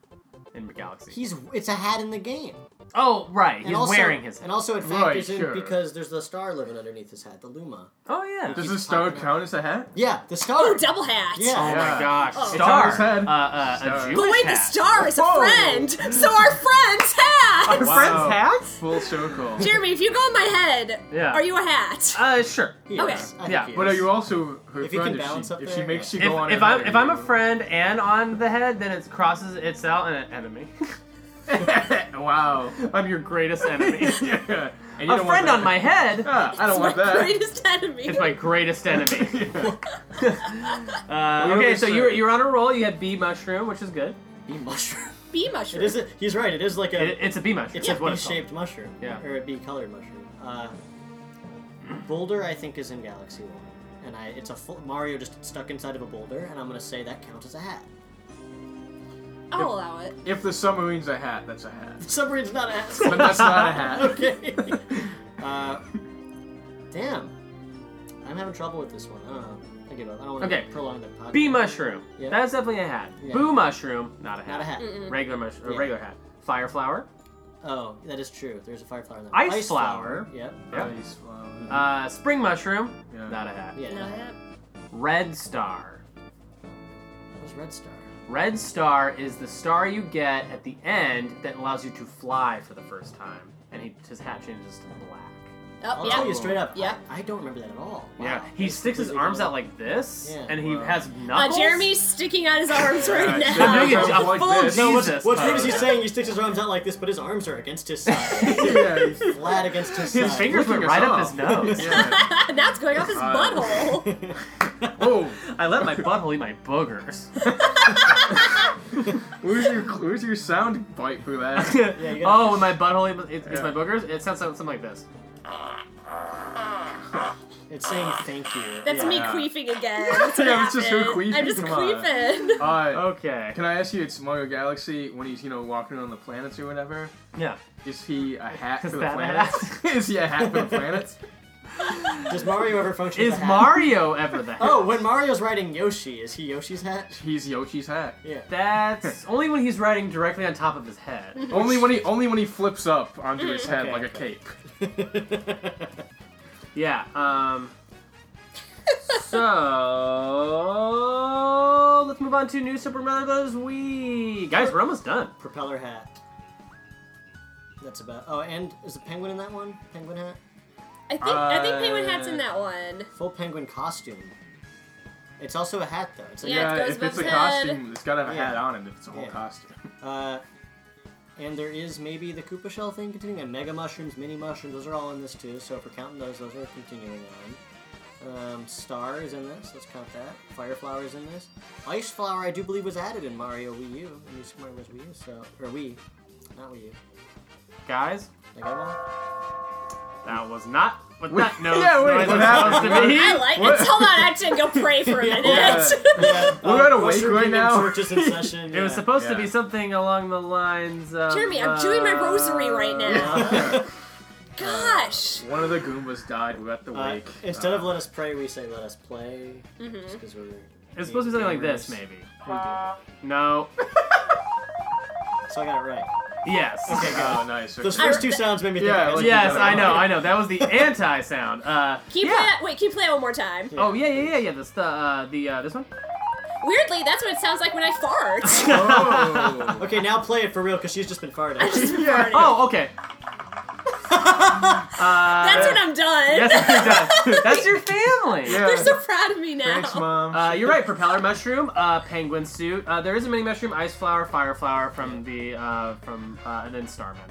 Speaker 1: in Galaxy.
Speaker 2: He's it's a hat in the game.
Speaker 1: oh right, he's
Speaker 2: and also,
Speaker 1: wearing his.
Speaker 2: And also, it factors in
Speaker 3: sure.
Speaker 2: because there's the star living underneath his hat, the Luma.
Speaker 1: oh yeah.
Speaker 3: Does
Speaker 2: Keep
Speaker 3: the star
Speaker 2: popping up.
Speaker 3: count as a hat?
Speaker 2: Yeah, the
Speaker 4: Oh,
Speaker 2: star.
Speaker 4: double hat.
Speaker 1: Oh
Speaker 2: Yeah.
Speaker 1: my gosh.
Speaker 4: Oh. It's
Speaker 1: Star.
Speaker 3: Uh, on his head.
Speaker 1: Uh, uh,
Speaker 3: Star.
Speaker 1: A Jewish
Speaker 4: But wait, the
Speaker 1: hat.
Speaker 4: star is a
Speaker 1: Whoa.
Speaker 4: friend, so our friend's hat.
Speaker 1: Our
Speaker 3: Wow.
Speaker 1: friend's hats?
Speaker 3: Full circle.
Speaker 4: Jeremy, if you go in my head,
Speaker 1: Yeah.
Speaker 4: are you a hat?
Speaker 1: Uh, sure.
Speaker 2: He
Speaker 4: Okay.
Speaker 2: is. I think
Speaker 1: Yeah,
Speaker 2: he
Speaker 3: But
Speaker 2: is.
Speaker 3: are you also her
Speaker 2: If you
Speaker 3: friend
Speaker 2: can balance
Speaker 3: she,
Speaker 2: up
Speaker 3: if she
Speaker 2: there,
Speaker 3: makes
Speaker 2: yeah.
Speaker 3: you go on
Speaker 1: If, if
Speaker 3: her
Speaker 1: I'm
Speaker 3: head,
Speaker 1: if I'm a
Speaker 3: you-
Speaker 1: friend and on the head, then it crosses it's out and an enemy.
Speaker 3: wow.
Speaker 1: I'm your greatest enemy.
Speaker 3: yeah. And you
Speaker 1: a
Speaker 3: don't want
Speaker 1: friend on
Speaker 3: that.
Speaker 1: my head.
Speaker 3: Yeah, I don't
Speaker 4: it's
Speaker 3: want
Speaker 4: my
Speaker 3: that.
Speaker 4: greatest enemy.
Speaker 1: It's my greatest enemy.
Speaker 3: Yeah.
Speaker 1: Uh,
Speaker 3: Whatever
Speaker 1: okay,
Speaker 3: you
Speaker 1: so
Speaker 3: say.
Speaker 1: you're you're on a roll. You had bee mushroom, which is good.
Speaker 2: Bee mushroom.
Speaker 4: bee
Speaker 2: It
Speaker 4: mushroom.
Speaker 2: is. A, he's right. It is like a.
Speaker 1: It, it's a bee mushroom.
Speaker 2: it's
Speaker 1: is
Speaker 2: a
Speaker 1: what it's
Speaker 2: bee-shaped mushroom.
Speaker 1: Yeah.
Speaker 2: Or a bee-colored mushroom. Uh, boulder, I think, is in Galaxy One, and I. It's a full, Mario just stuck inside of a boulder, and I'm gonna say that counts as a hat.
Speaker 4: I'll allow it.
Speaker 3: If the submarine's a hat, that's a hat.
Speaker 2: Submarine's not a hat.
Speaker 3: But that's not a hat.
Speaker 2: okay. Uh, damn. I'm having trouble with this one. I don't know. I give up. I don't want to
Speaker 1: Okay.
Speaker 2: prolong the podcast.
Speaker 1: called. Bee mushroom.
Speaker 2: Yeah.
Speaker 1: That's definitely a hat.
Speaker 2: Yeah.
Speaker 1: Boo mushroom, not a hat.
Speaker 2: Not a hat.
Speaker 1: Regular mushroom.
Speaker 2: Yeah.
Speaker 1: Regular hat. Fire flower.
Speaker 2: Oh, that is true. There's a fireflower in there.
Speaker 1: Ice flower.
Speaker 2: Yep.
Speaker 1: Yeah.
Speaker 3: Nice, wow.
Speaker 1: Uh, spring mushroom,
Speaker 3: Yeah.
Speaker 1: not a hat.
Speaker 2: Yeah.
Speaker 4: No hat.
Speaker 1: Red star.
Speaker 2: What's Red Star?
Speaker 1: Red star is the star you get at the end that allows you to fly for the first time, and he, his hat changes to black.
Speaker 4: Oh,
Speaker 2: I'll
Speaker 4: yeah.
Speaker 2: tell you straight up.
Speaker 4: Yeah.
Speaker 2: I, I don't remember that at all. Wow.
Speaker 1: Yeah, he
Speaker 2: That's
Speaker 1: sticks his
Speaker 2: completely
Speaker 1: arms out
Speaker 2: different.
Speaker 1: like this,
Speaker 2: Yeah.
Speaker 1: and he
Speaker 3: Wow.
Speaker 1: has
Speaker 4: Uh,
Speaker 1: knuckles.
Speaker 4: Jeremy's sticking out his arms right
Speaker 3: Alright,
Speaker 1: They're
Speaker 4: now.
Speaker 1: doing a,
Speaker 3: Jeremy's
Speaker 1: a
Speaker 3: like
Speaker 1: full
Speaker 3: this.
Speaker 1: Jesus
Speaker 3: No,
Speaker 2: what's- What's
Speaker 1: pose.
Speaker 2: weird is he's saying he sticks his arms out like this, but his arms are against his side.
Speaker 3: yeah, he's-
Speaker 2: Flat against his side.
Speaker 1: His fingers went
Speaker 3: Flicking
Speaker 1: right
Speaker 3: us
Speaker 1: up
Speaker 3: off.
Speaker 1: his nose.
Speaker 3: yeah.
Speaker 4: now it's going off his
Speaker 3: Uh,
Speaker 4: butthole.
Speaker 3: Oh,
Speaker 1: I let my butthole eat my boogers.
Speaker 3: where's your where's your sound bite for that?
Speaker 2: you gotta-
Speaker 1: oh, when my butthole eat- eats eats
Speaker 3: Yeah.
Speaker 1: my boogers, it sounds something like this.
Speaker 2: It's saying thank you.
Speaker 4: That's
Speaker 2: yeah.
Speaker 4: me queefing again. That's what
Speaker 3: Yeah, it's just her
Speaker 4: happened. I'm
Speaker 3: queefing,
Speaker 4: just
Speaker 3: come on.
Speaker 4: queefing.
Speaker 3: Uh,
Speaker 1: Okay.
Speaker 3: can I ask you? It's Mario Galaxy when he's you know walking on the planets or whatever.
Speaker 1: Yeah.
Speaker 3: Is he a hat for
Speaker 1: Is
Speaker 3: the
Speaker 1: that a
Speaker 3: planets? is he a hat for the planets?
Speaker 2: Does Mario ever function
Speaker 1: Is
Speaker 2: as a hat?
Speaker 1: Mario ever the hat?
Speaker 2: Oh, when Mario's riding Yoshi, is he Yoshi's hat?
Speaker 3: He's Yoshi's hat.
Speaker 2: Yeah.
Speaker 1: That's only when he's riding directly on top of his head.
Speaker 3: Only when he only when he flips up onto his head
Speaker 2: Okay,
Speaker 3: like a
Speaker 2: okay.
Speaker 3: cape.
Speaker 1: Yeah. Um. so let's move on to new Super Mario Bros. Wii. Guys, we're almost done.
Speaker 2: Propeller hat. That's about. Oh, and is the penguin in that one? Penguin hat.
Speaker 4: I think I think Penguin
Speaker 3: Uh,
Speaker 4: Hat's in that one.
Speaker 2: Full penguin costume. It's also a hat though. It's like,
Speaker 4: Yeah, it goes
Speaker 3: if
Speaker 4: above
Speaker 3: it's a
Speaker 4: his head.
Speaker 3: costume, it's gotta have a
Speaker 2: Yeah.
Speaker 3: hat on it. If it's a whole
Speaker 2: Yeah.
Speaker 3: costume.
Speaker 2: Uh, and there is maybe the Koopa shell thing continuing. And mega mushrooms, mini mushrooms, those are all in this too. So if we're counting those, those are continuing on. Um, star is in this. Let's count that. Fireflower is in this. Ice flower, I do believe, was added in Mario Wii U. In New Super Mario Bros. Wii U. So or Wii, not Wii U.
Speaker 1: Guys,
Speaker 2: Did I got one.
Speaker 1: that was not what that note
Speaker 3: Yeah, wait,
Speaker 1: noise
Speaker 3: what
Speaker 1: is supposed to
Speaker 3: happened?
Speaker 1: be.
Speaker 4: I like
Speaker 3: What?
Speaker 4: it. Tell that action to go pray for a minute.
Speaker 3: Yeah.
Speaker 2: Yeah,
Speaker 3: We're not awake
Speaker 2: Western
Speaker 3: right
Speaker 2: Union
Speaker 3: now.
Speaker 2: Church is in session.
Speaker 1: It was
Speaker 2: yeah.
Speaker 1: supposed to be
Speaker 3: Yeah.
Speaker 1: something along the lines of.
Speaker 4: Jeremy, I'm doing my rosary right now.
Speaker 2: Uh,
Speaker 4: Gosh.
Speaker 3: One of the Goombas died. We got the
Speaker 2: uh,
Speaker 3: wake.
Speaker 2: instead
Speaker 3: Uh,
Speaker 2: of let us pray, we say let us play. Just 'cause we're
Speaker 1: It's supposed to be something like this, maybe.
Speaker 2: we do.
Speaker 1: No.
Speaker 2: So I got it right.
Speaker 1: Yes.
Speaker 3: Okay, oh, nice.
Speaker 2: Those
Speaker 3: okay.
Speaker 2: first two sounds made me think.
Speaker 3: Yeah,
Speaker 2: of it.
Speaker 3: like-
Speaker 1: Yes, I know, I know. That was the anti sound. Uh,
Speaker 4: Can you play
Speaker 1: yeah.
Speaker 4: that? Wait, can you play it one more time?
Speaker 1: Oh yeah, yeah, yeah, yeah. This the uh, the uh, this one.
Speaker 4: Weirdly, that's what it sounds like when I fart.
Speaker 3: Oh.
Speaker 2: Okay, now play it for real, because she's just been farting.
Speaker 3: yeah.
Speaker 1: Oh, okay. Uh,
Speaker 4: That's when I'm done.
Speaker 1: yes, it does. That's your family.
Speaker 3: Yeah.
Speaker 4: They're so proud of me now.
Speaker 3: Thanks, mom.
Speaker 1: Uh, you're right. Propeller mushroom, uh, penguin suit. Uh, there is a mini mushroom, ice flower, fire flower from the uh, from uh, and then Starman.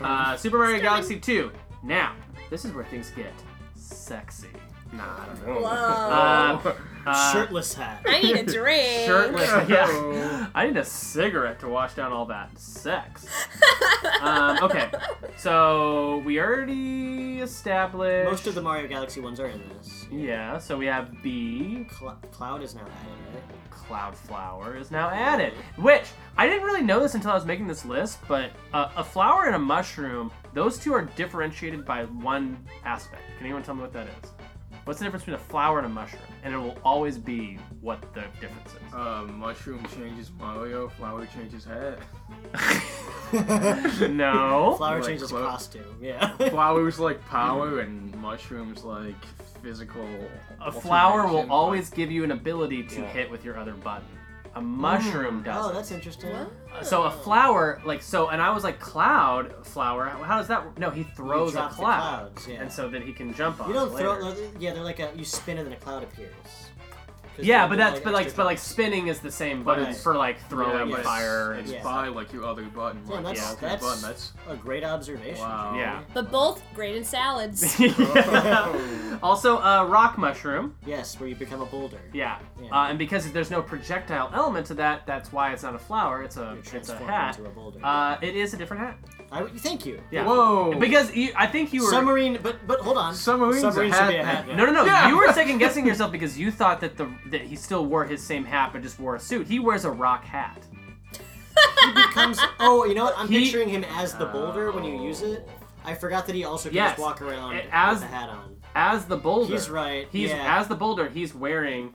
Speaker 1: Uh, Super Mario Galaxy 2. Now, this is where things get sexy. Nah, I don't know.
Speaker 4: Whoa.
Speaker 1: Uh, uh,
Speaker 2: Shirtless hat.
Speaker 4: I need a drink.
Speaker 1: shirtless. Yeah.
Speaker 3: Oh.
Speaker 1: I need a cigarette to wash down all that sex. um, okay, so we already established.
Speaker 2: Most of the Mario Galaxy ones are in this.
Speaker 1: Yeah, so we have B.
Speaker 2: Cl- Cloud is now added, right?
Speaker 1: Cloud flower is now added, which I didn't really know this until I was making this list. But uh, a flower and a mushroom, those two are differentiated by one aspect. Can anyone tell me what that is? What's the difference between a flower and a mushroom? And it will always be what the difference is.
Speaker 3: Uh, mushroom changes Mario. Flower changes hat.
Speaker 1: no.
Speaker 2: Flower
Speaker 3: Like
Speaker 2: changes
Speaker 3: clo-
Speaker 2: costume. Yeah. Oh,
Speaker 3: Flowers like power, and mushrooms like physical.
Speaker 1: A flower
Speaker 3: alternation,
Speaker 1: will
Speaker 3: like-
Speaker 1: always give you an ability to
Speaker 2: Yeah.
Speaker 1: hit with your other button. A mushroom doesn't. Uh,
Speaker 2: oh, that's interesting.
Speaker 1: so a flower, like so, and I was like, cloud flower. How how does that? work? No, he throws a
Speaker 2: drop the
Speaker 1: cloud,
Speaker 2: clouds, yeah.
Speaker 1: and so that he can jump on.
Speaker 2: You don't
Speaker 1: it
Speaker 2: throw.
Speaker 1: later.
Speaker 2: like, Yeah, they're like a. You spin and then a cloud appears. 'Cause
Speaker 1: Yeah, but
Speaker 2: they're not,
Speaker 1: that's but like
Speaker 2: extra
Speaker 1: but like
Speaker 2: drops.
Speaker 1: spinning is the same button
Speaker 2: it's-
Speaker 1: for like throwing
Speaker 3: yeah, but
Speaker 1: fire.
Speaker 3: It's,
Speaker 1: and-
Speaker 3: it's
Speaker 2: Yeah.
Speaker 3: by like your other button.
Speaker 2: Yeah,
Speaker 3: like,
Speaker 2: that's-
Speaker 3: your alternate
Speaker 2: that's-
Speaker 3: button. That's
Speaker 2: a great observation.
Speaker 3: wow.
Speaker 1: Yeah.
Speaker 4: But both grain and
Speaker 2: Oh.
Speaker 4: salads.
Speaker 1: Yeah. Also, uh, rock mushroom.
Speaker 2: Yes, where you become a boulder.
Speaker 1: Yeah,
Speaker 2: Yeah.
Speaker 1: Uh, and because there's no projectile element to that, that's why it's not a flower. It's a
Speaker 2: You
Speaker 1: it's a
Speaker 2: transform
Speaker 1: hat.
Speaker 2: into a boulder.
Speaker 1: Uh, it is a different hat.
Speaker 2: I, thank you.
Speaker 1: Yeah.
Speaker 3: Whoa.
Speaker 1: Because you, I think you were.
Speaker 2: Submarine, but but hold on.
Speaker 3: Submarine's a
Speaker 2: Submarine should
Speaker 3: hat
Speaker 2: be a
Speaker 3: then.
Speaker 2: hat. yeah.
Speaker 1: No, no, no.
Speaker 3: Yeah.
Speaker 1: You were second guessing yourself because you thought that the that he still wore his same hat but just wore a suit. He wears a rock hat.
Speaker 2: He becomes. Oh, you know what? I'm
Speaker 1: He-
Speaker 2: picturing him as the boulder when you use it. I forgot that he also can
Speaker 1: Yes.
Speaker 2: just walk around
Speaker 1: It- as-
Speaker 2: with a hat on.
Speaker 1: As the boulder.
Speaker 2: He's right,
Speaker 1: He's
Speaker 2: yeah.
Speaker 1: as the boulder. He's wearing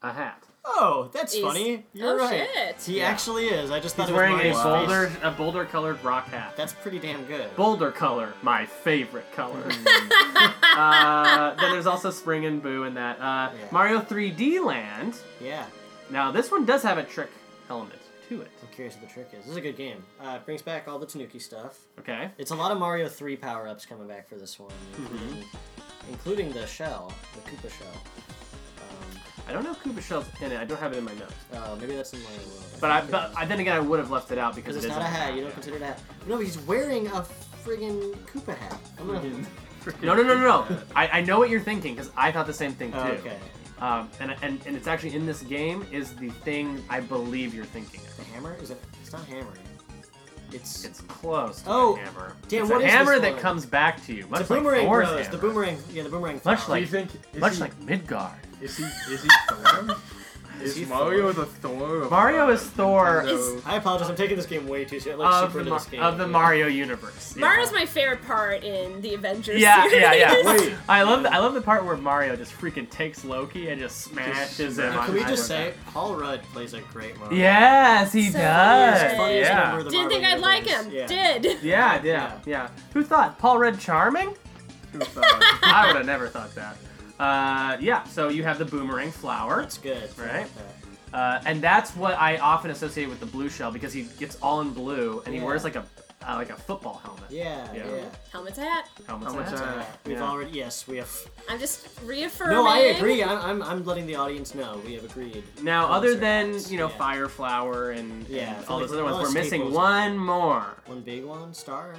Speaker 1: a hat.
Speaker 2: Oh, that's
Speaker 4: He's-
Speaker 2: funny. You're
Speaker 4: oh,
Speaker 2: right.
Speaker 4: shit.
Speaker 2: He actually is. I just thought
Speaker 1: He's
Speaker 2: it was
Speaker 1: wearing a
Speaker 2: Mario's
Speaker 1: boulder
Speaker 2: face.
Speaker 1: a boulder colored rock hat.
Speaker 2: That's pretty damn good.
Speaker 1: boulder color, my favorite color. uh, then there's also Spring and Boo in that. Uh,
Speaker 2: Yeah.
Speaker 1: Mario 3D Land.
Speaker 2: yeah.
Speaker 1: Now this one does have a trick element to it.
Speaker 2: I'm curious what the trick is. This is a good game. Uh, it brings back all the Tanuki stuff.
Speaker 1: Okay.
Speaker 2: It's a lot of Mario 3 power ups coming back for this one, including, including the shell, the Koopa shell.
Speaker 1: I don't know if Koopa Shell's in it. I don't have it in my notes.
Speaker 2: Um, oh, maybe that's in Mario World.
Speaker 1: But I, but I, then again, I would have left it out because
Speaker 2: Because
Speaker 1: it
Speaker 2: it's
Speaker 1: is
Speaker 2: not a hat. You
Speaker 1: yeah.
Speaker 2: don't consider it a hat. No, he's wearing a friggin' Koopa hat. I'm gonna-
Speaker 1: Mm-hmm. No, no, no, no, no. I, I know what you're thinking because I thought the same thing too.
Speaker 2: Oh, okay.
Speaker 1: Um, and, and and it's actually in this game is the thing I believe you're thinking
Speaker 2: The
Speaker 1: of.
Speaker 2: hammer? Is it? It's not hammer. It's.
Speaker 1: It's close to
Speaker 2: Oh,
Speaker 1: a hammer.
Speaker 2: damn,
Speaker 1: it's
Speaker 2: what
Speaker 1: a
Speaker 2: is
Speaker 1: hammer
Speaker 2: this
Speaker 1: that
Speaker 2: one?
Speaker 1: comes back to you. Much
Speaker 2: the boomerang
Speaker 1: like Thor's
Speaker 2: bros. The
Speaker 1: hammer.
Speaker 2: boomerang. Yeah, the boomerang.
Speaker 1: Much
Speaker 2: flower.
Speaker 3: Do
Speaker 1: like-
Speaker 3: you think? Is
Speaker 1: Much
Speaker 3: he,
Speaker 1: like Midgard.
Speaker 3: Is he? Is he Thor? is
Speaker 2: he
Speaker 3: Mario
Speaker 2: Thor?
Speaker 3: the Thor? Of,
Speaker 1: Mario
Speaker 3: uh,
Speaker 1: is Thor
Speaker 3: Nintendo?
Speaker 2: I apologize. I'm taking this game way too seriously. Like,
Speaker 1: of
Speaker 2: super
Speaker 1: the,
Speaker 2: into
Speaker 1: Mar-
Speaker 2: this game.
Speaker 1: of the Mario universe. Yeah.
Speaker 4: Mario's my favorite part in the Avengers
Speaker 1: Yeah,
Speaker 4: series.
Speaker 1: yeah, yeah.
Speaker 3: Wait.
Speaker 1: I love the, I love the part where Mario just freaking takes Loki and just smashes him.
Speaker 3: smash-
Speaker 1: on
Speaker 2: Uh, Can we
Speaker 1: top
Speaker 2: just
Speaker 1: of
Speaker 2: say
Speaker 1: that.
Speaker 2: Paul Rudd plays a great Mario?
Speaker 1: Yes, he
Speaker 4: So
Speaker 1: does.
Speaker 4: funny.
Speaker 2: He's the funniest
Speaker 1: yeah.
Speaker 2: member of the
Speaker 4: Didn't think I'd
Speaker 2: Marvel
Speaker 4: like
Speaker 2: universe.
Speaker 4: him.
Speaker 2: Yeah.
Speaker 4: Did.
Speaker 1: Yeah, yeah, yeah. Who thought Paul Red charming?
Speaker 3: Who thought?
Speaker 1: I would have never thought that. Uh, yeah, so you have the boomerang flower,
Speaker 2: That's good.
Speaker 1: Right?
Speaker 2: Uh,
Speaker 1: uh, and that's what I often associate with the blue shell because he gets all in blue and he
Speaker 2: Yeah.
Speaker 1: wears like a uh, like a football helmet.
Speaker 2: Yeah,
Speaker 1: Yeah.
Speaker 2: yeah.
Speaker 4: Helmet's hat.
Speaker 1: Helmet's
Speaker 3: Helmet's
Speaker 1: hat.
Speaker 3: hat.
Speaker 2: Uh, we've
Speaker 1: Yeah.
Speaker 2: already yes, we have.
Speaker 4: I'm just reaffirming.
Speaker 2: No, I agree. I'm, I'm, I'm letting the audience know we have agreed.
Speaker 1: Now,
Speaker 2: Helmets
Speaker 1: other
Speaker 2: are
Speaker 1: than
Speaker 2: hats,
Speaker 1: you know
Speaker 2: yeah.
Speaker 1: fire flower and,
Speaker 2: Yeah,
Speaker 1: and
Speaker 2: I feel
Speaker 1: all those
Speaker 2: like
Speaker 1: other
Speaker 2: a lot
Speaker 1: ones,
Speaker 2: of
Speaker 1: we're missing
Speaker 2: staples.
Speaker 1: one more.
Speaker 2: one big one star.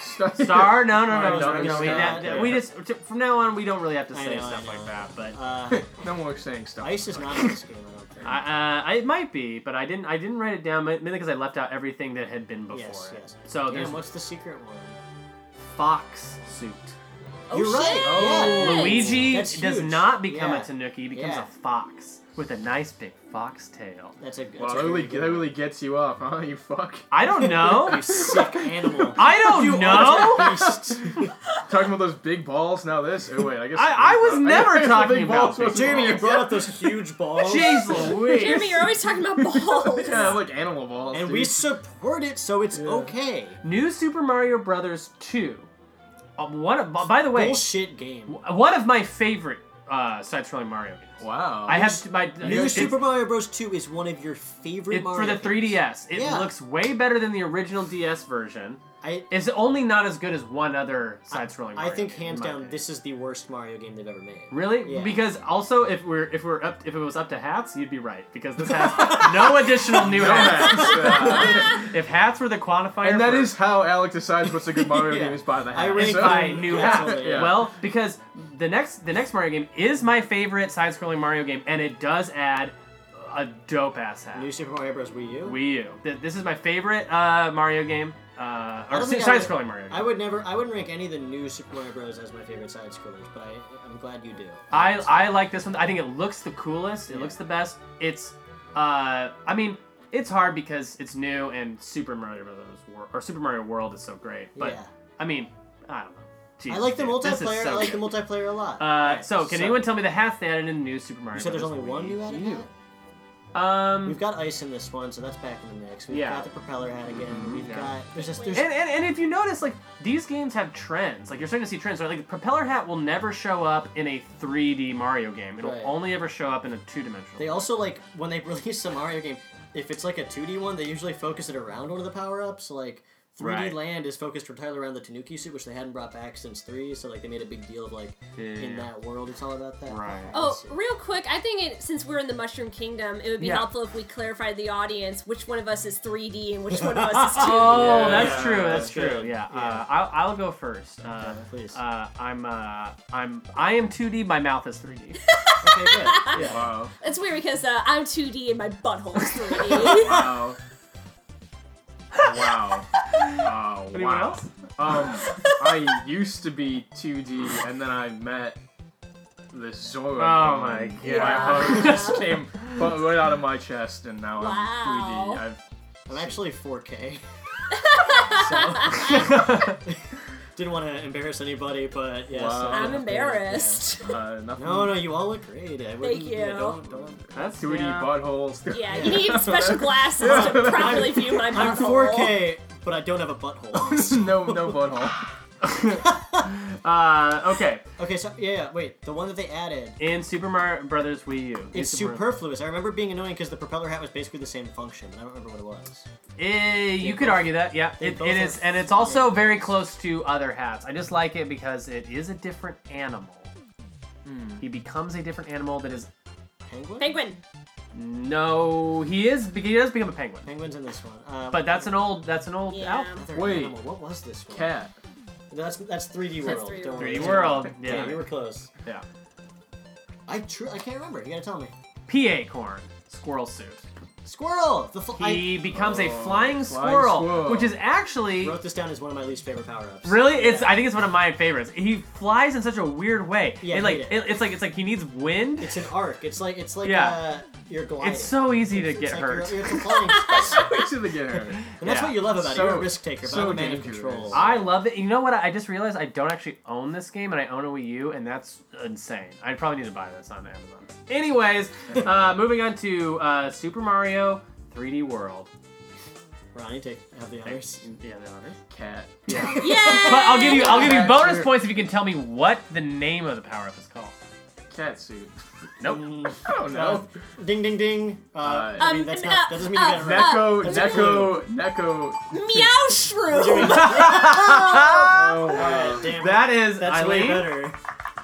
Speaker 1: Star? No, no,
Speaker 3: My
Speaker 1: no, no,
Speaker 3: dark
Speaker 1: no. We,
Speaker 3: star.
Speaker 1: that, that- we just from now on we don't really have to
Speaker 2: I
Speaker 1: say
Speaker 2: know, I
Speaker 1: stuff like
Speaker 2: know.
Speaker 1: that, but.
Speaker 2: uh,
Speaker 3: no more saying stuff.
Speaker 2: ice is not in this game. I don't think.
Speaker 1: I, uh, I- it might be, but I didn't. I didn't write it down mainly because I left out everything that had been before
Speaker 2: yes,
Speaker 1: it.
Speaker 2: yes.
Speaker 1: So
Speaker 2: Damn,
Speaker 1: there's
Speaker 2: what's the secret one?
Speaker 1: fox suit.
Speaker 4: Oh,
Speaker 2: You're right.
Speaker 4: shit.
Speaker 2: Yeah.
Speaker 4: Right.
Speaker 1: Luigi
Speaker 2: That's
Speaker 1: does
Speaker 2: huge.
Speaker 1: not become
Speaker 2: Yeah.
Speaker 1: a tanuki, he becomes
Speaker 2: Yeah.
Speaker 1: a fox with a nice big fox tail.
Speaker 2: That's a. That's
Speaker 3: Wow,
Speaker 2: a
Speaker 3: that really,
Speaker 2: really
Speaker 3: that
Speaker 2: good
Speaker 3: really gets you up, huh? You fuck.
Speaker 1: I don't know.
Speaker 2: one. sick animal.
Speaker 1: Oh. I don't
Speaker 2: You
Speaker 1: know.
Speaker 2: are a beast.
Speaker 3: Talking about those big balls, now this. Oh wait, I guess.
Speaker 1: I- I was never
Speaker 3: guess the
Speaker 1: talking
Speaker 3: big
Speaker 1: about
Speaker 3: balls
Speaker 1: big
Speaker 3: was-
Speaker 2: Jeremy, you brought up those huge balls.
Speaker 1: Jeez Louise.
Speaker 4: Jeremy, you're always talking about balls.
Speaker 3: Yeah, like animal balls.
Speaker 2: And
Speaker 3: dude.
Speaker 2: we support it, so it's okay.
Speaker 1: New Super Mario Brothers 2. Uh, one of, b- by the way,
Speaker 2: Bullshit game.
Speaker 1: one of my favorite uh, side-scrolling Mario games.
Speaker 3: Wow.
Speaker 1: I have my
Speaker 2: New
Speaker 1: it's-
Speaker 2: Super Mario Bros. 2 is one of your favorite
Speaker 1: it- for
Speaker 2: Mario
Speaker 1: the
Speaker 2: games.
Speaker 1: 3DS. It
Speaker 2: Yeah.
Speaker 1: looks way better than the original DS version.
Speaker 2: I,
Speaker 1: It's only not as good as one other side-scrolling.
Speaker 2: I
Speaker 1: Mario
Speaker 2: think
Speaker 1: game, in
Speaker 2: hands
Speaker 1: my
Speaker 2: down,
Speaker 1: opinion.
Speaker 2: this is the worst Mario game they've ever made.
Speaker 1: Really?
Speaker 2: Yeah.
Speaker 1: Because also, if we're if we're up if it was up to hats, you'd be right because this has no additional new hats. If hats were the quantifier,
Speaker 3: and that
Speaker 1: for-
Speaker 3: is how Alec decides what's a good Mario
Speaker 2: Yeah.
Speaker 3: game is by the
Speaker 2: I
Speaker 3: hat.
Speaker 2: rank
Speaker 3: So-
Speaker 1: by
Speaker 2: them-
Speaker 1: new
Speaker 2: Yeah,
Speaker 1: hats.
Speaker 2: totally,
Speaker 3: yeah.
Speaker 1: Well, because the next the next Mario game is my favorite side-scrolling Mario game, and it does add a dope ass hat.
Speaker 2: New Super Mario Bros. Wii U.
Speaker 1: Wii U. Th- This is my favorite uh, Mario game, uh,
Speaker 2: I
Speaker 1: or
Speaker 2: don't think I
Speaker 1: side-scrolling
Speaker 2: would-
Speaker 1: Mario. Game.
Speaker 2: I would never. I wouldn't rank any of the new Super Mario Bros. as my favorite side scrollers, but I, I'm glad you do.
Speaker 1: I, I like this one. I think it looks the coolest. It
Speaker 2: Yeah.
Speaker 1: looks the best. It's, uh, I mean, it's hard because it's new and Super Mario Brothers Wor- or Super Mario World is so great. But
Speaker 2: Yeah.
Speaker 1: I mean, I don't know. Jeez,
Speaker 2: I like the
Speaker 1: dude, this is
Speaker 2: multiplayer.
Speaker 1: so
Speaker 2: I like
Speaker 1: good.
Speaker 2: the multiplayer a lot.
Speaker 1: Uh,
Speaker 2: Alright,
Speaker 1: so can anyone tell me the hats they added in the new Super Mario?
Speaker 2: You said there's
Speaker 1: Brothers
Speaker 2: only one new
Speaker 1: Wii
Speaker 2: hat.
Speaker 1: U?
Speaker 2: again?
Speaker 1: Um,
Speaker 2: We've got ice in this one, so that's back in the mix. We've
Speaker 1: Yeah. Mm-hmm.
Speaker 2: got the propeller hat again. We've
Speaker 1: Yeah.
Speaker 2: got there's just there's
Speaker 1: and, and, and if you notice, like these games have trends. Like you're starting to see trends. Right? Like propeller hat will never show up in a 3D Mario game. It'll
Speaker 2: Right.
Speaker 1: only ever show up in a two-dimensional.
Speaker 2: They also like when they release a Mario game, if it's like a 2D one, they usually focus it around one of the power ups. Like 3D
Speaker 1: Right.
Speaker 2: Land is focused entirely around the Tanuki suit, which they hadn't brought back since three. So like they made a big deal of like in
Speaker 1: Yeah.
Speaker 2: that world, it's all about that.
Speaker 1: Right.
Speaker 4: Oh,
Speaker 2: Let's see.
Speaker 4: real quick, I think it, since we're in the Mushroom Kingdom, it would be
Speaker 1: Yeah.
Speaker 4: helpful if we clarified the audience which one of us is 3D and which one of us is 2D.
Speaker 1: Oh,
Speaker 3: Yeah.
Speaker 1: that's true.
Speaker 3: Yeah,
Speaker 1: That's
Speaker 2: that's
Speaker 1: true.
Speaker 2: good.
Speaker 1: Yeah. Uh,
Speaker 2: Yeah.
Speaker 1: I'll, I'll go first. Uh,
Speaker 2: Okay, please.
Speaker 1: Uh, I'm. Uh, I'm. I am 2D. My mouth is 3D.
Speaker 2: okay, good. Yeah.
Speaker 3: wow.
Speaker 4: It's weird because uh, I'm 2D and my butthole is 3D.
Speaker 3: Wow. wow. Oh,
Speaker 1: Anyone
Speaker 3: wow.
Speaker 1: else?
Speaker 3: Um, I used to be 2D, and then I met the Zoro.
Speaker 1: Oh my
Speaker 3: and
Speaker 1: God.
Speaker 3: My heart just came bu- right out of my chest, and now
Speaker 4: Wow.
Speaker 3: I'm 3D. I've,
Speaker 2: I'm actually 4K. so didn't want to embarrass anybody, but yes.
Speaker 3: Wow.
Speaker 4: I'm
Speaker 3: Yeah.
Speaker 4: embarrassed.
Speaker 3: uh, nothing.
Speaker 2: No, no, you all look great. I wouldn't-
Speaker 4: you.
Speaker 2: Yeah, don't, don't.
Speaker 1: that's
Speaker 3: 2D
Speaker 1: yeah.
Speaker 3: buttholes.
Speaker 4: Yeah, you need special glasses to properly view my
Speaker 2: I'm
Speaker 4: butthole.
Speaker 2: 4K, but I don't have a butthole.
Speaker 3: no, no butthole.
Speaker 1: Uh, okay.
Speaker 2: Okay, so yeah, yeah, wait. The one that they added,
Speaker 1: In Super Mario Brothers Wii U. in
Speaker 2: it's
Speaker 1: Super-
Speaker 2: superfluous. I remember being annoying because the propeller hat was basically the same function, but I don't remember what it was.
Speaker 1: Eh, you could argue that, yeah.
Speaker 2: they
Speaker 1: It,
Speaker 2: both
Speaker 1: it
Speaker 2: are
Speaker 1: is, and it's also
Speaker 2: flippers.
Speaker 1: very close to other hats. I just like it because it is a different animal.
Speaker 2: Hmm.
Speaker 1: He becomes a different animal that is
Speaker 2: Penguin.
Speaker 4: Penguin.
Speaker 1: no. He is. He does become a penguin.
Speaker 2: Penguin's in this one. Uh,
Speaker 1: But that's an old. That's an old
Speaker 4: Yeah.
Speaker 1: outfit.
Speaker 2: another
Speaker 3: Wait.
Speaker 2: animal. What was this one?
Speaker 3: Cat.
Speaker 2: That's that's 3D
Speaker 4: That's
Speaker 2: world.
Speaker 4: 3D
Speaker 2: Don't
Speaker 4: World.
Speaker 2: worry.
Speaker 1: 3D World.
Speaker 2: Yeah, you
Speaker 1: Yeah.
Speaker 2: were close.
Speaker 1: Yeah.
Speaker 2: I tru- I can't remember. You gotta tell me.
Speaker 1: PA corn. Squirrel suit.
Speaker 2: Squirrel. The fl-
Speaker 1: He becomes a
Speaker 3: Oh,
Speaker 1: flying
Speaker 3: flying
Speaker 1: squirrel,
Speaker 3: squirrel.
Speaker 1: which is
Speaker 2: I
Speaker 1: actually
Speaker 2: wrote this down as one of my least favorite power-ups.
Speaker 1: really it's. I think it's one of my favorites. He flies in such a weird way.
Speaker 2: Yeah,
Speaker 1: It, like
Speaker 2: hate
Speaker 1: it- it's like it's like he needs wind.
Speaker 2: It's an arc. It's like it's like
Speaker 1: Yeah.
Speaker 2: uh, you're gliding.
Speaker 1: It's so easy to
Speaker 2: It's
Speaker 1: get
Speaker 2: like you're-
Speaker 1: hurt.
Speaker 2: It's a flying spaceship.
Speaker 3: Wait till they get hurt.
Speaker 2: And that's
Speaker 1: Yeah.
Speaker 2: what you love about
Speaker 3: So-
Speaker 2: it. You're a risk taker, but
Speaker 3: so
Speaker 2: I'm a man of
Speaker 3: dangerous.
Speaker 2: control.
Speaker 1: I love it. You know what? I I just realized I don't actually own this game, and I own a Wii U, and that's insane. I probably need to buy this on Amazon. Anyways, uh, moving on to uh, Super Mario 3D World.
Speaker 2: Ronnie, take have the honors.
Speaker 1: Yeah, the honors.
Speaker 3: Cat.
Speaker 4: Yay!
Speaker 1: But I'll give you I'll give you
Speaker 3: Yeah,
Speaker 1: bonus
Speaker 3: sure.
Speaker 1: points if you can tell me what the name of the power up is called.
Speaker 3: Cat suit.
Speaker 1: Nope.
Speaker 3: I don't know.
Speaker 2: Uh, ding ding ding. Uh,
Speaker 3: Uh,
Speaker 2: I mean, that's not, that doesn't mean you got it right.
Speaker 4: Uh,
Speaker 3: Neko,
Speaker 2: that's
Speaker 3: Neko, Neko.
Speaker 4: Meow shroom.
Speaker 3: Oh, wow.
Speaker 2: Alright, damn.
Speaker 1: That is
Speaker 2: that's
Speaker 1: Eileen,
Speaker 2: way better.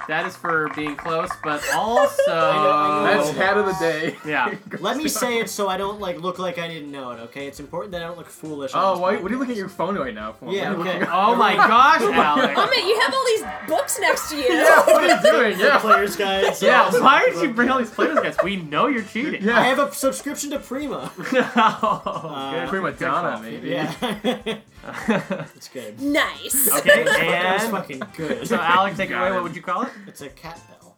Speaker 1: That is for being close, but also
Speaker 2: I know.
Speaker 3: That's hat of the day.
Speaker 1: yeah.
Speaker 2: Let me say it so I don't like look like I didn't know it. Okay, it's important that I don't look foolish. on
Speaker 3: Oh,
Speaker 2: this
Speaker 3: why? What are you
Speaker 2: podcast.
Speaker 3: looking at your phone right now for?
Speaker 2: Yeah,
Speaker 3: What are you
Speaker 2: okay.
Speaker 3: looking-
Speaker 1: Oh my gosh, Alex.
Speaker 4: Moment, you have all these books next to you.
Speaker 3: Yeah, what are you doing?
Speaker 2: The
Speaker 3: Yeah.
Speaker 2: players guide. so-
Speaker 1: Yeah, why did you bring all these players guys? We know you're cheating.
Speaker 2: I
Speaker 3: Yeah. Uh,
Speaker 2: have a subscription to Prima.
Speaker 1: oh, good.
Speaker 3: Prima
Speaker 1: Good call.
Speaker 3: Donna, maybe.
Speaker 2: yeah. It's good.
Speaker 4: Nice.
Speaker 1: Okay,
Speaker 2: It's
Speaker 1: and
Speaker 2: fucking good.
Speaker 1: so Alex, take it
Speaker 3: Got
Speaker 1: away.
Speaker 3: it.
Speaker 1: What would you call it?
Speaker 2: it's a cat bell.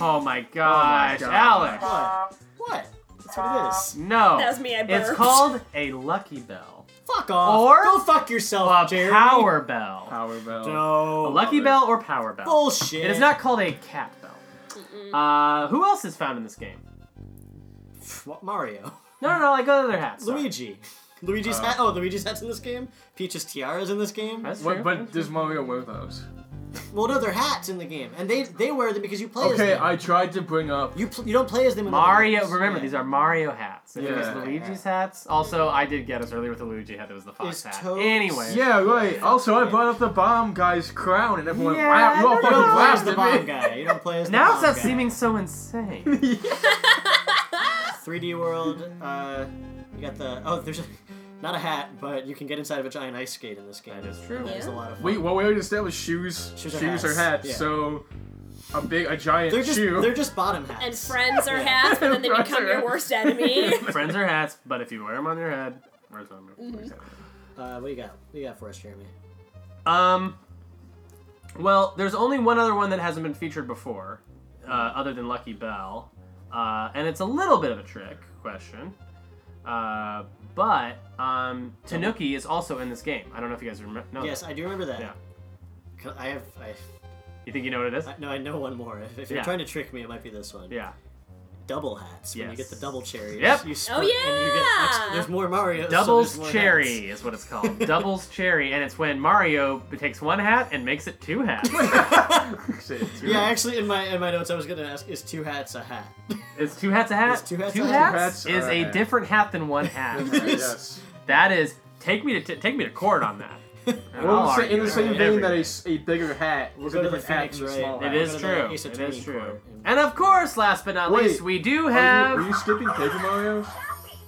Speaker 1: Oh my gosh,
Speaker 3: God.
Speaker 1: Alex!
Speaker 2: What? What? That's what it is.
Speaker 1: No,
Speaker 4: That was me, I
Speaker 1: it's
Speaker 4: burped.
Speaker 1: called a lucky bell,
Speaker 2: Fuck off.
Speaker 1: Or-
Speaker 2: go fuck yourself,
Speaker 1: a
Speaker 2: Oh, Jerry.
Speaker 1: power bell,
Speaker 3: Power bell.
Speaker 2: No.
Speaker 1: a lucky
Speaker 3: Love it.
Speaker 1: bell, or power bell.
Speaker 2: Bullshit.
Speaker 1: It is not called a cat bell. Uh, who else is found in this game?
Speaker 2: What, Mario.
Speaker 1: No, no, no, like other hats. sorry. Uh,
Speaker 2: Luigi. Luigi's hat. Oh, Luigi's hat's in this game. Peach's tiara's in this game.
Speaker 1: That's true.
Speaker 3: What, but does Mario wear those?
Speaker 2: Well, no, their hats in the game, and they they wear them because you play as
Speaker 3: Okay,
Speaker 2: them.
Speaker 3: I tried to bring up.
Speaker 2: You pl- you don't play as them. In
Speaker 1: Mario, remember these are Mario hats. If it was
Speaker 3: Yeah.
Speaker 1: Luigi's hats. Also, I did get us earlier with the Luigi hat. That was the fox
Speaker 2: It's
Speaker 1: hat.
Speaker 2: Toad's-
Speaker 1: Anyway,
Speaker 3: Yeah, right. Also, I brought up the bomb guy's crown, and everyone
Speaker 1: Yeah,
Speaker 3: wow, you
Speaker 1: I
Speaker 3: all
Speaker 2: You
Speaker 1: don't
Speaker 3: fucking
Speaker 2: don't play as the
Speaker 3: blasted
Speaker 2: bomb
Speaker 3: me.
Speaker 2: guy. You don't play as the
Speaker 1: now
Speaker 2: bomb
Speaker 1: it's not
Speaker 2: guy.
Speaker 1: seeming so insane.
Speaker 2: 3D world. Uh, you got the oh, there's a, not a hat, but you can get inside of a giant ice skate in this game.
Speaker 1: that is true.
Speaker 2: It's a lot of fun.
Speaker 3: Wait, well, we already established shoes,
Speaker 2: Shoes
Speaker 3: shoes,
Speaker 2: or
Speaker 3: or
Speaker 2: hats.
Speaker 3: hats.
Speaker 2: Yeah.
Speaker 3: So, a big, a giant
Speaker 2: they're just
Speaker 3: shoe.
Speaker 2: they're just bottom hats.
Speaker 4: and friends are hats, but then they
Speaker 3: Friends
Speaker 4: become
Speaker 3: are
Speaker 4: your
Speaker 3: hats.
Speaker 4: worst enemy.
Speaker 1: Friends are hats, but if you wear them on your head, where's them?
Speaker 2: Uh, what do you got? What do you got for us, Jeremy?
Speaker 1: Um. Well, there's only one other one that hasn't been featured before, uh, other than Lucky Bell, uh, and it's a little bit of a trick question. Uh, but um, Tanuki is also in this game. I don't know if you guys remember. No.
Speaker 2: Yes, I do remember that.
Speaker 1: Yeah.
Speaker 2: Co- I have I,
Speaker 1: You think you know what it is?
Speaker 2: I no, I know one more. If, if you're
Speaker 1: Yeah.
Speaker 2: trying to trick me, it might be this one.
Speaker 1: Yeah.
Speaker 2: Double hats. When you get
Speaker 1: Yes.
Speaker 2: the double cherries.
Speaker 1: Yep.
Speaker 2: You split
Speaker 4: Oh,
Speaker 2: And you get
Speaker 4: yeah!
Speaker 2: ex- there's more Mario. so
Speaker 1: Doubles
Speaker 2: there's more hats.
Speaker 1: cherry is what it's called. Doubles cherry, and it's when Mario takes one hat and makes it two hats.
Speaker 3: Say it's your
Speaker 2: Yeah, actually, in my in my notes, I was gonna ask, is two hats a hat?
Speaker 1: Is two hats a hat?
Speaker 2: Is two hats a hat?
Speaker 1: hats,
Speaker 3: Two hats
Speaker 1: is
Speaker 3: are
Speaker 1: a
Speaker 3: a hat.
Speaker 1: different hat than one hat.
Speaker 3: hat, yes.
Speaker 1: That is take me to t- take me to court on that. And I'll
Speaker 3: Well, in the sa-
Speaker 1: argue it every
Speaker 3: in the same vein that a,
Speaker 1: day.
Speaker 3: s- a bigger hat
Speaker 2: We'll
Speaker 3: is
Speaker 2: go
Speaker 3: a
Speaker 2: to the
Speaker 3: different hat
Speaker 2: Phoenix
Speaker 3: than a
Speaker 2: Wright.
Speaker 3: small
Speaker 1: it
Speaker 3: hat.
Speaker 1: is
Speaker 2: We'll
Speaker 1: true.
Speaker 2: go to the Ace
Speaker 1: It
Speaker 2: Attorney
Speaker 1: is true.
Speaker 2: court and-
Speaker 1: And of course, last but not
Speaker 3: Wait,
Speaker 1: least, we do
Speaker 3: Are
Speaker 1: have.
Speaker 3: you, are you skipping Paper Mario's?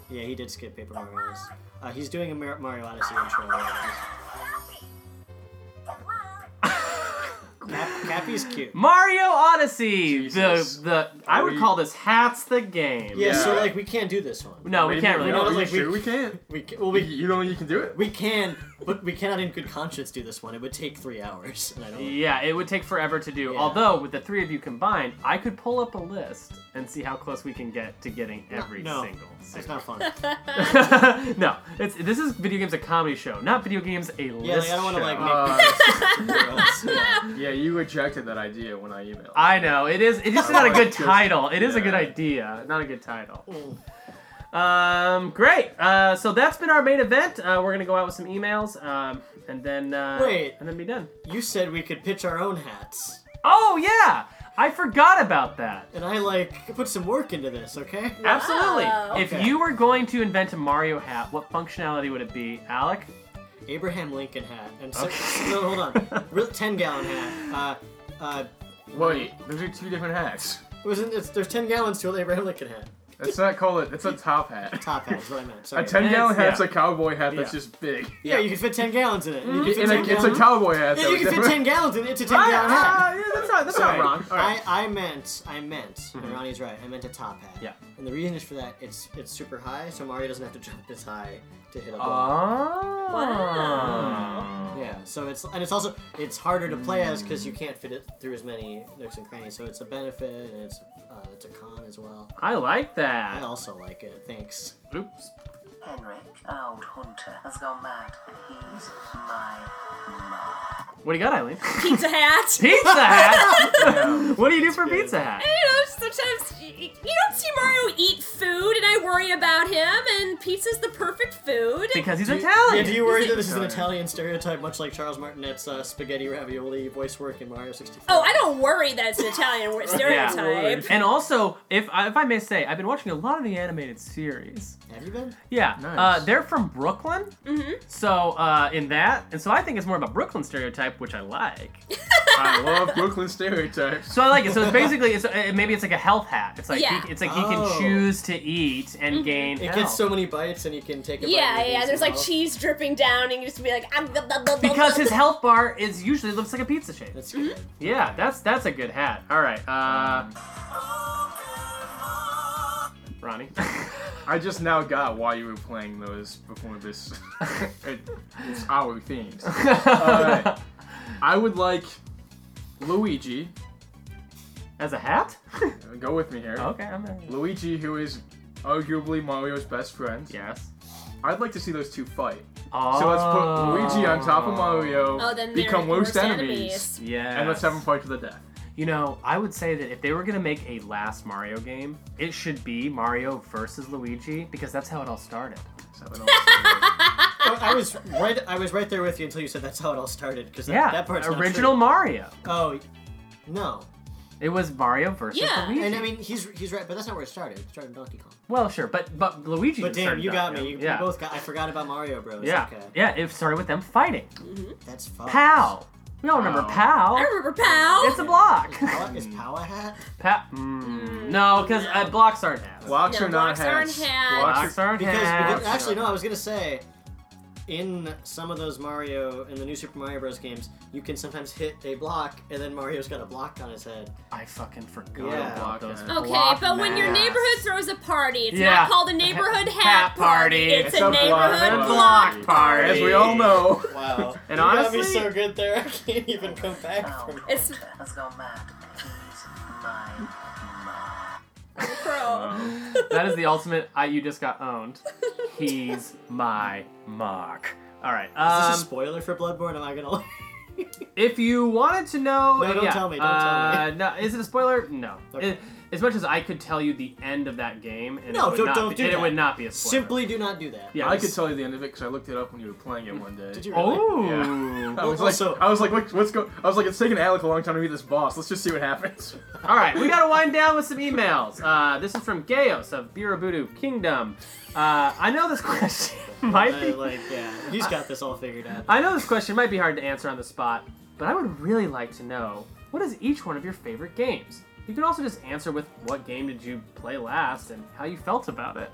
Speaker 2: Yeah, he did skip Paper Mario's. Uh, he's doing a Mar- Mario Odyssey intro. Cap- Cappy's cute.
Speaker 1: Mario Odyssey.
Speaker 3: Jesus.
Speaker 1: The the I
Speaker 3: Are
Speaker 1: would
Speaker 3: we-
Speaker 1: call this hats the game.
Speaker 2: Yeah, so
Speaker 3: Yeah.
Speaker 2: like we can't do this one.
Speaker 1: No, we can't really.
Speaker 3: Are
Speaker 1: do
Speaker 3: you
Speaker 1: it.
Speaker 2: like, we-
Speaker 3: sure we can't?
Speaker 2: We can, well
Speaker 3: We,
Speaker 2: we
Speaker 3: you don't think you can do it?
Speaker 2: we can, but we cannot in good conscience do this one. It would take three hours, and I don't.
Speaker 1: Yeah, it would take forever to do.
Speaker 2: Yeah.
Speaker 1: Although with the three of you combined, I could pull up a list and see how close we can get to getting every
Speaker 2: no.
Speaker 1: single.
Speaker 2: That's not fun.
Speaker 1: no, it's this is video games a comedy show, not video games a list
Speaker 2: Yeah, like, I don't want to
Speaker 1: show.
Speaker 2: like
Speaker 3: Uh,
Speaker 2: make. Yeah.
Speaker 3: yeah, you rejected that idea when I emailed.
Speaker 1: I know it is. It's just not a
Speaker 3: Oh,
Speaker 1: good
Speaker 3: it's just-
Speaker 1: title. It is a good
Speaker 3: yeah.
Speaker 1: idea, not a good title.
Speaker 2: Mm.
Speaker 1: Um, great. Uh, so that's been our main event. Uh, we're gonna go out with some emails, um, and then uh,
Speaker 2: Wait.
Speaker 1: and then be done.
Speaker 2: You said we could pitch our own hats,
Speaker 1: Oh yeah, I forgot about that.
Speaker 2: and I like put some work into this. Okay.
Speaker 1: Absolutely.
Speaker 4: Wow.
Speaker 1: If
Speaker 2: Okay.
Speaker 1: you were going to invent a Mario hat, what functionality would it be, Alec?
Speaker 2: Abraham Lincoln hat and so, no, hold on, Real- ten gallon hat. Uh, uh,
Speaker 3: Wait, those are two different hats.
Speaker 2: it was in, it's, there's ten gallons to an Abraham Lincoln hat.
Speaker 3: Let's not call it. That's a top hat.
Speaker 2: Top hat is what I meant.
Speaker 3: A
Speaker 2: Sorry.
Speaker 3: ten gallon
Speaker 1: It's-
Speaker 3: hat's a cowboy hat that's
Speaker 1: Yeah.
Speaker 3: just big.
Speaker 2: yeah, you can fit ten gallons in it. You can fit
Speaker 3: And a,
Speaker 2: 10
Speaker 3: it's a
Speaker 2: gallons-
Speaker 3: cowboy hat.
Speaker 2: Yeah,
Speaker 3: that
Speaker 2: you
Speaker 3: was
Speaker 2: can fit
Speaker 3: different.
Speaker 2: ten gallons in it. It's a ten gallon hat.
Speaker 3: Ah, yeah, that's not that's
Speaker 2: Sorry.
Speaker 3: not wrong. All right.
Speaker 2: I, I meant I meant and Ronnie's right. I meant a top hat.
Speaker 1: Yeah.
Speaker 2: And the reason is for that it's it's super high, so Mario doesn't have to jump as high to hit a ball.
Speaker 1: Oh.
Speaker 4: Wow.
Speaker 2: Yeah. So it's and it's also it's harder to play as because you can't fit it through as many nooks and crannies. So it's a benefit and it's uh, it's a con as well.
Speaker 1: I like
Speaker 2: I
Speaker 1: that.
Speaker 2: also like it. Thanks.
Speaker 1: Oops.
Speaker 5: Henrik, old hunter, has gone mad, and he's my mug.
Speaker 1: What do you got, Eileen?
Speaker 4: Pizza hat.
Speaker 1: Pizza hat.
Speaker 2: um,
Speaker 1: what do you do for pizza hat?
Speaker 4: You know, sometimes y- y- you don't see Mario eat food, and I worry about him. And pizza's the perfect food.
Speaker 1: Because he's
Speaker 2: Yeah,
Speaker 1: Italian.
Speaker 2: do you worry that this is an Italian stereotype, much like Charles Martinet's uh, spaghetti ravioli voice work in Mario 64?
Speaker 4: Oh, I don't worry that it's an Italian word- stereotype.
Speaker 1: and also, if I, if I may say, I've been watching a lot of the animated series.
Speaker 2: Have you been?
Speaker 1: Yeah,
Speaker 3: Nice.
Speaker 1: uh, they're from Brooklyn. Mm-hmm. So uh, in that, and so I think it's more of a Brooklyn stereotype, which I like.
Speaker 3: I love Brooklyn stereotypes.
Speaker 1: So I like it. So it's basically, it's uh, maybe it's like a health hat. It's like
Speaker 4: Yeah.
Speaker 1: he, it's like he can
Speaker 2: Oh.
Speaker 1: choose to eat and gain.
Speaker 2: It
Speaker 1: health.
Speaker 2: gets so many bites, and you can take a bite.
Speaker 4: yeah,
Speaker 2: and it
Speaker 4: yeah.
Speaker 2: leaves
Speaker 4: There's
Speaker 2: your
Speaker 4: like
Speaker 2: mouth.
Speaker 4: cheese dripping down, and you just be like, I'm blah, blah, blah, blah,
Speaker 1: because
Speaker 4: blah,
Speaker 1: his
Speaker 4: blah.
Speaker 1: health bar is usually looks like a pizza shape.
Speaker 2: That's good.
Speaker 4: Mm-hmm.
Speaker 1: Yeah, that's that's a good hat. All right, uh, Ronnie.
Speaker 3: I just now got why you were playing those before this. it, it's our themes. Alright. I would like Luigi.
Speaker 1: As a hat?
Speaker 3: Go with me here.
Speaker 2: Oh.
Speaker 1: okay, I'm in.
Speaker 3: Luigi, who is arguably Mario's best friend.
Speaker 1: Yes.
Speaker 3: I'd like to see those two fight.
Speaker 1: Oh.
Speaker 3: So let's put Luigi on top of Mario,
Speaker 4: Oh, then they're
Speaker 3: become worst,
Speaker 4: worst enemies.
Speaker 1: Yeah.
Speaker 3: and let's have them fight to the death.
Speaker 1: You know, I would say that if they were gonna make a last Mario game, it should be Mario versus Luigi because that's how it all started.
Speaker 3: So it all-
Speaker 2: I, I was right. I was right there with you until you said that's how it all started. Because that,
Speaker 1: Yeah,
Speaker 2: that part's not
Speaker 1: original
Speaker 2: true.
Speaker 1: Mario.
Speaker 2: Oh, no.
Speaker 1: It was Mario versus
Speaker 4: Yeah,
Speaker 1: Luigi.
Speaker 2: And I mean, he's he's right, but that's not where it started. It started in Donkey Kong.
Speaker 1: well, sure, but but Luigi.
Speaker 2: But damn,
Speaker 1: started
Speaker 2: you
Speaker 1: that,
Speaker 2: got
Speaker 1: yeah.
Speaker 2: me. You, you
Speaker 1: yeah.
Speaker 2: both got. I forgot about Mario Bros.
Speaker 1: yeah,
Speaker 2: Okay. Oh.
Speaker 1: yeah. It started with them fighting.
Speaker 2: That's fun.
Speaker 1: Pow. We all
Speaker 3: Oh.
Speaker 1: remember
Speaker 4: I
Speaker 1: Pow.
Speaker 4: remember Pal.
Speaker 1: It's a block.
Speaker 2: Pow- Is Pow a hat?
Speaker 1: pa- mm, no, because uh, blocks aren't hats.
Speaker 3: Blocks
Speaker 4: No,
Speaker 3: are not
Speaker 4: blocks aren't
Speaker 3: hats.
Speaker 4: hats.
Speaker 1: Blocks aren't
Speaker 2: Because,
Speaker 1: hats.
Speaker 2: because- actually, no. I was gonna say, in some of those Mario in the new Super Mario Bros. games, you can sometimes hit a block, and then Mario's got a block on his head.
Speaker 1: I fucking forgot
Speaker 2: Yeah.
Speaker 1: about those.
Speaker 3: Okay,
Speaker 4: Okay,
Speaker 1: block
Speaker 4: but when your
Speaker 1: masks.
Speaker 4: neighborhood throws a party, it's
Speaker 1: Yeah.
Speaker 4: not called a
Speaker 1: Hat
Speaker 4: neighborhood hat,
Speaker 1: party.
Speaker 4: party. It's,
Speaker 3: It's
Speaker 4: a,
Speaker 3: a
Speaker 4: neighborhood
Speaker 3: block party.
Speaker 4: block party.
Speaker 3: As we all know.
Speaker 2: Wow. you
Speaker 3: And
Speaker 2: got
Speaker 3: honestly-
Speaker 2: me so good there. I can't even come back
Speaker 5: Now
Speaker 2: from. it.
Speaker 4: It's-
Speaker 5: Twitter has gone mad. He's my man.
Speaker 4: Bro.
Speaker 1: That is the ultimate. I you just got owned. He's my mock. All right.
Speaker 2: Is
Speaker 1: Um,
Speaker 2: this a spoiler for Bloodborne? Am I gonna?
Speaker 1: if you wanted to know,
Speaker 2: No, don't
Speaker 1: yeah,
Speaker 2: tell me, don't
Speaker 1: uh,
Speaker 2: tell
Speaker 1: No, is it a spoiler? No.
Speaker 2: Okay.
Speaker 1: It- as much as I could tell you the end of that game, and
Speaker 2: No,
Speaker 1: it would
Speaker 2: don't-
Speaker 1: not
Speaker 2: don't
Speaker 1: be,
Speaker 2: do
Speaker 1: and It
Speaker 2: that.
Speaker 1: would not be a spoiler.
Speaker 2: Simply do not do that.
Speaker 1: Yeah.
Speaker 3: I could tell you the end of it because I looked it up when you were playing it one day.
Speaker 2: Did you really?
Speaker 1: Oh.
Speaker 3: I was
Speaker 2: Also-
Speaker 3: like, I was like, what, what's go? I was like, it's taking Alec a long time to meet this boss. Let's just see what happens.
Speaker 1: All right, we gotta wind down with some emails. Uh, this is from Gaios of Birabudu Kingdom. Uh, I know this question might
Speaker 2: I,
Speaker 1: be
Speaker 2: like, yeah, he's got this all figured out.
Speaker 1: I know this question might be hard to answer on the spot, but I would really like to know what is each one of your favorite games? You can also just answer with what game did you play last and how you felt about it.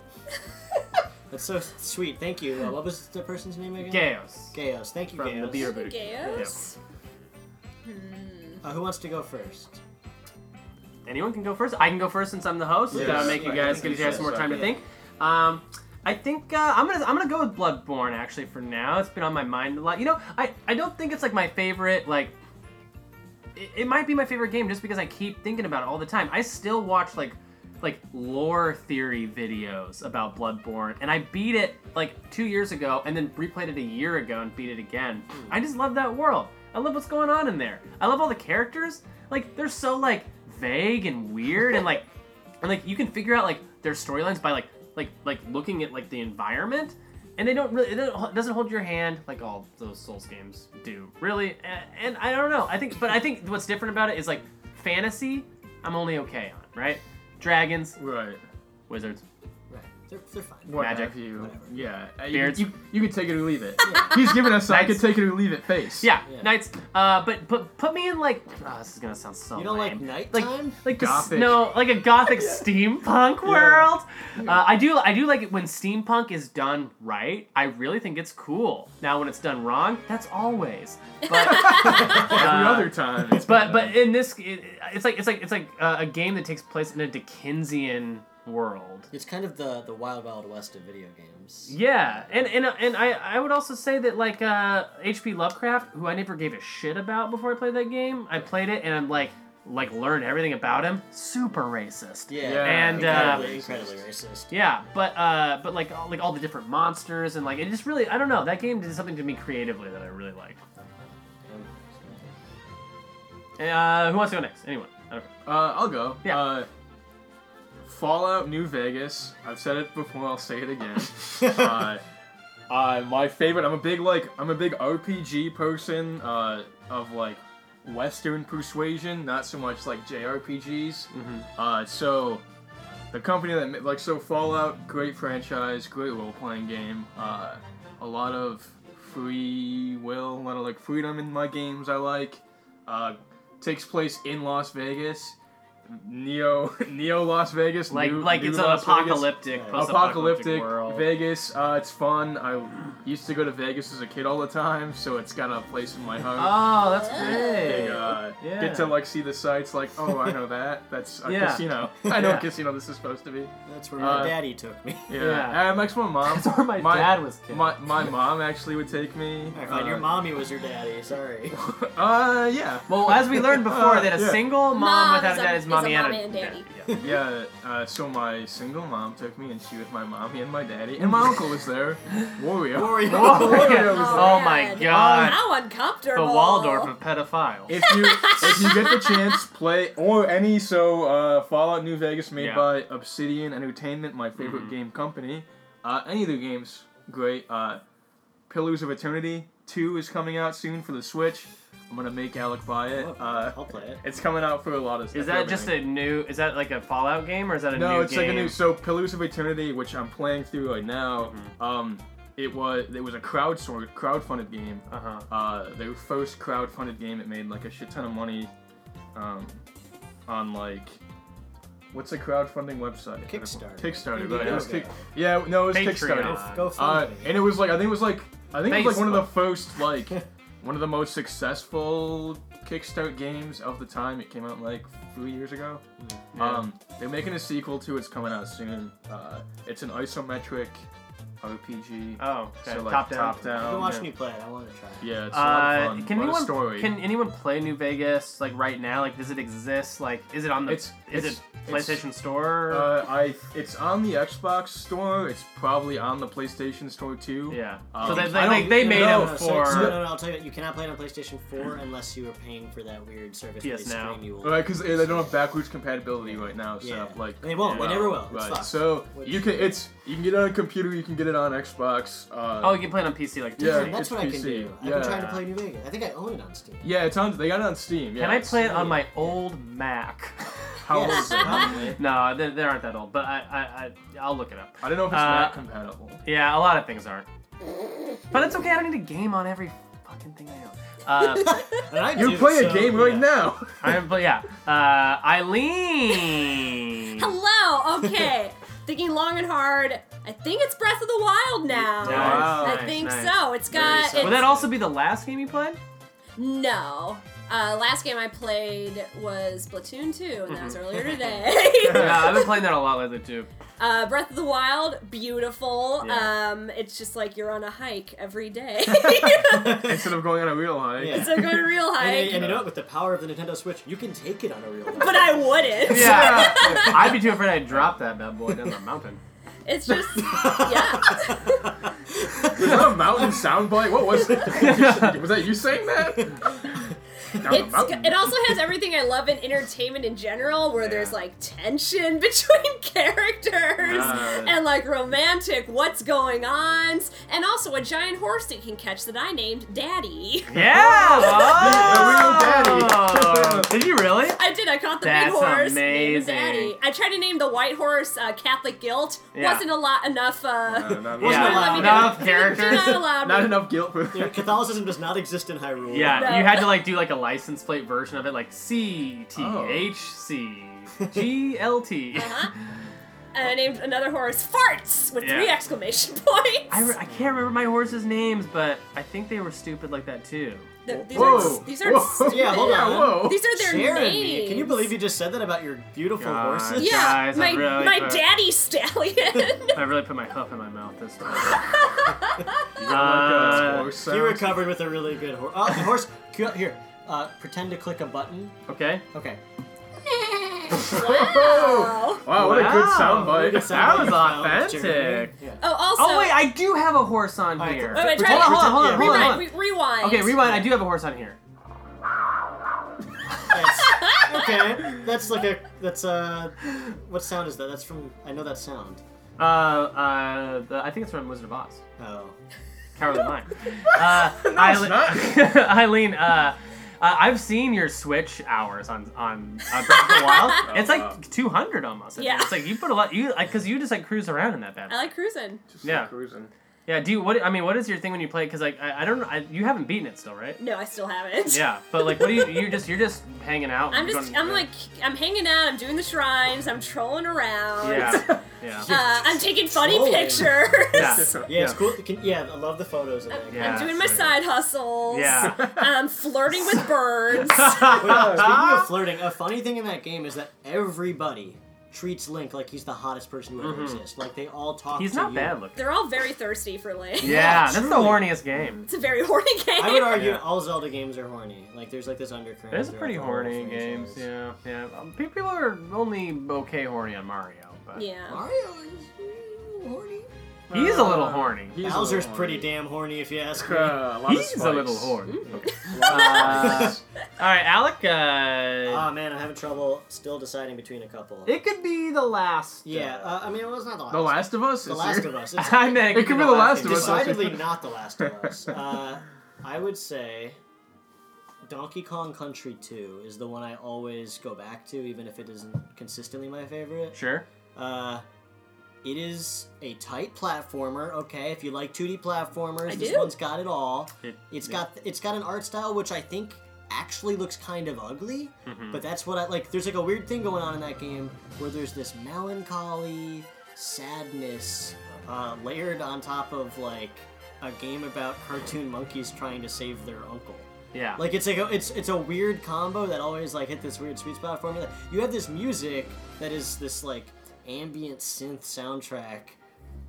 Speaker 2: That's so sweet. Thank you. Uh, what was the person's name again?
Speaker 1: Gaos.
Speaker 2: Gaos. Thank you,
Speaker 1: From
Speaker 2: Gaos.
Speaker 1: the beer booty.
Speaker 4: Gaius?
Speaker 2: Uh, who wants to go first?
Speaker 1: Anyone can go first. I can go first since I'm the host.
Speaker 3: Yes.
Speaker 1: That'll make you
Speaker 3: Right.
Speaker 1: guys
Speaker 3: Thank
Speaker 1: give
Speaker 3: you,
Speaker 1: you guys
Speaker 3: sir.
Speaker 1: some more time to
Speaker 2: Yeah.
Speaker 1: think. Um, I think uh, I'm gonna I'm gonna go with Bloodborne actually for now. It's been on my mind a lot. You know, I I don't think it's like my favorite like. It, it might be my favorite game just because I keep thinking about it all the time. I still watch like like lore theory videos about Bloodborne, and I beat it like two years ago, and then replayed it a year ago and beat it again. I just love that world. I love what's going on in there. I love all the characters. Like they're so like vague and weird, and like and like you can figure out like their storylines by like like like looking at like the environment, and they don't really it don't- it doesn't hold your hand like all those Souls games do really. A- And I don't know. I think but I think what's different about it is like fantasy. I'm only okay on right. Dragons,
Speaker 3: Right.
Speaker 1: wizards.
Speaker 2: Right. They're, they're fine.
Speaker 3: What
Speaker 1: Magic.
Speaker 3: have you?
Speaker 2: Whatever.
Speaker 3: Yeah. Uh, You,
Speaker 1: Beards.
Speaker 3: you, you can take it or leave it. He's giving us. I
Speaker 1: Nice.
Speaker 3: could take it or leave it. Face.
Speaker 1: Yeah,
Speaker 2: Yeah.
Speaker 1: knights. Uh, but put put me in like. Oh, this is gonna sound so.
Speaker 2: You don't like
Speaker 1: lame.
Speaker 2: nighttime?
Speaker 1: Like like the s-
Speaker 3: Gothic.
Speaker 1: no, like a gothic steampunk world. Uh, I do I do like it when steampunk is done right. I really think it's cool. Now when it's done wrong, that's always. But
Speaker 3: Every
Speaker 1: uh,
Speaker 3: other time. it's
Speaker 1: but
Speaker 3: bad.
Speaker 1: but in this, it, it's like it's like it's like uh, a game that takes place in a Dickensian world.
Speaker 2: It's kind of the the wild wild west of video games.
Speaker 1: Yeah, and and and I I would also say that like uh H.P. Lovecraft, who I never gave a shit about before I played that game, I played it and I'm like like learned everything about him. Super racist.
Speaker 2: Yeah.
Speaker 3: Yeah.
Speaker 1: And, uh,
Speaker 2: incredibly, incredibly racist.
Speaker 1: Yeah, but uh but like all, like all the different monsters and like it just really I don't know that game did something to me creatively that I really like. Uh, who wants to go next? Anyone? Okay.
Speaker 3: Uh, I'll go.
Speaker 1: Yeah.
Speaker 3: Uh, Fallout New Vegas. I've said it before. I'll say it again. uh, uh, my favorite. I'm a big like. I'm a big RPG person. Uh, of like Western persuasion, not so much like JRPGs.
Speaker 1: Mm-hmm.
Speaker 3: Uh, so the company that ma- like so Fallout, great franchise, great role playing game. Uh, a lot of free will, a lot of like freedom in my games. I like. Uh, takes place in Las Vegas. Neo, Neo Las Vegas.
Speaker 1: Like
Speaker 3: new-
Speaker 1: like
Speaker 3: new
Speaker 1: it's an
Speaker 3: Las Vegas.
Speaker 1: apocalyptic
Speaker 2: Yeah.
Speaker 1: post-apocalyptic
Speaker 3: Apocalyptic
Speaker 1: world.
Speaker 3: Vegas. Uh, it's fun. I used to go to Vegas as a kid all the time, so it's got a place in my heart.
Speaker 1: Oh, that's
Speaker 4: Yeah.
Speaker 1: great.
Speaker 3: Big, uh,
Speaker 1: Yeah.
Speaker 3: get to like see the sights. Like, oh, I know that. That's a
Speaker 1: Yeah.
Speaker 3: casino. I know
Speaker 1: Yeah.
Speaker 3: a casino. This is supposed to be.
Speaker 2: That's where
Speaker 3: Uh,
Speaker 2: my daddy took me.
Speaker 3: Yeah.
Speaker 1: Yeah.
Speaker 3: Uh, next one, mom.
Speaker 1: That's where my dad was killed.
Speaker 3: My, my mom actually would take me.
Speaker 2: I thought
Speaker 3: uh,
Speaker 2: your mommy was your daddy. Sorry.
Speaker 3: Uh, yeah.
Speaker 1: Well, as we learned before,
Speaker 3: Uh,
Speaker 1: that a
Speaker 3: yeah.
Speaker 1: single mom, without
Speaker 4: is
Speaker 1: a dad is mommy
Speaker 4: a
Speaker 1: and
Speaker 4: mommy
Speaker 1: a-
Speaker 4: and daddy.
Speaker 3: Yeah, uh, so my single mom took me, and she was my mommy and my daddy, and my uncle was there. Wario.
Speaker 2: Wario.
Speaker 3: Wario was there.
Speaker 1: Oh my
Speaker 4: man.
Speaker 1: God.
Speaker 4: How uncomfortable.
Speaker 1: The Waldorf of pedophiles.
Speaker 3: If you if you get the chance, play or any so uh, Fallout New Vegas made
Speaker 1: Yeah. Mm-hmm.
Speaker 3: by Obsidian Entertainment, my favorite game company. Uh, any of their games, great. Uh, Pillars of Eternity Two is coming out soon for the Switch. I'm gonna make Alec buy it. Uh,
Speaker 2: I'll play it.
Speaker 3: it's coming out for a lot of stuff.
Speaker 1: is that just a new? Is that like a Fallout game or is that a new
Speaker 3: No, it's
Speaker 1: game?
Speaker 3: like a new. So, Pillars of Eternity, which I'm playing through right now,
Speaker 1: Mm-hmm.
Speaker 3: um, it was it was a crowdsourced, crowdfunded game.
Speaker 1: Uh huh.
Speaker 3: Uh, their first crowdfunded game, it made like a shit ton of money, um, on like, what's a crowdfunding website?
Speaker 2: Kickstarter.
Speaker 3: Kickstarter,
Speaker 2: Indiegogo.
Speaker 3: right? It was kick- yeah, no, it was
Speaker 1: Patreon.
Speaker 3: Kickstarter.
Speaker 1: Uh,
Speaker 2: Go fund
Speaker 3: Uh,
Speaker 2: me.
Speaker 3: and it was like I think it was like I think it was like one of the
Speaker 1: Facebook.
Speaker 3: first like one of the most successful Kickstarter games of the time. It came out like three years ago.
Speaker 1: Mm.
Speaker 3: Um, they're making a sequel to. it. It's coming out soon. Uh, it's an isometric RPG.
Speaker 1: Oh, okay.
Speaker 3: So, like,
Speaker 1: top down.
Speaker 3: top down.
Speaker 2: I've been
Speaker 3: um,
Speaker 2: watching
Speaker 3: yeah.
Speaker 2: you play it. I want to try it.
Speaker 3: Yeah, it's a lot of
Speaker 1: Uh,
Speaker 3: fun.
Speaker 1: can
Speaker 3: a lot of
Speaker 1: anyone
Speaker 3: story.
Speaker 1: can anyone play New Vegas like right now? Like, does it exist? Like, is it on the?
Speaker 3: It's-
Speaker 1: is
Speaker 3: it's-
Speaker 1: it
Speaker 3: it's-
Speaker 1: PlayStation Store?
Speaker 3: Uh, I it's on the Xbox store. It's probably on the PlayStation store too.
Speaker 1: yeah.
Speaker 3: um,
Speaker 1: so they,
Speaker 3: I
Speaker 1: they, they,
Speaker 3: don't-
Speaker 1: they made
Speaker 3: no,
Speaker 1: them
Speaker 2: so- so
Speaker 1: for.
Speaker 2: no, no, no, I'll tell you, you cannot play it on PlayStation 4 unless you are paying for that weird service.
Speaker 1: Yes,
Speaker 2: where they
Speaker 1: now.
Speaker 2: screen You
Speaker 3: Right, because Uh, they don't have backwards compatibility right now, so
Speaker 2: Yeah.
Speaker 3: like
Speaker 2: They won't, they
Speaker 3: yeah.
Speaker 2: never will, it's
Speaker 3: Right.
Speaker 2: fucked.
Speaker 3: So
Speaker 2: Which-
Speaker 3: you can it's you can get it on a computer, you can get it on Xbox. Uh,
Speaker 1: Oh, you can play it on PC like.
Speaker 3: Yeah.
Speaker 1: Disney.
Speaker 2: that's
Speaker 3: it's
Speaker 2: what I can
Speaker 3: PC,
Speaker 2: do.
Speaker 3: yeah.
Speaker 2: I've been trying to play New Vegas. I think I own it on Steam.
Speaker 3: yeah, it's on. They got it on Steam. Yeah,
Speaker 1: Can I
Speaker 3: it's-
Speaker 1: play it on my old Mac?
Speaker 3: How old is it?
Speaker 2: probably.
Speaker 1: no, they, they aren't that old, but I, I, I I'll look it up.
Speaker 3: I don't know if it's
Speaker 1: Uh,
Speaker 3: Mac compatible.
Speaker 1: Yeah, a lot of things aren't. But it's okay. I don't need a game on every fucking thing I own. Uh,
Speaker 2: And I
Speaker 3: You
Speaker 2: do,
Speaker 3: play
Speaker 2: so,
Speaker 3: a game right
Speaker 2: yeah.
Speaker 3: now.
Speaker 1: I, but yeah, uh, Eileen.
Speaker 4: Hello. Okay. Thinking long and hard. I think it's Breath of the Wild now.
Speaker 1: Nice,
Speaker 4: I
Speaker 1: nice,
Speaker 4: think
Speaker 1: nice.
Speaker 4: so. It's
Speaker 2: Very
Speaker 4: got.
Speaker 2: solid.
Speaker 1: Would
Speaker 4: it's-
Speaker 1: that also be the last game you played?
Speaker 4: No. Uh, last game I played was Splatoon 2, and that was earlier today.
Speaker 1: Mm-hmm. yeah, I've been playing that a lot lately too.
Speaker 4: uh, Breath of the Wild, beautiful.
Speaker 1: Yeah.
Speaker 4: Um, it's just like you're on a hike every day.
Speaker 3: Instead of going on a real hike.
Speaker 2: Yeah.
Speaker 4: so go to real
Speaker 2: And,
Speaker 4: hike.
Speaker 2: and you know what? With the power of the Nintendo Switch, you can take it on a real
Speaker 4: but I wouldn't.
Speaker 1: Yeah, I'd be too afraid I'd drop that bad boy down the mountain.
Speaker 4: It's just, yeah.
Speaker 3: Was that a mountain soundbite? What was it? was that you saying that? Down the
Speaker 4: It's,
Speaker 3: mountain.
Speaker 4: it also has everything I love in entertainment in general, where there's
Speaker 1: Yeah.
Speaker 4: like tension between characters
Speaker 3: Uh.
Speaker 4: and like romantic what's going ons, and also a giant horse that can catch that I named Daddy.
Speaker 1: Yeah.
Speaker 3: The real daddy.
Speaker 1: oh. Did you really?
Speaker 4: I did. I caught the
Speaker 1: That's
Speaker 4: big horse. named
Speaker 1: amazing.
Speaker 4: Daddy. I tried to name the white horse uh, Catholic Guilt.
Speaker 1: Yeah.
Speaker 4: Wasn't a lot enough. Uh,
Speaker 3: No, not
Speaker 1: Yeah.
Speaker 2: allowed.
Speaker 3: allowed.
Speaker 1: Enough
Speaker 4: you're
Speaker 1: characters.
Speaker 4: not allowed.
Speaker 3: Not enough guilt for.
Speaker 2: Dude, Catholicism does not exist in Hyrule.
Speaker 1: Yeah,
Speaker 4: No.
Speaker 1: you had to like do like a license plate version of it, like C T
Speaker 3: Oh.
Speaker 1: H C G L T.
Speaker 4: Uh-huh. And I named another horse Farts with
Speaker 1: Yeah.
Speaker 4: three exclamation points.
Speaker 1: I, re- I can't remember my horses' names, but I think they were stupid like that too.
Speaker 4: Th- these
Speaker 3: Whoa.
Speaker 4: are these are
Speaker 3: Whoa.
Speaker 2: Yeah, hold
Speaker 3: Yeah,
Speaker 2: on.
Speaker 1: Oh,
Speaker 3: whoa.
Speaker 4: these are their
Speaker 2: Jeremy,
Speaker 4: names.
Speaker 2: can you believe you just said that about your beautiful
Speaker 1: God.
Speaker 2: horses?
Speaker 4: Yeah,
Speaker 1: Guys, I
Speaker 4: my
Speaker 1: really
Speaker 4: my
Speaker 1: put-
Speaker 4: daddy stallion.
Speaker 1: I really put my hoof in my mouth this time.
Speaker 3: Uh,
Speaker 1: uh,
Speaker 2: He recovered with a really good horse. Oh, the horse. cu- Here, uh, pretend to click a button.
Speaker 1: okay.
Speaker 2: Okay.
Speaker 4: Oh,
Speaker 1: Oh.
Speaker 4: wow.
Speaker 3: Wow, what a good
Speaker 1: Wow.
Speaker 3: soundbite.
Speaker 2: Good Oh, sound
Speaker 1: That
Speaker 2: bite
Speaker 1: was
Speaker 2: you found, Jeremy.
Speaker 1: authentic.
Speaker 2: Yeah.
Speaker 4: Oh, also.
Speaker 1: Oh wait, I do have a horse on
Speaker 2: Alright,
Speaker 1: here.
Speaker 4: Wait, wait, try
Speaker 1: hold on,
Speaker 4: to-
Speaker 1: hold on, hold on, hold on,
Speaker 4: rewind.
Speaker 1: hold on.
Speaker 4: re- rewind.
Speaker 1: Okay, rewind. I do have a horse on here.
Speaker 2: That's- okay, that's like a that's uh, what sound is that? That's from I know that sound.
Speaker 1: Uh, uh, the, I think it's from Wizard of Oz.
Speaker 2: Oh,
Speaker 1: Cowardly Lion. Uh, Eileen, Eileen, uh, uh, I've seen your Switch hours on on uh, Breath of the Wild. it's like
Speaker 3: wow.
Speaker 1: 200 almost. I think.
Speaker 4: Yeah.
Speaker 1: It's like you put a lot. You like because you just like cruise around in that bad.
Speaker 4: I like cruising.
Speaker 3: Just
Speaker 1: Yeah.
Speaker 3: cruising.
Speaker 1: Yeah. Do you, what? I mean, what is your thing when you play? Because like I, I don't. I, you haven't beaten it still, right?
Speaker 4: No, I still haven't.
Speaker 1: Yeah. But like, what do you? You just you're just hanging out.
Speaker 4: I'm just,
Speaker 1: going-
Speaker 4: I'm like, I'm hanging out, I'm doing the shrines, I'm trolling around.
Speaker 1: Yeah. Yeah.
Speaker 4: Uh, I'm taking funny
Speaker 2: Trolling.
Speaker 4: pictures.
Speaker 1: Yeah.
Speaker 2: Yeah, it's cool. Can, yeah, I love the photos of it.
Speaker 1: Yeah.
Speaker 4: I'm doing my
Speaker 1: so-
Speaker 4: side hustles.
Speaker 1: Yeah.
Speaker 4: I'm flirting with birds.
Speaker 2: Wait, no, speaking of flirting, a funny thing in that game is that everybody treats Link like he's the hottest person who ever exists. Like they all talk.
Speaker 1: Mm-hmm. He's
Speaker 2: to
Speaker 1: not
Speaker 2: you.
Speaker 1: bad looking.
Speaker 4: They're all very thirsty for Link.
Speaker 1: Yeah. That's the
Speaker 2: truly.
Speaker 1: horniest game.
Speaker 4: It's a very horny game.
Speaker 2: I would argue
Speaker 1: Yeah.
Speaker 2: all Zelda games are horny. Like there's like this undercurrent.
Speaker 1: There's
Speaker 2: throughout
Speaker 1: pretty
Speaker 2: the whole
Speaker 1: horny
Speaker 2: franchise.
Speaker 1: games. Yeah. Yeah. Um, pe- People are only okay horny on Mario, but
Speaker 4: yeah.
Speaker 2: Mario is mm, horny.
Speaker 1: he's a little horny.
Speaker 3: Uh, He's a little
Speaker 2: Bowser's
Speaker 3: horny.
Speaker 2: pretty damn horny if you ask
Speaker 3: Uh,
Speaker 2: me.
Speaker 3: a lot of
Speaker 1: He's a little
Speaker 3: spikes.
Speaker 1: horny.
Speaker 4: Mm.
Speaker 3: Uh,
Speaker 1: Uh, all right, Alec. Uh,
Speaker 2: Ah man, I'm having trouble still deciding between a couple.
Speaker 1: it could be the last.
Speaker 2: yeah, uh, I mean it was not the last.
Speaker 3: the Last of Us.
Speaker 2: The
Speaker 3: is
Speaker 2: Last
Speaker 3: your-
Speaker 2: of Us. It's
Speaker 1: I meant
Speaker 3: uh, It could be The Last of Us.
Speaker 2: decidedly not the Last of Us. Uh, I would say Donkey Kong Country 2 is the one I always go back to, even if it isn't consistently my favorite.
Speaker 1: Sure.
Speaker 2: Uh, it is a tight platformer. Okay, if you like 2D platformers,
Speaker 4: I
Speaker 2: this
Speaker 4: do.
Speaker 2: one's got it all.
Speaker 1: It-
Speaker 2: It's got it's got an art style which I think actually looks kind of ugly,
Speaker 1: Mm-hmm.
Speaker 2: but that's what I like. There's like a weird thing going on in that game where there's this melancholy sadness uh, layered on top of like a game about cartoon monkeys trying to save their uncle.
Speaker 1: Yeah.
Speaker 2: Like it's like a, it's it's a weird combo that always like hit this weird sweet spot for me. Like, you have this music that is this like ambient synth soundtrack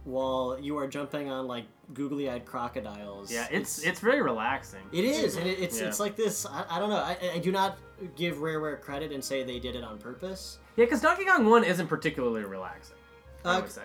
Speaker 2: while you are jumping on like googly-eyed crocodiles.
Speaker 1: yeah. It's it's very relaxing.
Speaker 2: it is, and it, it's
Speaker 1: Yeah.
Speaker 2: it's like this. I, I don't know. I, I do not give Rareware credit and say they did it on purpose.
Speaker 1: Yeah, because Donkey Kong One isn't particularly relaxing. I
Speaker 2: Uh,
Speaker 1: would say.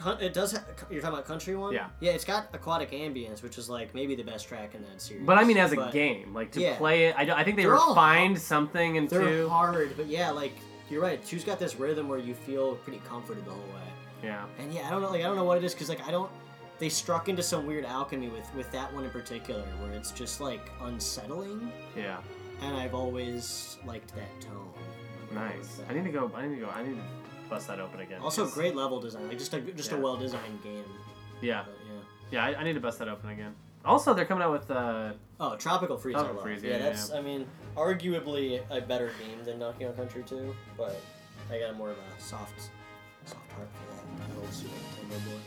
Speaker 2: Hun- It does. Ha- you're talking about Country One.
Speaker 1: Yeah.
Speaker 2: Yeah, it's got aquatic ambience, which is like maybe the best track in that series.
Speaker 1: But I mean, as a
Speaker 2: But-
Speaker 1: game, like to
Speaker 2: yeah.
Speaker 1: play it, I, don't- I think they
Speaker 2: They're all-
Speaker 1: refined something into.
Speaker 2: They're hard, but yeah, like you're right. Two's got this rhythm where you feel pretty comforted the whole way.
Speaker 1: Yeah.
Speaker 2: And yeah, I don't know, like I don't know what it is because like I don't. They struck into some weird alchemy with with that one in particular, where it's just like unsettling,
Speaker 1: Yeah.
Speaker 2: and I've always liked that tone.
Speaker 1: Nice. I need to go. I need to go. I need to bust that open again.
Speaker 2: Also,
Speaker 1: 'cause-
Speaker 2: great level design, like just a just a
Speaker 1: Yeah.
Speaker 2: well designed game.
Speaker 1: Yeah.
Speaker 2: But, yeah.
Speaker 1: Yeah. I, I need to bust that open again. Also, they're coming out with. uh
Speaker 2: Oh, Tropical Freeze!
Speaker 1: Tropical
Speaker 2: I love.
Speaker 1: Freeze,
Speaker 2: yeah,
Speaker 1: yeah,
Speaker 2: that's
Speaker 1: yeah.
Speaker 2: I mean, arguably a better game than Knocking on Country 2, but I got more of a soft, soft heart for that old Super Nintendo boy.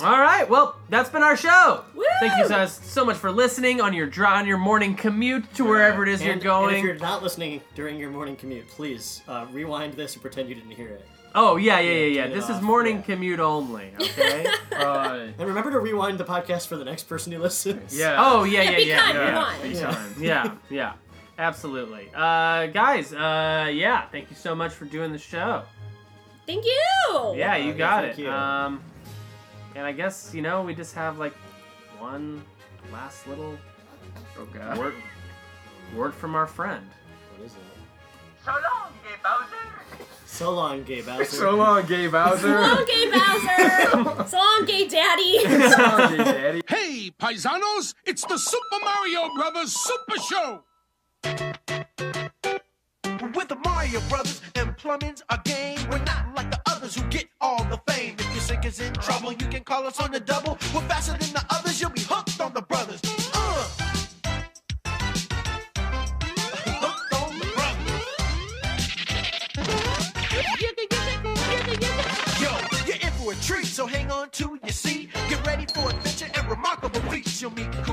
Speaker 1: All right. Well, that's been our show.
Speaker 4: Woo!
Speaker 1: Thank you guys so much for listening on your dr- on your morning commute to wherever it is
Speaker 2: And-
Speaker 1: you're going.
Speaker 2: And if you're not listening during your morning commute, please uh, rewind this and pretend you didn't hear it.
Speaker 1: Oh yeah, yeah,
Speaker 2: Yeah,
Speaker 1: yeah, yeah.
Speaker 2: turn it
Speaker 1: This is
Speaker 2: off,
Speaker 1: morning
Speaker 2: yeah.
Speaker 1: commute only. Okay.
Speaker 3: Uh,
Speaker 2: And remember to rewind the podcast for the next person who listens.
Speaker 3: yeah.
Speaker 1: oh yeah,
Speaker 4: Yeah,
Speaker 1: yeah,
Speaker 4: be
Speaker 1: yeah,
Speaker 4: kind,
Speaker 1: yeah.
Speaker 4: be
Speaker 1: Yeah,
Speaker 4: kind.
Speaker 3: Big
Speaker 2: Yeah.
Speaker 3: time.
Speaker 1: yeah, Absolutely. Uh, guys, uh, yeah. Thank you so much for doing the show.
Speaker 4: Thank you.
Speaker 1: Yeah,
Speaker 2: yeah,
Speaker 1: you got
Speaker 2: thank
Speaker 1: it.
Speaker 2: you.
Speaker 1: Um, and I guess you know we just have like one last little
Speaker 3: Oh god.
Speaker 1: word word from our friend.
Speaker 2: What is it?
Speaker 6: So long, Gay Bowser!
Speaker 2: So long, Gay Bowser.
Speaker 3: So long, Gay
Speaker 4: So long,
Speaker 3: Bowser.
Speaker 4: gay Bowser. so long, gay daddy.
Speaker 3: so long, Gay Daddy.
Speaker 8: Hey, paisanos, it's the Super Mario Brothers Super Show!
Speaker 9: With the Mario Brothers and plumbing's our game. We're not like the others who get all the fame. If your sink is in trouble, you can call us on the double. We're faster than the others, you'll be hooked on the brothers. Uh. Hooked on the brothers. Yo, you're in for a treat, so hang on to your seat. Get ready for adventure and remarkable feats. You'll meet